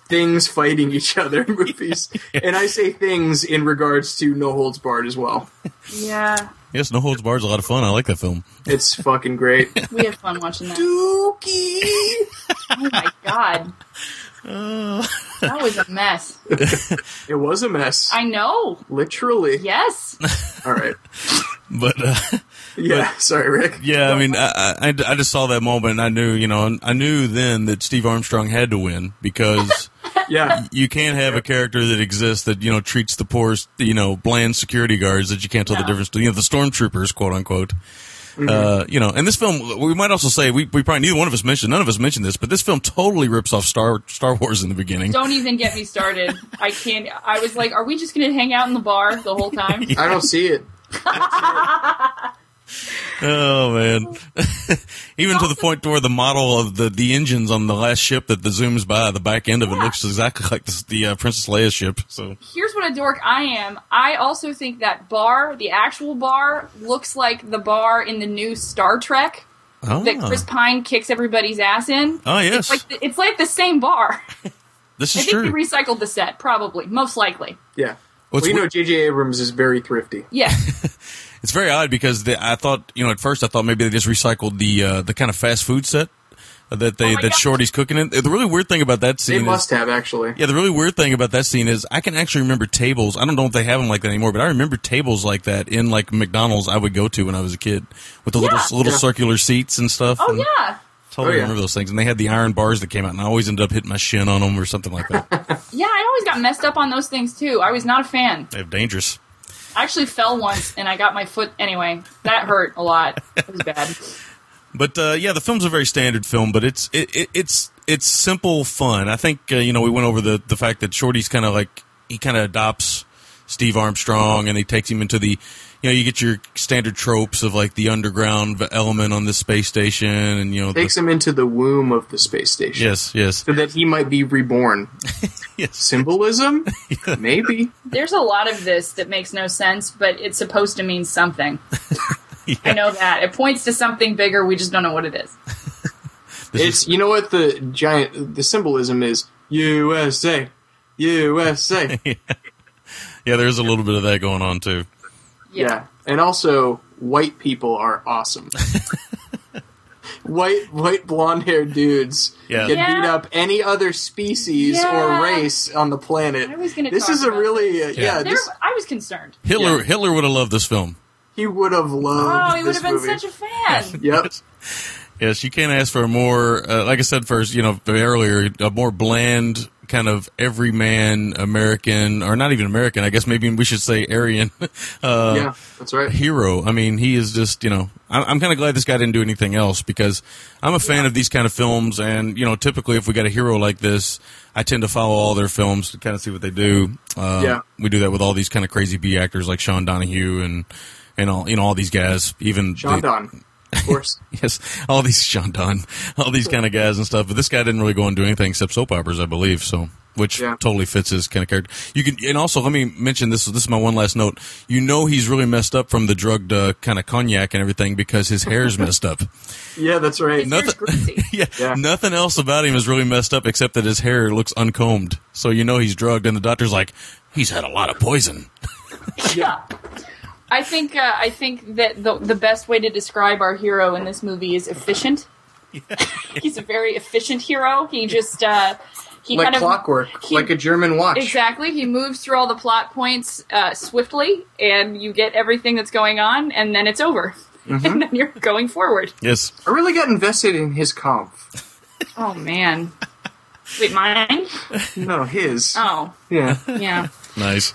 things fighting each other in movies. And I say things in regards to No Holds Barred as well. yeah, Yes, No Holds Barred's a lot of fun. I like that film. It's fucking great. we had fun watching that. Dookie. Oh my God. That was a mess. It was a mess. I know. Literally. Yes. All right. But uh, Yeah. Sorry, Rick. yeah, I mean, I, I, I just saw that moment and I knew, you know, I knew then that Steve Armstrong had to win because. Yeah. you can't have a character that exists that you know treats the poorest you know bland security guards that you can't tell the No. difference to you know the stormtroopers quote unquote Mm-hmm. uh, you know and this film we might also say we, we probably neither one of us mentioned none of us mentioned this but this film totally rips off star star wars in the beginning Don't even get me started. I can't. I was like, are we just going to hang out in the bar the whole time? I don't see it. oh man even to the point to where the model of the the engines on the last ship that the zooms by the back end of it looks exactly like this, the uh, princess leia ship so Here's what a dork I am. I also think that bar, the actual bar, looks like the bar in the new Star Trek oh, that Chris Pine kicks everybody's ass in. Oh, yes. It's like the, it's like the same bar. this I is think true they recycled the set, probably, most likely. Yeah. What's well, you know, we- J.J. Abrams is very thrifty. Yeah. It's very odd because the, I thought, you know, at first I thought maybe they just recycled the uh, the kind of fast food set that they Oh my that God. Shorty's cooking in. The really weird thing about that They scene must is have actually. yeah, the really weird thing about that scene is I can actually remember tables. I don't know if they have them like that anymore, but I remember tables like that in like McDonald's I would go to when I was a kid with the little little Yeah. circular seats and stuff. Oh and yeah. totally Oh, yeah. remember those things. And they had the iron bars that came out, and I always ended up hitting my shin on them or something like that. Yeah, I always got messed up on those things too. I was not a fan. They're dangerous. I actually fell once and I got my foot anyway. That hurt a lot. It was bad. But uh, yeah, the film's a very standard film, but it's it, it, it's it's simple fun. I think uh, you know we went over the the fact that Shorty's kind of like he kind of adopts Steve Armstrong and he takes him into the you know you get your standard tropes of like the underground v- element on this space station and you know the- Takes him into the womb of the space station. yes yes So that he might be reborn. yes Symbolism? Maybe. There's a lot of this that makes no sense, but it's supposed to mean something. I know that. It points to something bigger, we just don't know what it is. It's you know what the giant the symbolism is USA. USA. yeah. yeah there's a little bit of that going on too. And also white people are awesome. white white blonde haired dudes Yeah. can Yeah. beat up any other species Yeah. or race on the planet. I was gonna this talk is a about really uh, yeah, There, this, I was concerned. Hitler Yeah. Hitler would have loved this film. he would have loved Oh, he would this have been movie. such a fan. Yep. Yes, you can't ask for a more, uh, like I said first, you know, earlier, a more bland kind of everyman American, or not even American, I guess maybe we should say Aryan uh, yeah, that's right. hero. I mean, he is just, you know, I'm, I'm kind of glad this guy didn't do anything else because I'm a fan of these kind of films. And, you know, typically if we got a hero like this, I tend to follow all their films to kind of see what they do. Uh, Yeah. We do that with all these kind of crazy B actors like Sean Donahue and, and all, you know, all these guys, even John the- Don, of course. Yes, all these Sean Don, all these kind of guys and stuff. But this guy didn't really go and do anything except soap operas, I believe. So, which Yeah. totally fits his kind of character. You can, and also let me mention this. This is my one last note. You know, he's really messed up from the drugged uh, kind of cognac and everything because his hair's messed up. yeah, that's right. Nothing- Hair's greasy. yeah, Yeah. nothing else about him is really messed up except that his hair looks uncombed. So you know he's drugged, and the doctor's like, he's had a lot of poison. Yeah. I think uh, I think that the the best way to describe our hero in this movie is efficient. He's a very efficient hero. He just uh, He like kind of- clockwork, he- like a German watch. Exactly. He moves through all the plot points uh, swiftly, and you get everything that's going on, and then it's over. Mm-hmm. and then you're going forward. Yes. I really got invested in his comp. Oh, man. Wait, mine? No, his. Oh, Yeah. yeah. Nice.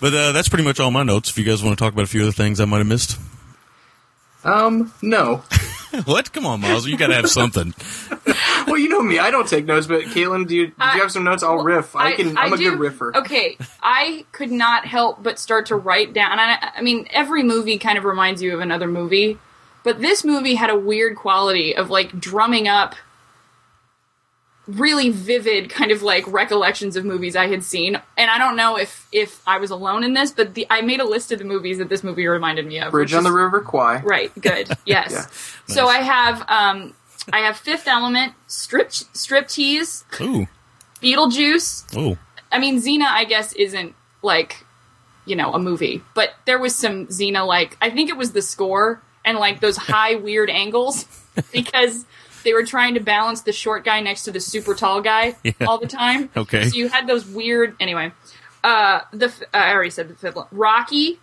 But uh, that's pretty much all my notes. If you guys want to talk about a few other things I might have missed. Um, no. what? Come on, Miles. You got to have something. Well, you know me. I don't take notes, but Caitlin, do you, do I- you have some notes? I'll riff. I, can. I'm a a good riffer. Okay, I could not help but start to write down. And I, I mean, every movie kind of reminds you of another movie, but this movie had a weird quality of like drumming up really vivid kind of like recollections of movies I had seen. And I don't know if if I was alone in this, but the, I made a list of the movies that this movie reminded me of. Bridge which on the is- River Kwai. Right. Good. Yes. So I have um, I have Fifth Element, Strip Striptease, Ooh. Beetlejuice. Ooh. I mean, Xena, I guess, isn't like, you know, a movie, but there was some Xena, like, I think it was the score and like those high, weird angles because they were trying to balance the short guy next to the super tall guy all the time. Okay. So you had those weird, anyway. Uh, the f- uh, I already said the fifth one. Rocky,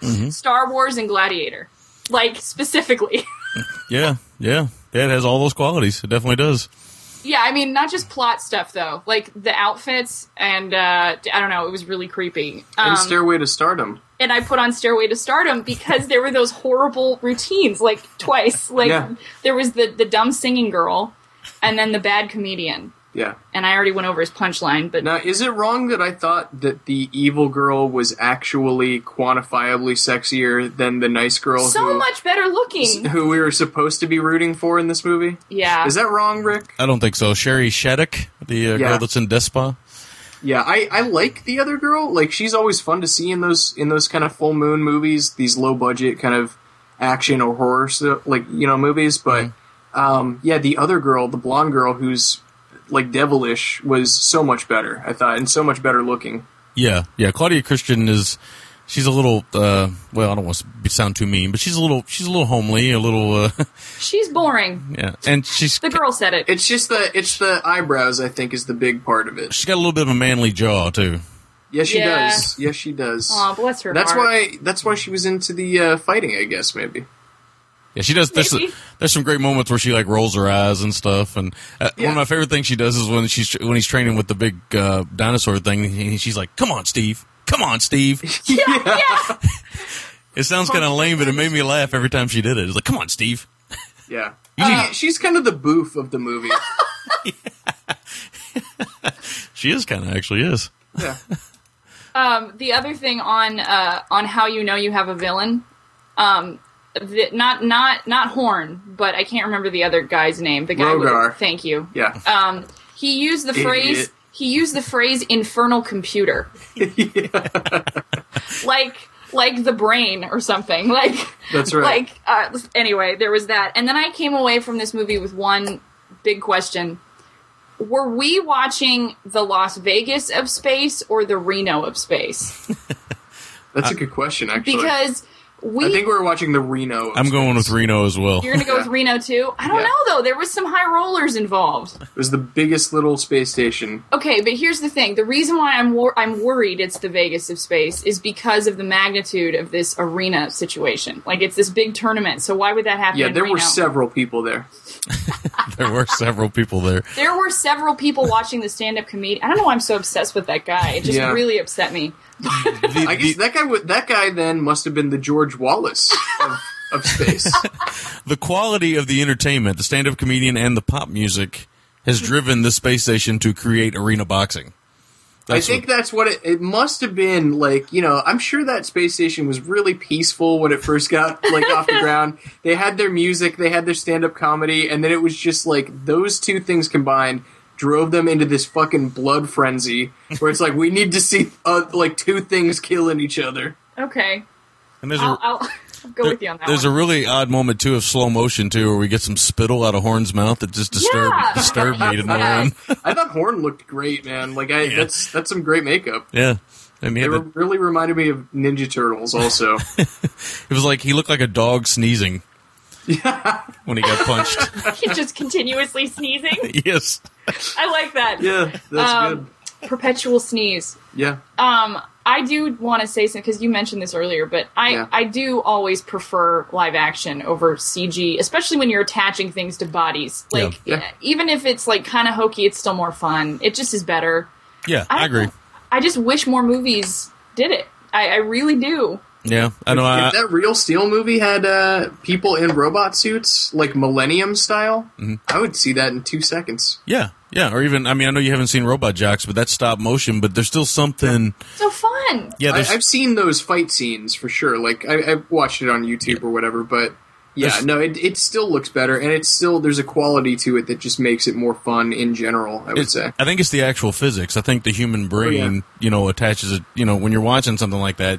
Star Wars, and Gladiator, like specifically. Yeah. Yeah. Yeah, it has all those qualities. It definitely does. yeah, I mean, not just plot stuff though, like the outfits and uh, I don't know, it was really creepy. Um, And Stairway to Stardom. and I put on Stairway to Stardom because there were those horrible routines, like twice. Like Yeah. there was the the dumb singing girl, and then the bad comedian. Yeah. And I already went over his punchline, but Now, is it wrong that I thought that the evil girl was actually quantifiably sexier than the nice girl so who, much better looking. who we were supposed to be rooting for in this movie? Yeah, Is that wrong, Rick? I don't think so. Sherry Shattuck, the uh, Yeah. girl that's in Despa. Yeah, I, I like the other girl. Like she's always fun to see in those in those kind of full moon movies, these low budget kind of action or horror stuff, like you know movies. But um, yeah, the other girl, the blonde girl who's like devilish, was so much better. I thought and so much better looking. Yeah, yeah. Claudia Christian is she's a little uh, well. I don't want to be- sound too mean, but she's a little she's a little homely, a little uh, she's boring. yeah. And she's The girl said it. It's just the it's the eyebrows I think is the big part of it. she's got a little bit of a manly jaw too. Yes, she Yeah. does. Yes, she does. Aw, bless her. that's heart. why that's why she was into the uh, fighting. I guess maybe. Yeah, she does. There's, Maybe. there's some great moments where she like rolls her eyes and stuff. And uh, one Yeah. of my favorite things she does is when she's when he's training with the big uh, dinosaur thing. he- she's like, "Come on, Steve! Come on, Steve!" It sounds kind of lame, but it made me laugh every time she did it. It's like, "Come on, Steve!" Yeah. Uh, She- she's kind of the boof of the movie. She is kind of actually is. yeah. Um, the other thing on uh, on how you know you have a villain, um, the, not not not Horn, but I can't remember the other guy's name. The guy. with- Rogar. Thank you. Yeah. um, he used the phrase Idiot. he used the phrase infernal computer like like the brain or something like That's right. like uh, anyway there was that and then i came away from this movie with one big question were we watching the las vegas of space or the reno of space That's a good question, actually. because we I think we're watching the Reno. I'm going with Reno as well. you're gonna go with Yeah. reno too i don't Yeah. know though there was some high rollers involved It was the biggest little space station. Okay, but here's the thing: the reason why I'm wor- I'm worried it's the Vegas of space is because of the magnitude of this arena situation. Like it's this big tournament, so why would that happen? Yeah, in there were Reno? several people there. There were several people there. There were several people watching the stand-up comedian. I don't know why I'm so obsessed with that guy. It just Yeah. really upset me. The- I guess that guy. wa- That guy then must have been the George Wallace of, of space. the quality of the entertainment, the stand-up comedian and the pop music has driven the space station to create arena boxing. I That's think that's what it, it must have been like. You know, I'm sure that space station was really peaceful when it first got like off the ground. They had their music, they had their stand up comedy, and then it was just like those two things combined drove them into this fucking blood frenzy where it's like we need to see uh, like two things killing each other. Okay, and there's I'll, a, I'll go with you on that. there's one. a really odd moment too of slow motion too, where we get some spittle out of Horn's mouth that just disturbed Yeah. disturbed me to no Yeah. end. I thought Horn looked great, man. Like I, that's that's some great makeup. Yeah, I mean, It it, re- really reminded me of Ninja Turtles. Also, it was like he looked like a dog sneezing. When he got punched. He's just continuously sneezing. yes. I like that. Yeah, that's Um, Perpetual sneeze. good. Yeah. Um, I do want to say something because you mentioned this earlier, but I Yeah. I do always prefer live action over CG, especially when you're attaching things to bodies. Yeah. Like Yeah. uh, even if it's like kind of hokey, it's still more fun. It just is better. Yeah, I don't I, agree. know. I just wish more movies did it. I, I really do. Yeah, I know. uh, I, if that Real Steel movie had uh, people in robot suits, like Millennium style, Mm-hmm. I would see that in two seconds. yeah, yeah. Or even, I mean, I know you haven't seen Robot Jocks, but that's stop motion. But there's still something. So fun. Yeah, I, there's I've seen those fight scenes for sure. Like I, I watched it on YouTube or whatever, but yeah, There's- no, it, it still looks better, and it's still there's a quality to it that just makes it more fun in general. I would It's- say. I think it's the actual physics. I think the human brain, yeah. you know, attaches it. You know, when you're watching something like that,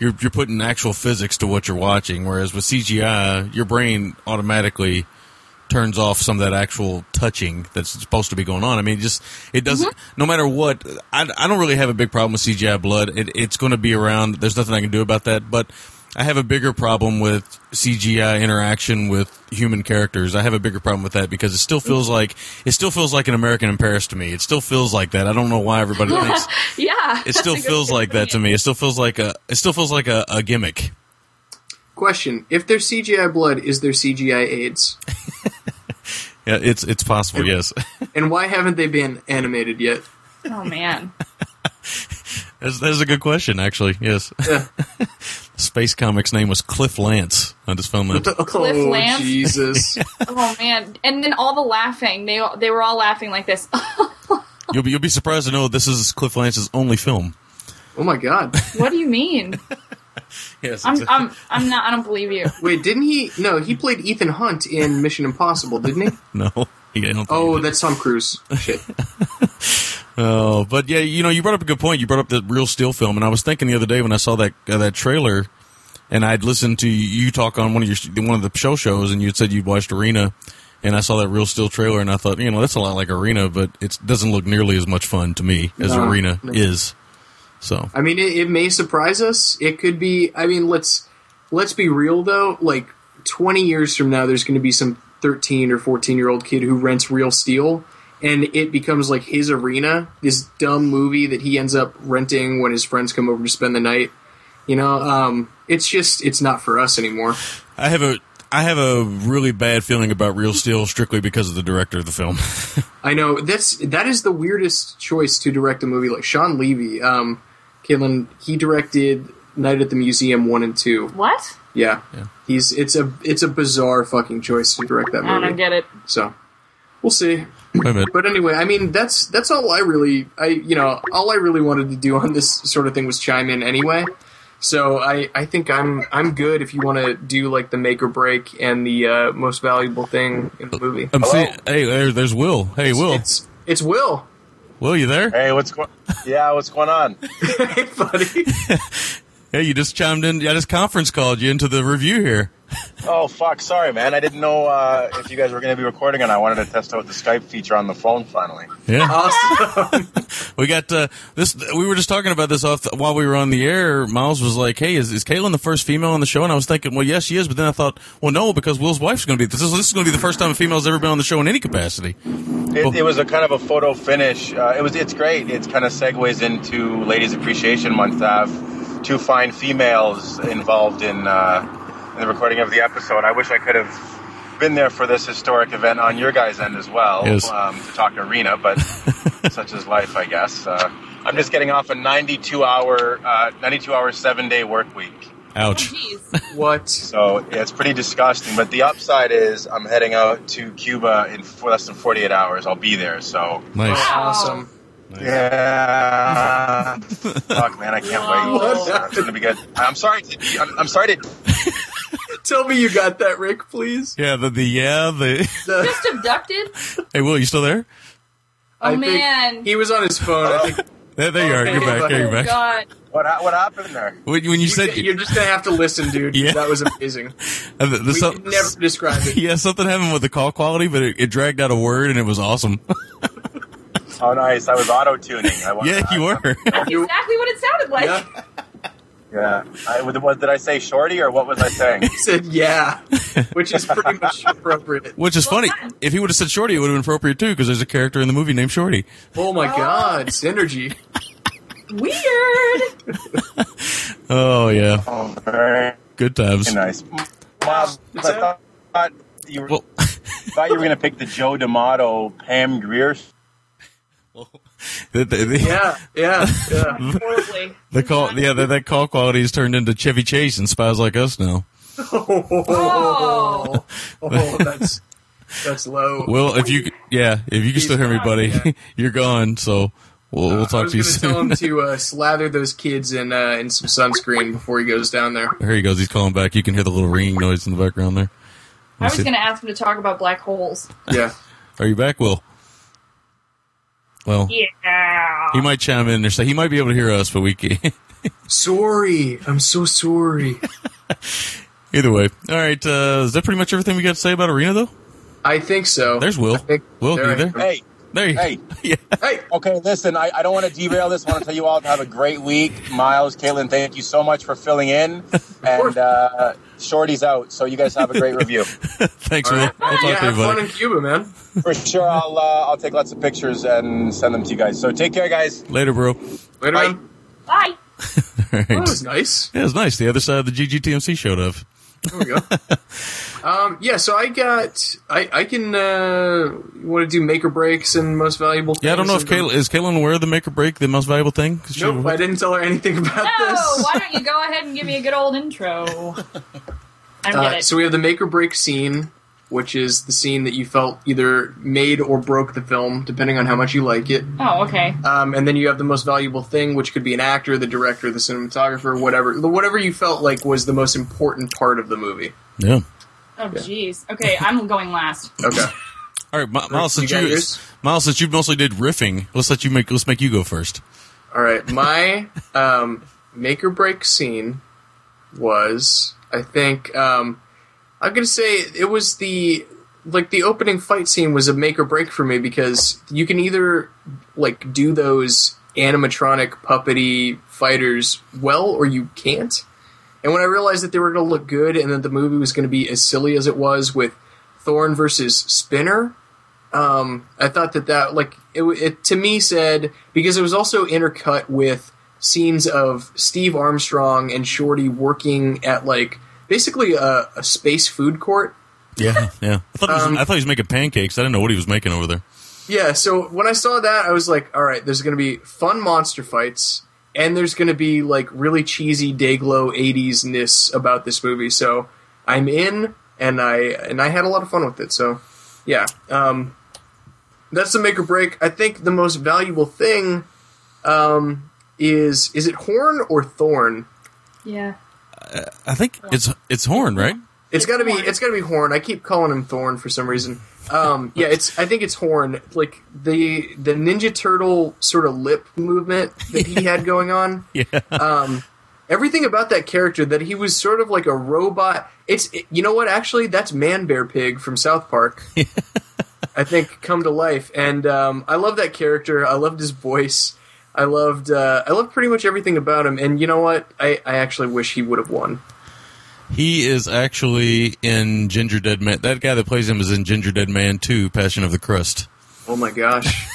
you're you're putting actual physics to what you're watching. Whereas with CGI, your brain automatically turns off some of that actual touching that's supposed to be going on. I mean, just it doesn't. No matter what, I, I don't really have a big problem with CGI blood. It, it's going to be around. There's nothing I can do about that. But I have a bigger problem with CGI interaction with human characters. I have a bigger problem with that because it still feels like it still feels like an American in Paris to me. It still feels like that. I don't know why everybody thinks Yeah. it still feels like that to me. It still feels like a it still feels like a, a gimmick. Question: If there's CGI blood, is there CGI AIDS? Yeah, it's it's possible. Yes. and why haven't they been animated yet? Oh man. That's, that's a good question, actually. Yes. Space Comics' name was Cliff Lance. I just found that. Cliff oh Lance? Jesus! Oh man. And then all the laughing. They all- they were all laughing like this. You'll be you'll be surprised to know this is Cliff Lance's only film. oh my God! what do you mean? Yes. I'm I'm I'm not. I don't believe you. Wait, didn't he? No, he played Ethan Hunt in Mission Impossible, didn't he? no. Yeah, I don't think Oh, he did. that's Tom Cruise. Shit. Oh, but yeah, you know, you brought up a good point. You brought up the real steel film, and I was thinking the other day when I saw that uh, that trailer, and I'd listened to you talk on one of your one of the show shows, and you would said you'd watched Arena, and I saw that real steel trailer, and I thought, you know, that's a lot like Arena, but it doesn't look nearly as much fun to me as No. Arena is. So I mean, it, it may surprise us. It could be. I mean, let's let's be real though. Like twenty years from now, there's going to be some thirteen or fourteen year old kid who rents Real Steel, and it becomes like his arena. This dumb movie that he ends up renting when his friends come over to spend the night. You know, um, it's just it's not for us anymore. I have a I have a really bad feeling about Real Steel strictly because of the director of the film. I know that's that is the weirdest choice to direct a movie like Sean Levy. Um, Caitlin, he directed Night at the Museum one and two. What? Yeah. He's it's a it's a bizarre fucking choice to direct that I don't movie. get it. So we'll see. Wait a minute. But anyway, I mean that's that's all I really I you know, all I really wanted to do on this sort of thing was chime in anyway. So I, I think I'm I'm good if you want to do like the make or break and the uh, most valuable thing in the movie. I'm see- hey, there, there's Will. Hey, Um, Will. It's it's Will. Will, you there? Hey, what's going? Yeah, what's going on? Hey buddy. Hey, you just chimed in. I just conference called you into the review here. Oh fuck, sorry man. I didn't know uh, if you guys were going to be recording, and I wanted to test out the Skype feature on the phone finally. Yeah. Awesome. We got uh, this. We were just talking about this off the, while we were on the air. Miles was like, "Hey, is, is Caitlin the first female on the show?" And I was thinking, "Well, yes, she is." But then I thought, "Well, no, because Will's wife's going to be this. Is, this is going to be the first time a female's ever been on the show in any capacity." It, it was a kind of a photo finish. Uh, it was it's great. It's kind of segues into Ladies Appreciation Month. Uh, two fine females involved in uh, in the recording of the episode. I wish I could have been there for this historic event on your guys' end as well Yes. um, to talk arena, but such is life, I guess. Uh, I'm just getting off a 92 hour, uh, 92 hour, seven day work week. Ouch. Jeez. what? So yeah, it's pretty disgusting. But the upside is I'm heading out to Cuba in for less than 48 hours. I'll be there. So Nice. Awesome. yeah. Fuck, man, I can't wait. What? It's gonna be good. I'm sorry. To, I'm, I'm sorry to. Tell me you got that, Rick, please. Yeah. The, the yeah the. The- Just abducted. Hey, Will, you still there? Oh I think man. he was on his phone. I think There, there you are. You're back. oh There, you're back. god. What ha- what happened there? When, when you said you're just gonna have to listen, dude. Yeah. That was amazing. uh, the, the, We some- could never describe it. yeah, something happened with the call quality, but it, it dragged out a word, and it was awesome. Oh, nice. I was auto tuning. yeah, you were. That's exactly what it sounded like. Yeah. Yeah. I, was, did I say shorty or what was I saying? He said, "Yeah." which is pretty much appropriate. Which is Well funny. done. If he would have said Shorty, it would have been appropriate too, because there's a character in the movie named Shorty. Oh my god, synergy. Weird. Oh yeah, Oh, very good times. uh, nice. Bob, I thought, thought you were, Well, thought you were going to pick the Joe D'Amato, Pam Greer. the, the, the, Yeah, yeah, yeah. Horribly. the call, yeah, that, that call quality has turned into Chevy Chase and Spies Like Us now. Oh. Oh, that's that's low. Well, if you, yeah, if you can still hear me, buddy, you're gone. So we'll, we'll I talk was to you going to tell soon. him to uh, slather those kids in uh, in some sunscreen before he goes down there. Here he goes. He's calling back. You can hear the little ringing noise in the background there. I was see. going to ask him to talk about black holes. Yeah. Are you back, Will? Well, Yeah. he might chime in or say he might be able to hear us, but we can't. Sorry, I'm so sorry. Either way, all right. Uh, is that pretty much everything we got to say about Arena, though? I think so. There's Will. I think- Will, there you I there? am. Hey, There you hey. yeah. Hey, Okay, listen, I, I don't want to derail this. I want to tell you all to have a great week. Miles, Caitlin, thank you so much for filling in. And uh, Shorty's out, so you guys have a great review. Thanks, all Will. right. We'll yeah, talk to you, have fun buddy. in Cuba, man. For sure, I'll, uh, I'll take lots of pictures and send them to you guys. So take care, guys. Later, bro. All Later, Bye. man. Bye. right. That was nice. Yeah, it was nice. The other side of the GGTMC showed up. There we go. um, yeah, so I got. I I can. Uh, you want to do maker breaks and most valuable? Yeah, I don't know if things and- Caitlin is Caitlin aware of the make or break, the most valuable thing. 'Cause she- Nope, I didn't tell her anything about No, this. why don't you go ahead and give me a good old intro? I don't get Uh, it. so we have the make or break scene, which is the scene that you felt either made or broke the film, depending on how much you like it. oh, okay. Um, and then you have the most valuable thing, which could be an actor, the director, the cinematographer, whatever, whatever you felt like was the most important part of the movie. yeah. Oh, jeez. Okay, I'm going last. Okay. All right, Mi- Miles. You Since got you, yours? Miles, since you mostly did riffing, let's let you make. Let's make you go first. All right, my um, make or break scene was, I think, um, I'm gonna say it was the like the opening fight scene was a make or break for me because you can either like do those animatronic puppety fighters well or you can't. And when I realized that they were going to look good and that the movie was going to be as silly as it was with Thorn versus Spinner, um, I thought that that like it, it to me said because it was also intercut with scenes of Steve Armstrong and Shorty working at like basically a, a space food court. Yeah, yeah. I thought, he was, I thought he was making pancakes. I didn't know what he was making over there. Yeah, so when I saw that, I was like, all right, there's going to be fun monster fights, and there's going to be like really cheesy Dayglow '80s ness about this movie. So I'm in, and I and I had a lot of fun with it. So yeah, um, that's the make or break. I think the most valuable thing um, is is it Horn or Thorn? Yeah. I think it's it's Horn, right? It's got to be Horn. it's got to be Horn. I keep calling him Thorn for some reason. Um, yeah, it's I think it's Horn. Like the the Ninja Turtle sort of lip movement that he had going on. um, Yeah. Everything about that character that he was sort of like a robot. It's it- you know what actually that's Man Bear Pig from South Park. I think come to life, and um, I love that character. I loved his voice. I loved uh, I loved pretty much everything about him. And you know what? I, I actually wish he would have won. He is actually in Ginger Dead Man. That guy that plays him is in Ginger Dead Man 2, Passion of the Crust. Oh my gosh.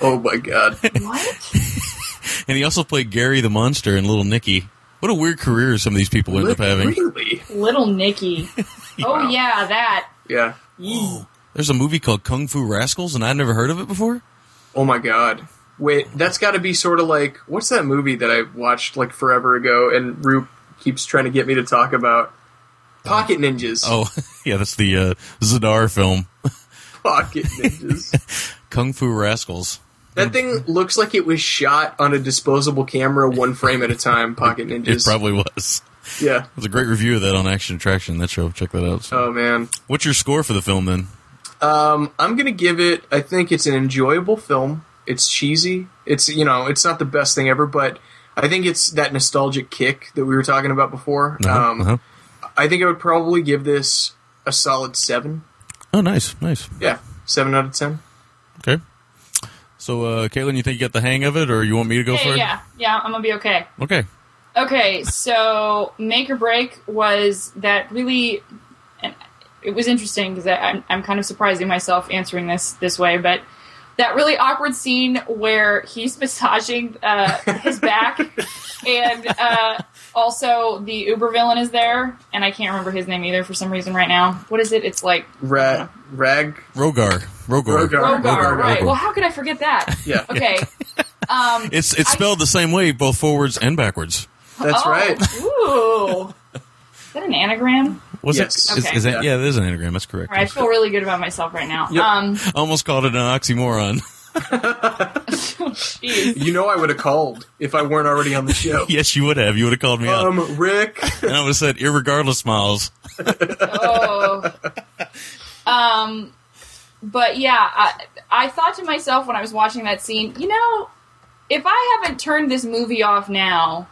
oh my god. What? And he also played Gary the Monster in Little Nicky. What a weird career some of these people end up having. Really? Little Nicky. Oh, yeah, that. Yeah. There's a movie called Kung Fu Rascals, and I'd never heard of it before. Oh my god. Wait, that's got to be sort of like what's that movie that I watched like forever ago and Roop keeps trying to get me to talk about Pocket Ninjas. Oh, yeah, that's the uh, Zadar film, Pocket Ninjas. Kung Fu Rascals. that thing looks like it was shot on a disposable camera one frame at a time, Pocket It Ninjas. probably was. yeah. There's a great review of that on Action Attraction. That show, check that out. Oh man. What's your score for the film then? Um, I'm gonna give it. I think it's an enjoyable film. It's cheesy. It's you know, it's not the best thing ever, but I think it's that nostalgic kick that we were talking about before. Uh-huh, um, uh-huh. I think I would probably give this a solid seven. Oh, nice, nice. Yeah, seven out of ten. Okay. So, uh, Caitlin, you think you got the hang of it, or you want me to go for Okay, it? yeah. Yeah, I'm going to be okay. Okay. Okay, so Make or Break was that really it was interesting because I'm I'm kind of surprising myself answering this this way, but that really awkward scene where he's massaging uh, his back, and uh, also the Uber villain is there, and I can't remember his name either for some reason right now. What is it? It's like Ra- rag. Rogar. Rogar. Rogar. Rogar, Rogar, right? Rogar. Well, how could I forget that? Yeah. Okay. Um, It's it's I- spelled the same way both forwards and backwards. That's oh, right. Ooh. Is that an anagram? Was Yes. it? Is, Okay. is that, yeah, it is an anagram. That's correct. All right, I feel really good about myself right now. Yep. Um, I almost called it an oxymoron. jeez. You know I would have called if I weren't already on the show. yes, you would have. You would have called me out. Um, Rick. And I would have said, irregardless, Miles. oh. Um, but yeah, I, I thought to myself when I was watching that scene, you know, if I haven't turned this movie off now,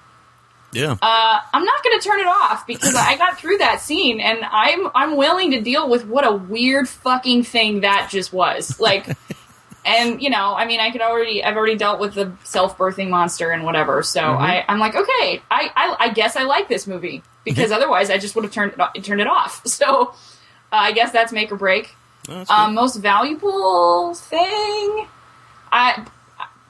Yeah. uh, I'm not going to turn it off because I got through that scene and I'm I'm willing to deal with what a weird fucking thing that just was. Like and you know, I mean, I could already I've already dealt with the self-birthing monster and whatever. So I I'm like, okay, I, I I guess I like this movie because otherwise I just would have turned it o- turned it off. So uh, I guess that's make or break. Um, most valuable thing, I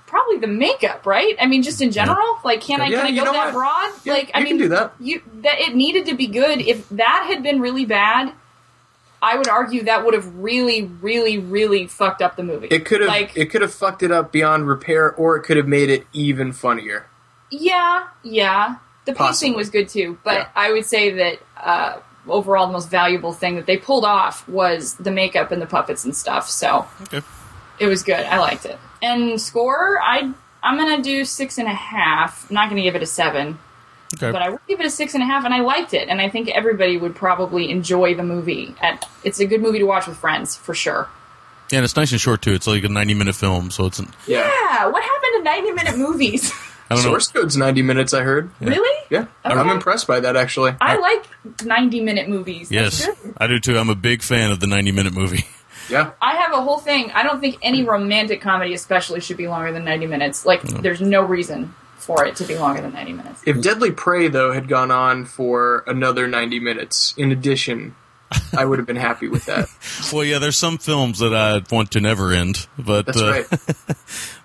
probably the makeup, right? I mean, just in general, like, can I Yeah, can I you go know that what? broad? Yeah, like, I you mean, can do that. You that it needed to be good. If that had been really bad, I would argue that would have really, really, really fucked up the movie. It could have like, it could have fucked it up beyond repair, or it could have made it even funnier. yeah, yeah. The Possibly. pacing was good too, but Yeah. I would say that uh, overall, the most valuable thing that they pulled off was the makeup and the puppets and stuff. So Okay. it was good. I liked it. And score, I I'm gonna do six and a half. I'm not gonna give it a seven, Okay. but I would give it a six and a half, and I liked it. And I think everybody would probably enjoy the movie. At it's a good movie to watch with friends for sure. Yeah, and it's nice and short, too. It's like a 90 minute film, so it's. An, Yeah. Yeah. What happened to 90 minute movies? I don't know. Source code's ninety minutes. I heard. really? Yeah, I'm Okay. impressed by that actually. I like 90 minute movies. That's Yes, good. I do too. I'm a big fan of the 90 minute movie. yeah, I have a whole thing. I don't think any romantic comedy, especially, should be longer than 90 minutes. Like, there's no reason for it to be longer than 90 minutes. If Deadly Prey though had gone on for another 90 minutes in addition, I would have been happy with that. Well, yeah, there's some films that I want to never end, but That's uh, right.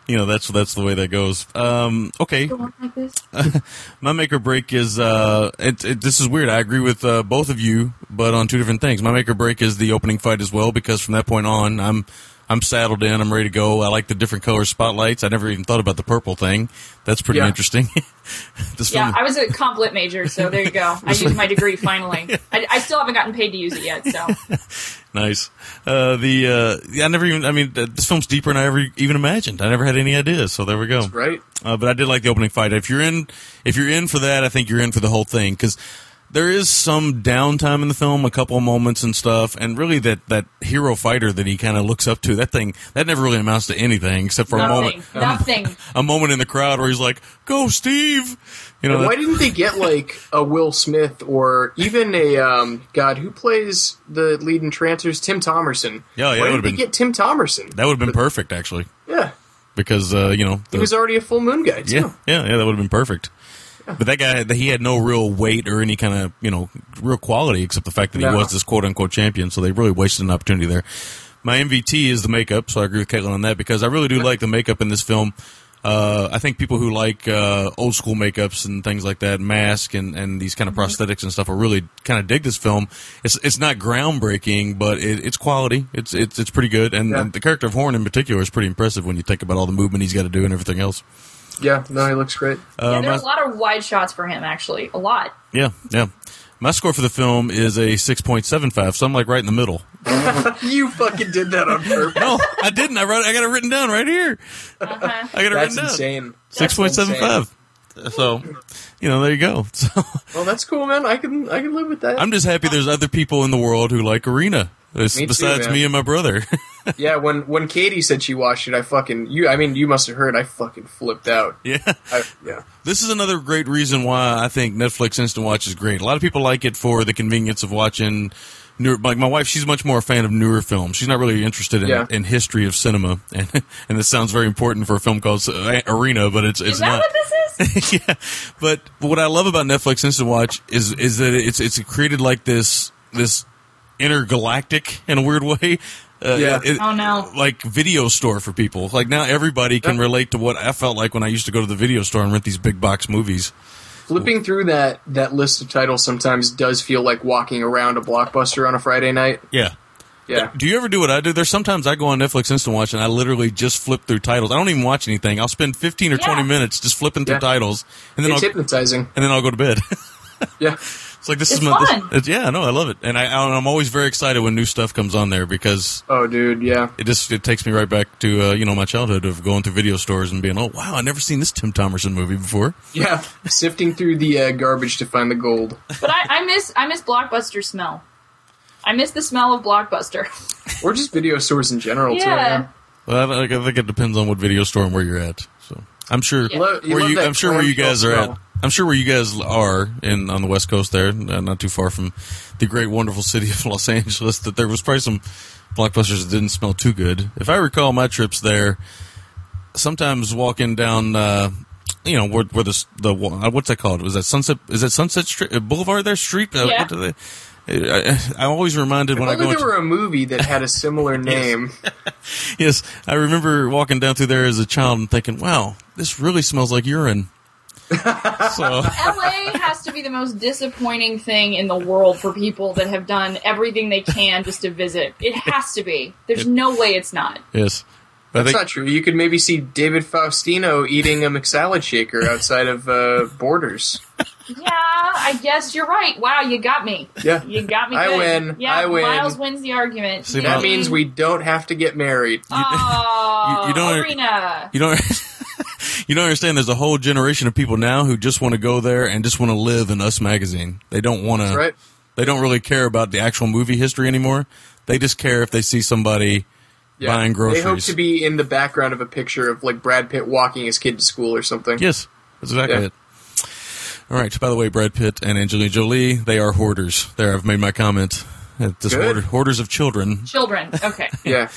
you know that's that's the way that goes. Um, okay, Go on like this. my make or break is uh, it, it, this is weird. I agree with uh, both of you, but on two different things. My make or break is the opening fight as well, because from that point on, I'm I'm saddled in. I'm ready to go. I like the different color spotlights. I never even thought about the purple thing. That's pretty Yeah. interesting. this Yeah, film, I was a comp lit major, so there you go. I used my degree finally. I, I still haven't gotten paid to use it yet, so. Nice. Uh, the uh, yeah, I never even. I mean, th- this film's deeper than I ever even imagined. I never had any ideas. So there we go. right? Uh, but I did like the opening fight. If you're in, if you're in for that, I think you're in for the whole thing because there is some downtime in the film, a couple moments and stuff, and really that that hero fighter that he kind of looks up to. That thing that never really amounts to anything except for a Nothing. moment, Uh-huh. Nothing. a moment in the crowd where he's like, "Go, Steve!" You know. Why That, didn't they get like a Will Smith or even a um, God who plays the lead in Trancers? Tim Thomerson. Yeah, yeah, Why it didn't would've they been- get Tim Thomerson? that would have been perfect actually yeah, because uh, you know he the- was already a Full Moon guy too. Yeah, yeah, yeah. That would have been perfect. But that guy, he had no real weight or any kind of you know real quality except the fact that he No. was this quote unquote champion. So they really wasted an opportunity there. My MVT is the makeup, so I agree with Caitlin on that because I really do like the makeup in this film. Uh, I think people who like uh, old school makeups and things like that, mask and, and these Mm-hmm. kind of prosthetics and stuff, will really kind of dig this film. It's it's not groundbreaking, but it, it's quality. It's it's it's pretty good, and, Yeah. and the character of Horn in particular is pretty impressive when you think about all the movement he's got to do and everything else. Yeah, no, he looks great. Yeah, Um, there's a lot of wide shots for him, actually. A lot. Yeah, yeah. My score for the film is a 6.75, so I'm like right in the middle. you fucking did that on purpose. No, I didn't. I wrote. I got it written down right here. Uh-huh. I got it That's written insane. down. 6.75. So, you know, there you go. So, Well, that's cool, man. I can I can live with that. I'm just happy there's other people in the world who like Arena. It's- Me too, besides man. me and my brother. Yeah, when when Katie said she watched it, I fucking you. I mean, you must have heard. I fucking flipped out. yeah. I, yeah, This is another great reason why I think Netflix Instant Watch is great. A lot of people like it for the convenience of watching newer. Like my wife, she's much more a fan of newer films. She's not really interested in, Yeah. in history of cinema, and and this sounds very important for a film called uh, Arena, but it's it's Is that not. what this is? yeah, but, but what I love about Netflix Instant Watch is is that it's it's created like this this intergalactic in a weird way. Uh, Yeah. it- Oh, no. Like video store for people. Like now everybody can relate to what I felt like when I used to go to the video store and rent these big box movies. Flipping through that that list of titles sometimes does feel like walking around a blockbuster on a Friday night. Yeah. Yeah. Do you ever do what I do? There's sometimes I go on Netflix Instant Watch and I literally just flip through titles. I don't even watch anything. I'll spend 15 or 20 Yeah. minutes just flipping through Yeah. titles and then It's I'll hypnotizing. and then I'll go to bed. Yeah. It's like this It's is my this- fun. it's- yeah, no, I love it, and I, I I'm always very excited when new stuff comes on there because Oh, dude. Yeah. it just it takes me right back to uh, you know my childhood of going through video stores and being oh wow I never seen this Tim Thomerson movie before. Yeah. Sifting through the uh, garbage to find the gold. But I, I miss I miss Blockbuster smell. I miss the smell of Blockbuster. Or just video stores in general, too. yeah. Well, I, I think it depends on what video store and where you're at. So I'm sure You lo- you where love you that I'm sure where you clam guys shell are at. smell. I'm sure where you guys are in on the West Coast there, uh, not too far from the great wonderful city of Los Angeles. That there was probably some blockbusters that didn't smell too good. If I recall my trips there, sometimes walking down. Uh, you know where, where the s- the wa- uh, what's that called? Was that Sunset? Is that Sunset Street uh, Boulevard? There street? Uh, Yeah. what do they, I, I- I'm always reminded when I If go. only into- there were a movie that had a similar name. Yes, I remember walking down through there as a child and thinking, "Wow, this really smells like urine." so LA has to be the most disappointing thing in the world for people that have done everything they can just to visit. It has to be. There's no way it's not. yes, I That's think not true. You could maybe see David Faustino eating a McSalad shaker outside of uh, Borders. Yeah, I guess you're right. Wow, you got me. Yeah. You got me. I good. win. Yeah, I win. Miles wins the argument. See, That Well- Uh, means we don't have to get married. Oh, You- you don't- Arena. you don't you don't understand. There's a whole generation of people now who just want to go there and just want to live in Us magazine. They don't want to. right. They don't really care about the actual movie history anymore. They just care if they see somebody buying groceries. They hope to be in the background of a picture of like Brad Pitt walking his kid to school or something. Yes, that's exactly Yeah. it. All right. By the way, Brad Pitt and Angelina Jolie, they are hoarders. There, I've made my comment. This Good. hoarder, hoarders of children. Children. Okay. Yeah.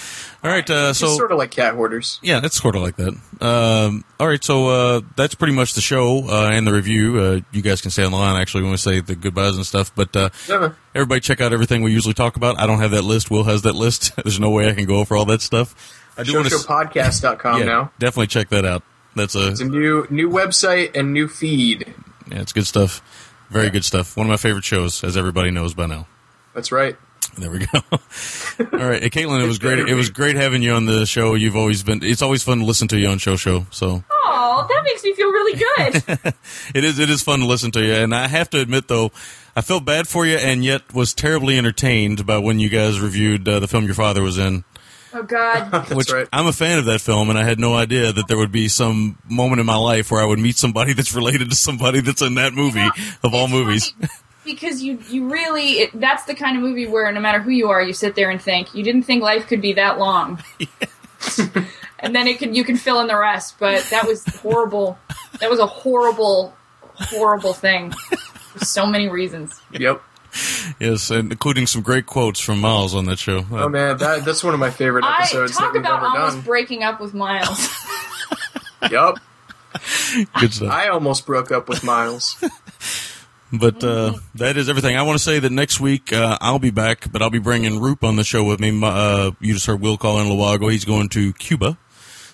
All right, uh, so Just sort of like cat hoarders. yeah, it's sort of like that. Um, all right, so uh, that's pretty much the show uh, and the review. Uh, you guys can stay on the line actually when we say the goodbyes and stuff. But uh, Yeah. everybody, check out everything we usually talk about. I don't have that list. Will has that list. There's no way I can go over all that stuff. I do want to Showshowpodcast.com yeah, now. definitely check that out. That's a It's a new new website and new feed. yeah, it's good stuff. Very good stuff. One of my favorite shows, as everybody knows by now. That's right. There we go. All right, hey, Caitlin, it was great. It was great having you on the show. You've always been. It's always fun to listen to you on Show Show. So Oh, that makes me feel really good. It is it is fun to listen to you, and I have to admit though, I felt bad for you, and yet was terribly entertained by when you guys reviewed uh, the film your father was in. Oh God. which right. I'm a fan of that film, and I had no idea that there would be some moment in my life where I would meet somebody that's related to somebody that's in that movie of all It's movies. funny Because you, you really, it, that's the kind of movie where no matter who you are, you sit there and think, you didn't think life could be that long. and then it could, you can fill in the rest, but that was horrible. That was a horrible, horrible thing. For so many reasons. Yep. Yes, and including some great quotes from Miles on that show. Uh, Oh man, that, that's one of my favorite I episodes talk that we've about ever almost done. breaking up with Miles. yep. Good stuff. I almost broke up with Miles. But uh, that is everything. I want to say that next week uh, I'll be back, but I'll be bringing Roop on the show with me. My, uh, you just heard Will call in Luago. He's going to Cuba,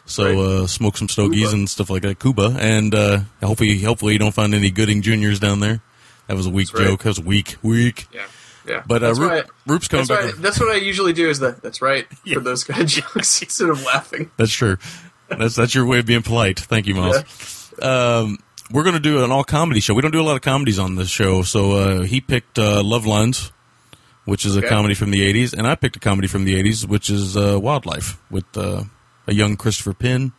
so uh, smoke some stogies and stuff like that. Cuba, and uh, hopefully, hopefully you don't find any Gooding juniors down there. That was a weak That's right. joke. That was a weak, weak. Yeah. Yeah. But uh, That's Roop, right. Roop's coming That's back. right. That's what I usually do. Is that that's right for those kind of jokes instead of laughing. That's true. That's that's your way of being polite. Thank you, Miles. Um, we're going to do an all comedy show. We don't do a lot of comedies on this show, so uh, he picked uh, Love Lines, which is a Okay. comedy from the '80s, and I picked a comedy from the '80s, which is uh, Wildlife with uh, a young Christopher Penn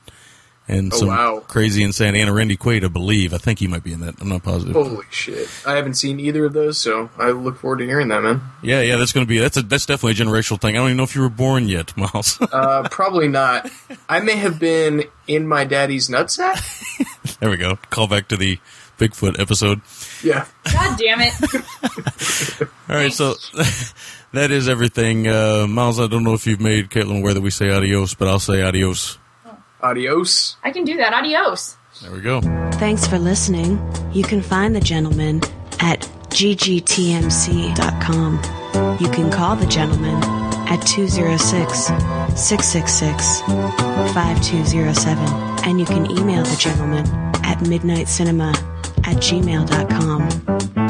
and Oh, some wow. crazy insane Anna Randy Quaid, I believe. I think he might be in that. I'm not positive. Holy shit! I haven't seen either of those, so I look forward to hearing that, man. Yeah, yeah, that's going to be that's a, that's definitely a generational thing. I don't even know if you were born yet, Miles. Uh, probably not. I may have been in my daddy's nutsack. there we go. Call back to the Bigfoot episode. Yeah. God damn it. All right, so that is everything. Uh, Miles, I don't know if you've made Caitlin aware that we say adios, but I'll say adios. Adios. I can do that. Adios. There we go. Thanks for listening. You can find the gentleman at ggtmc.com. You can call the gentleman at 206 666 5207. And you can email the gentleman at midnightcinema at gmail.com.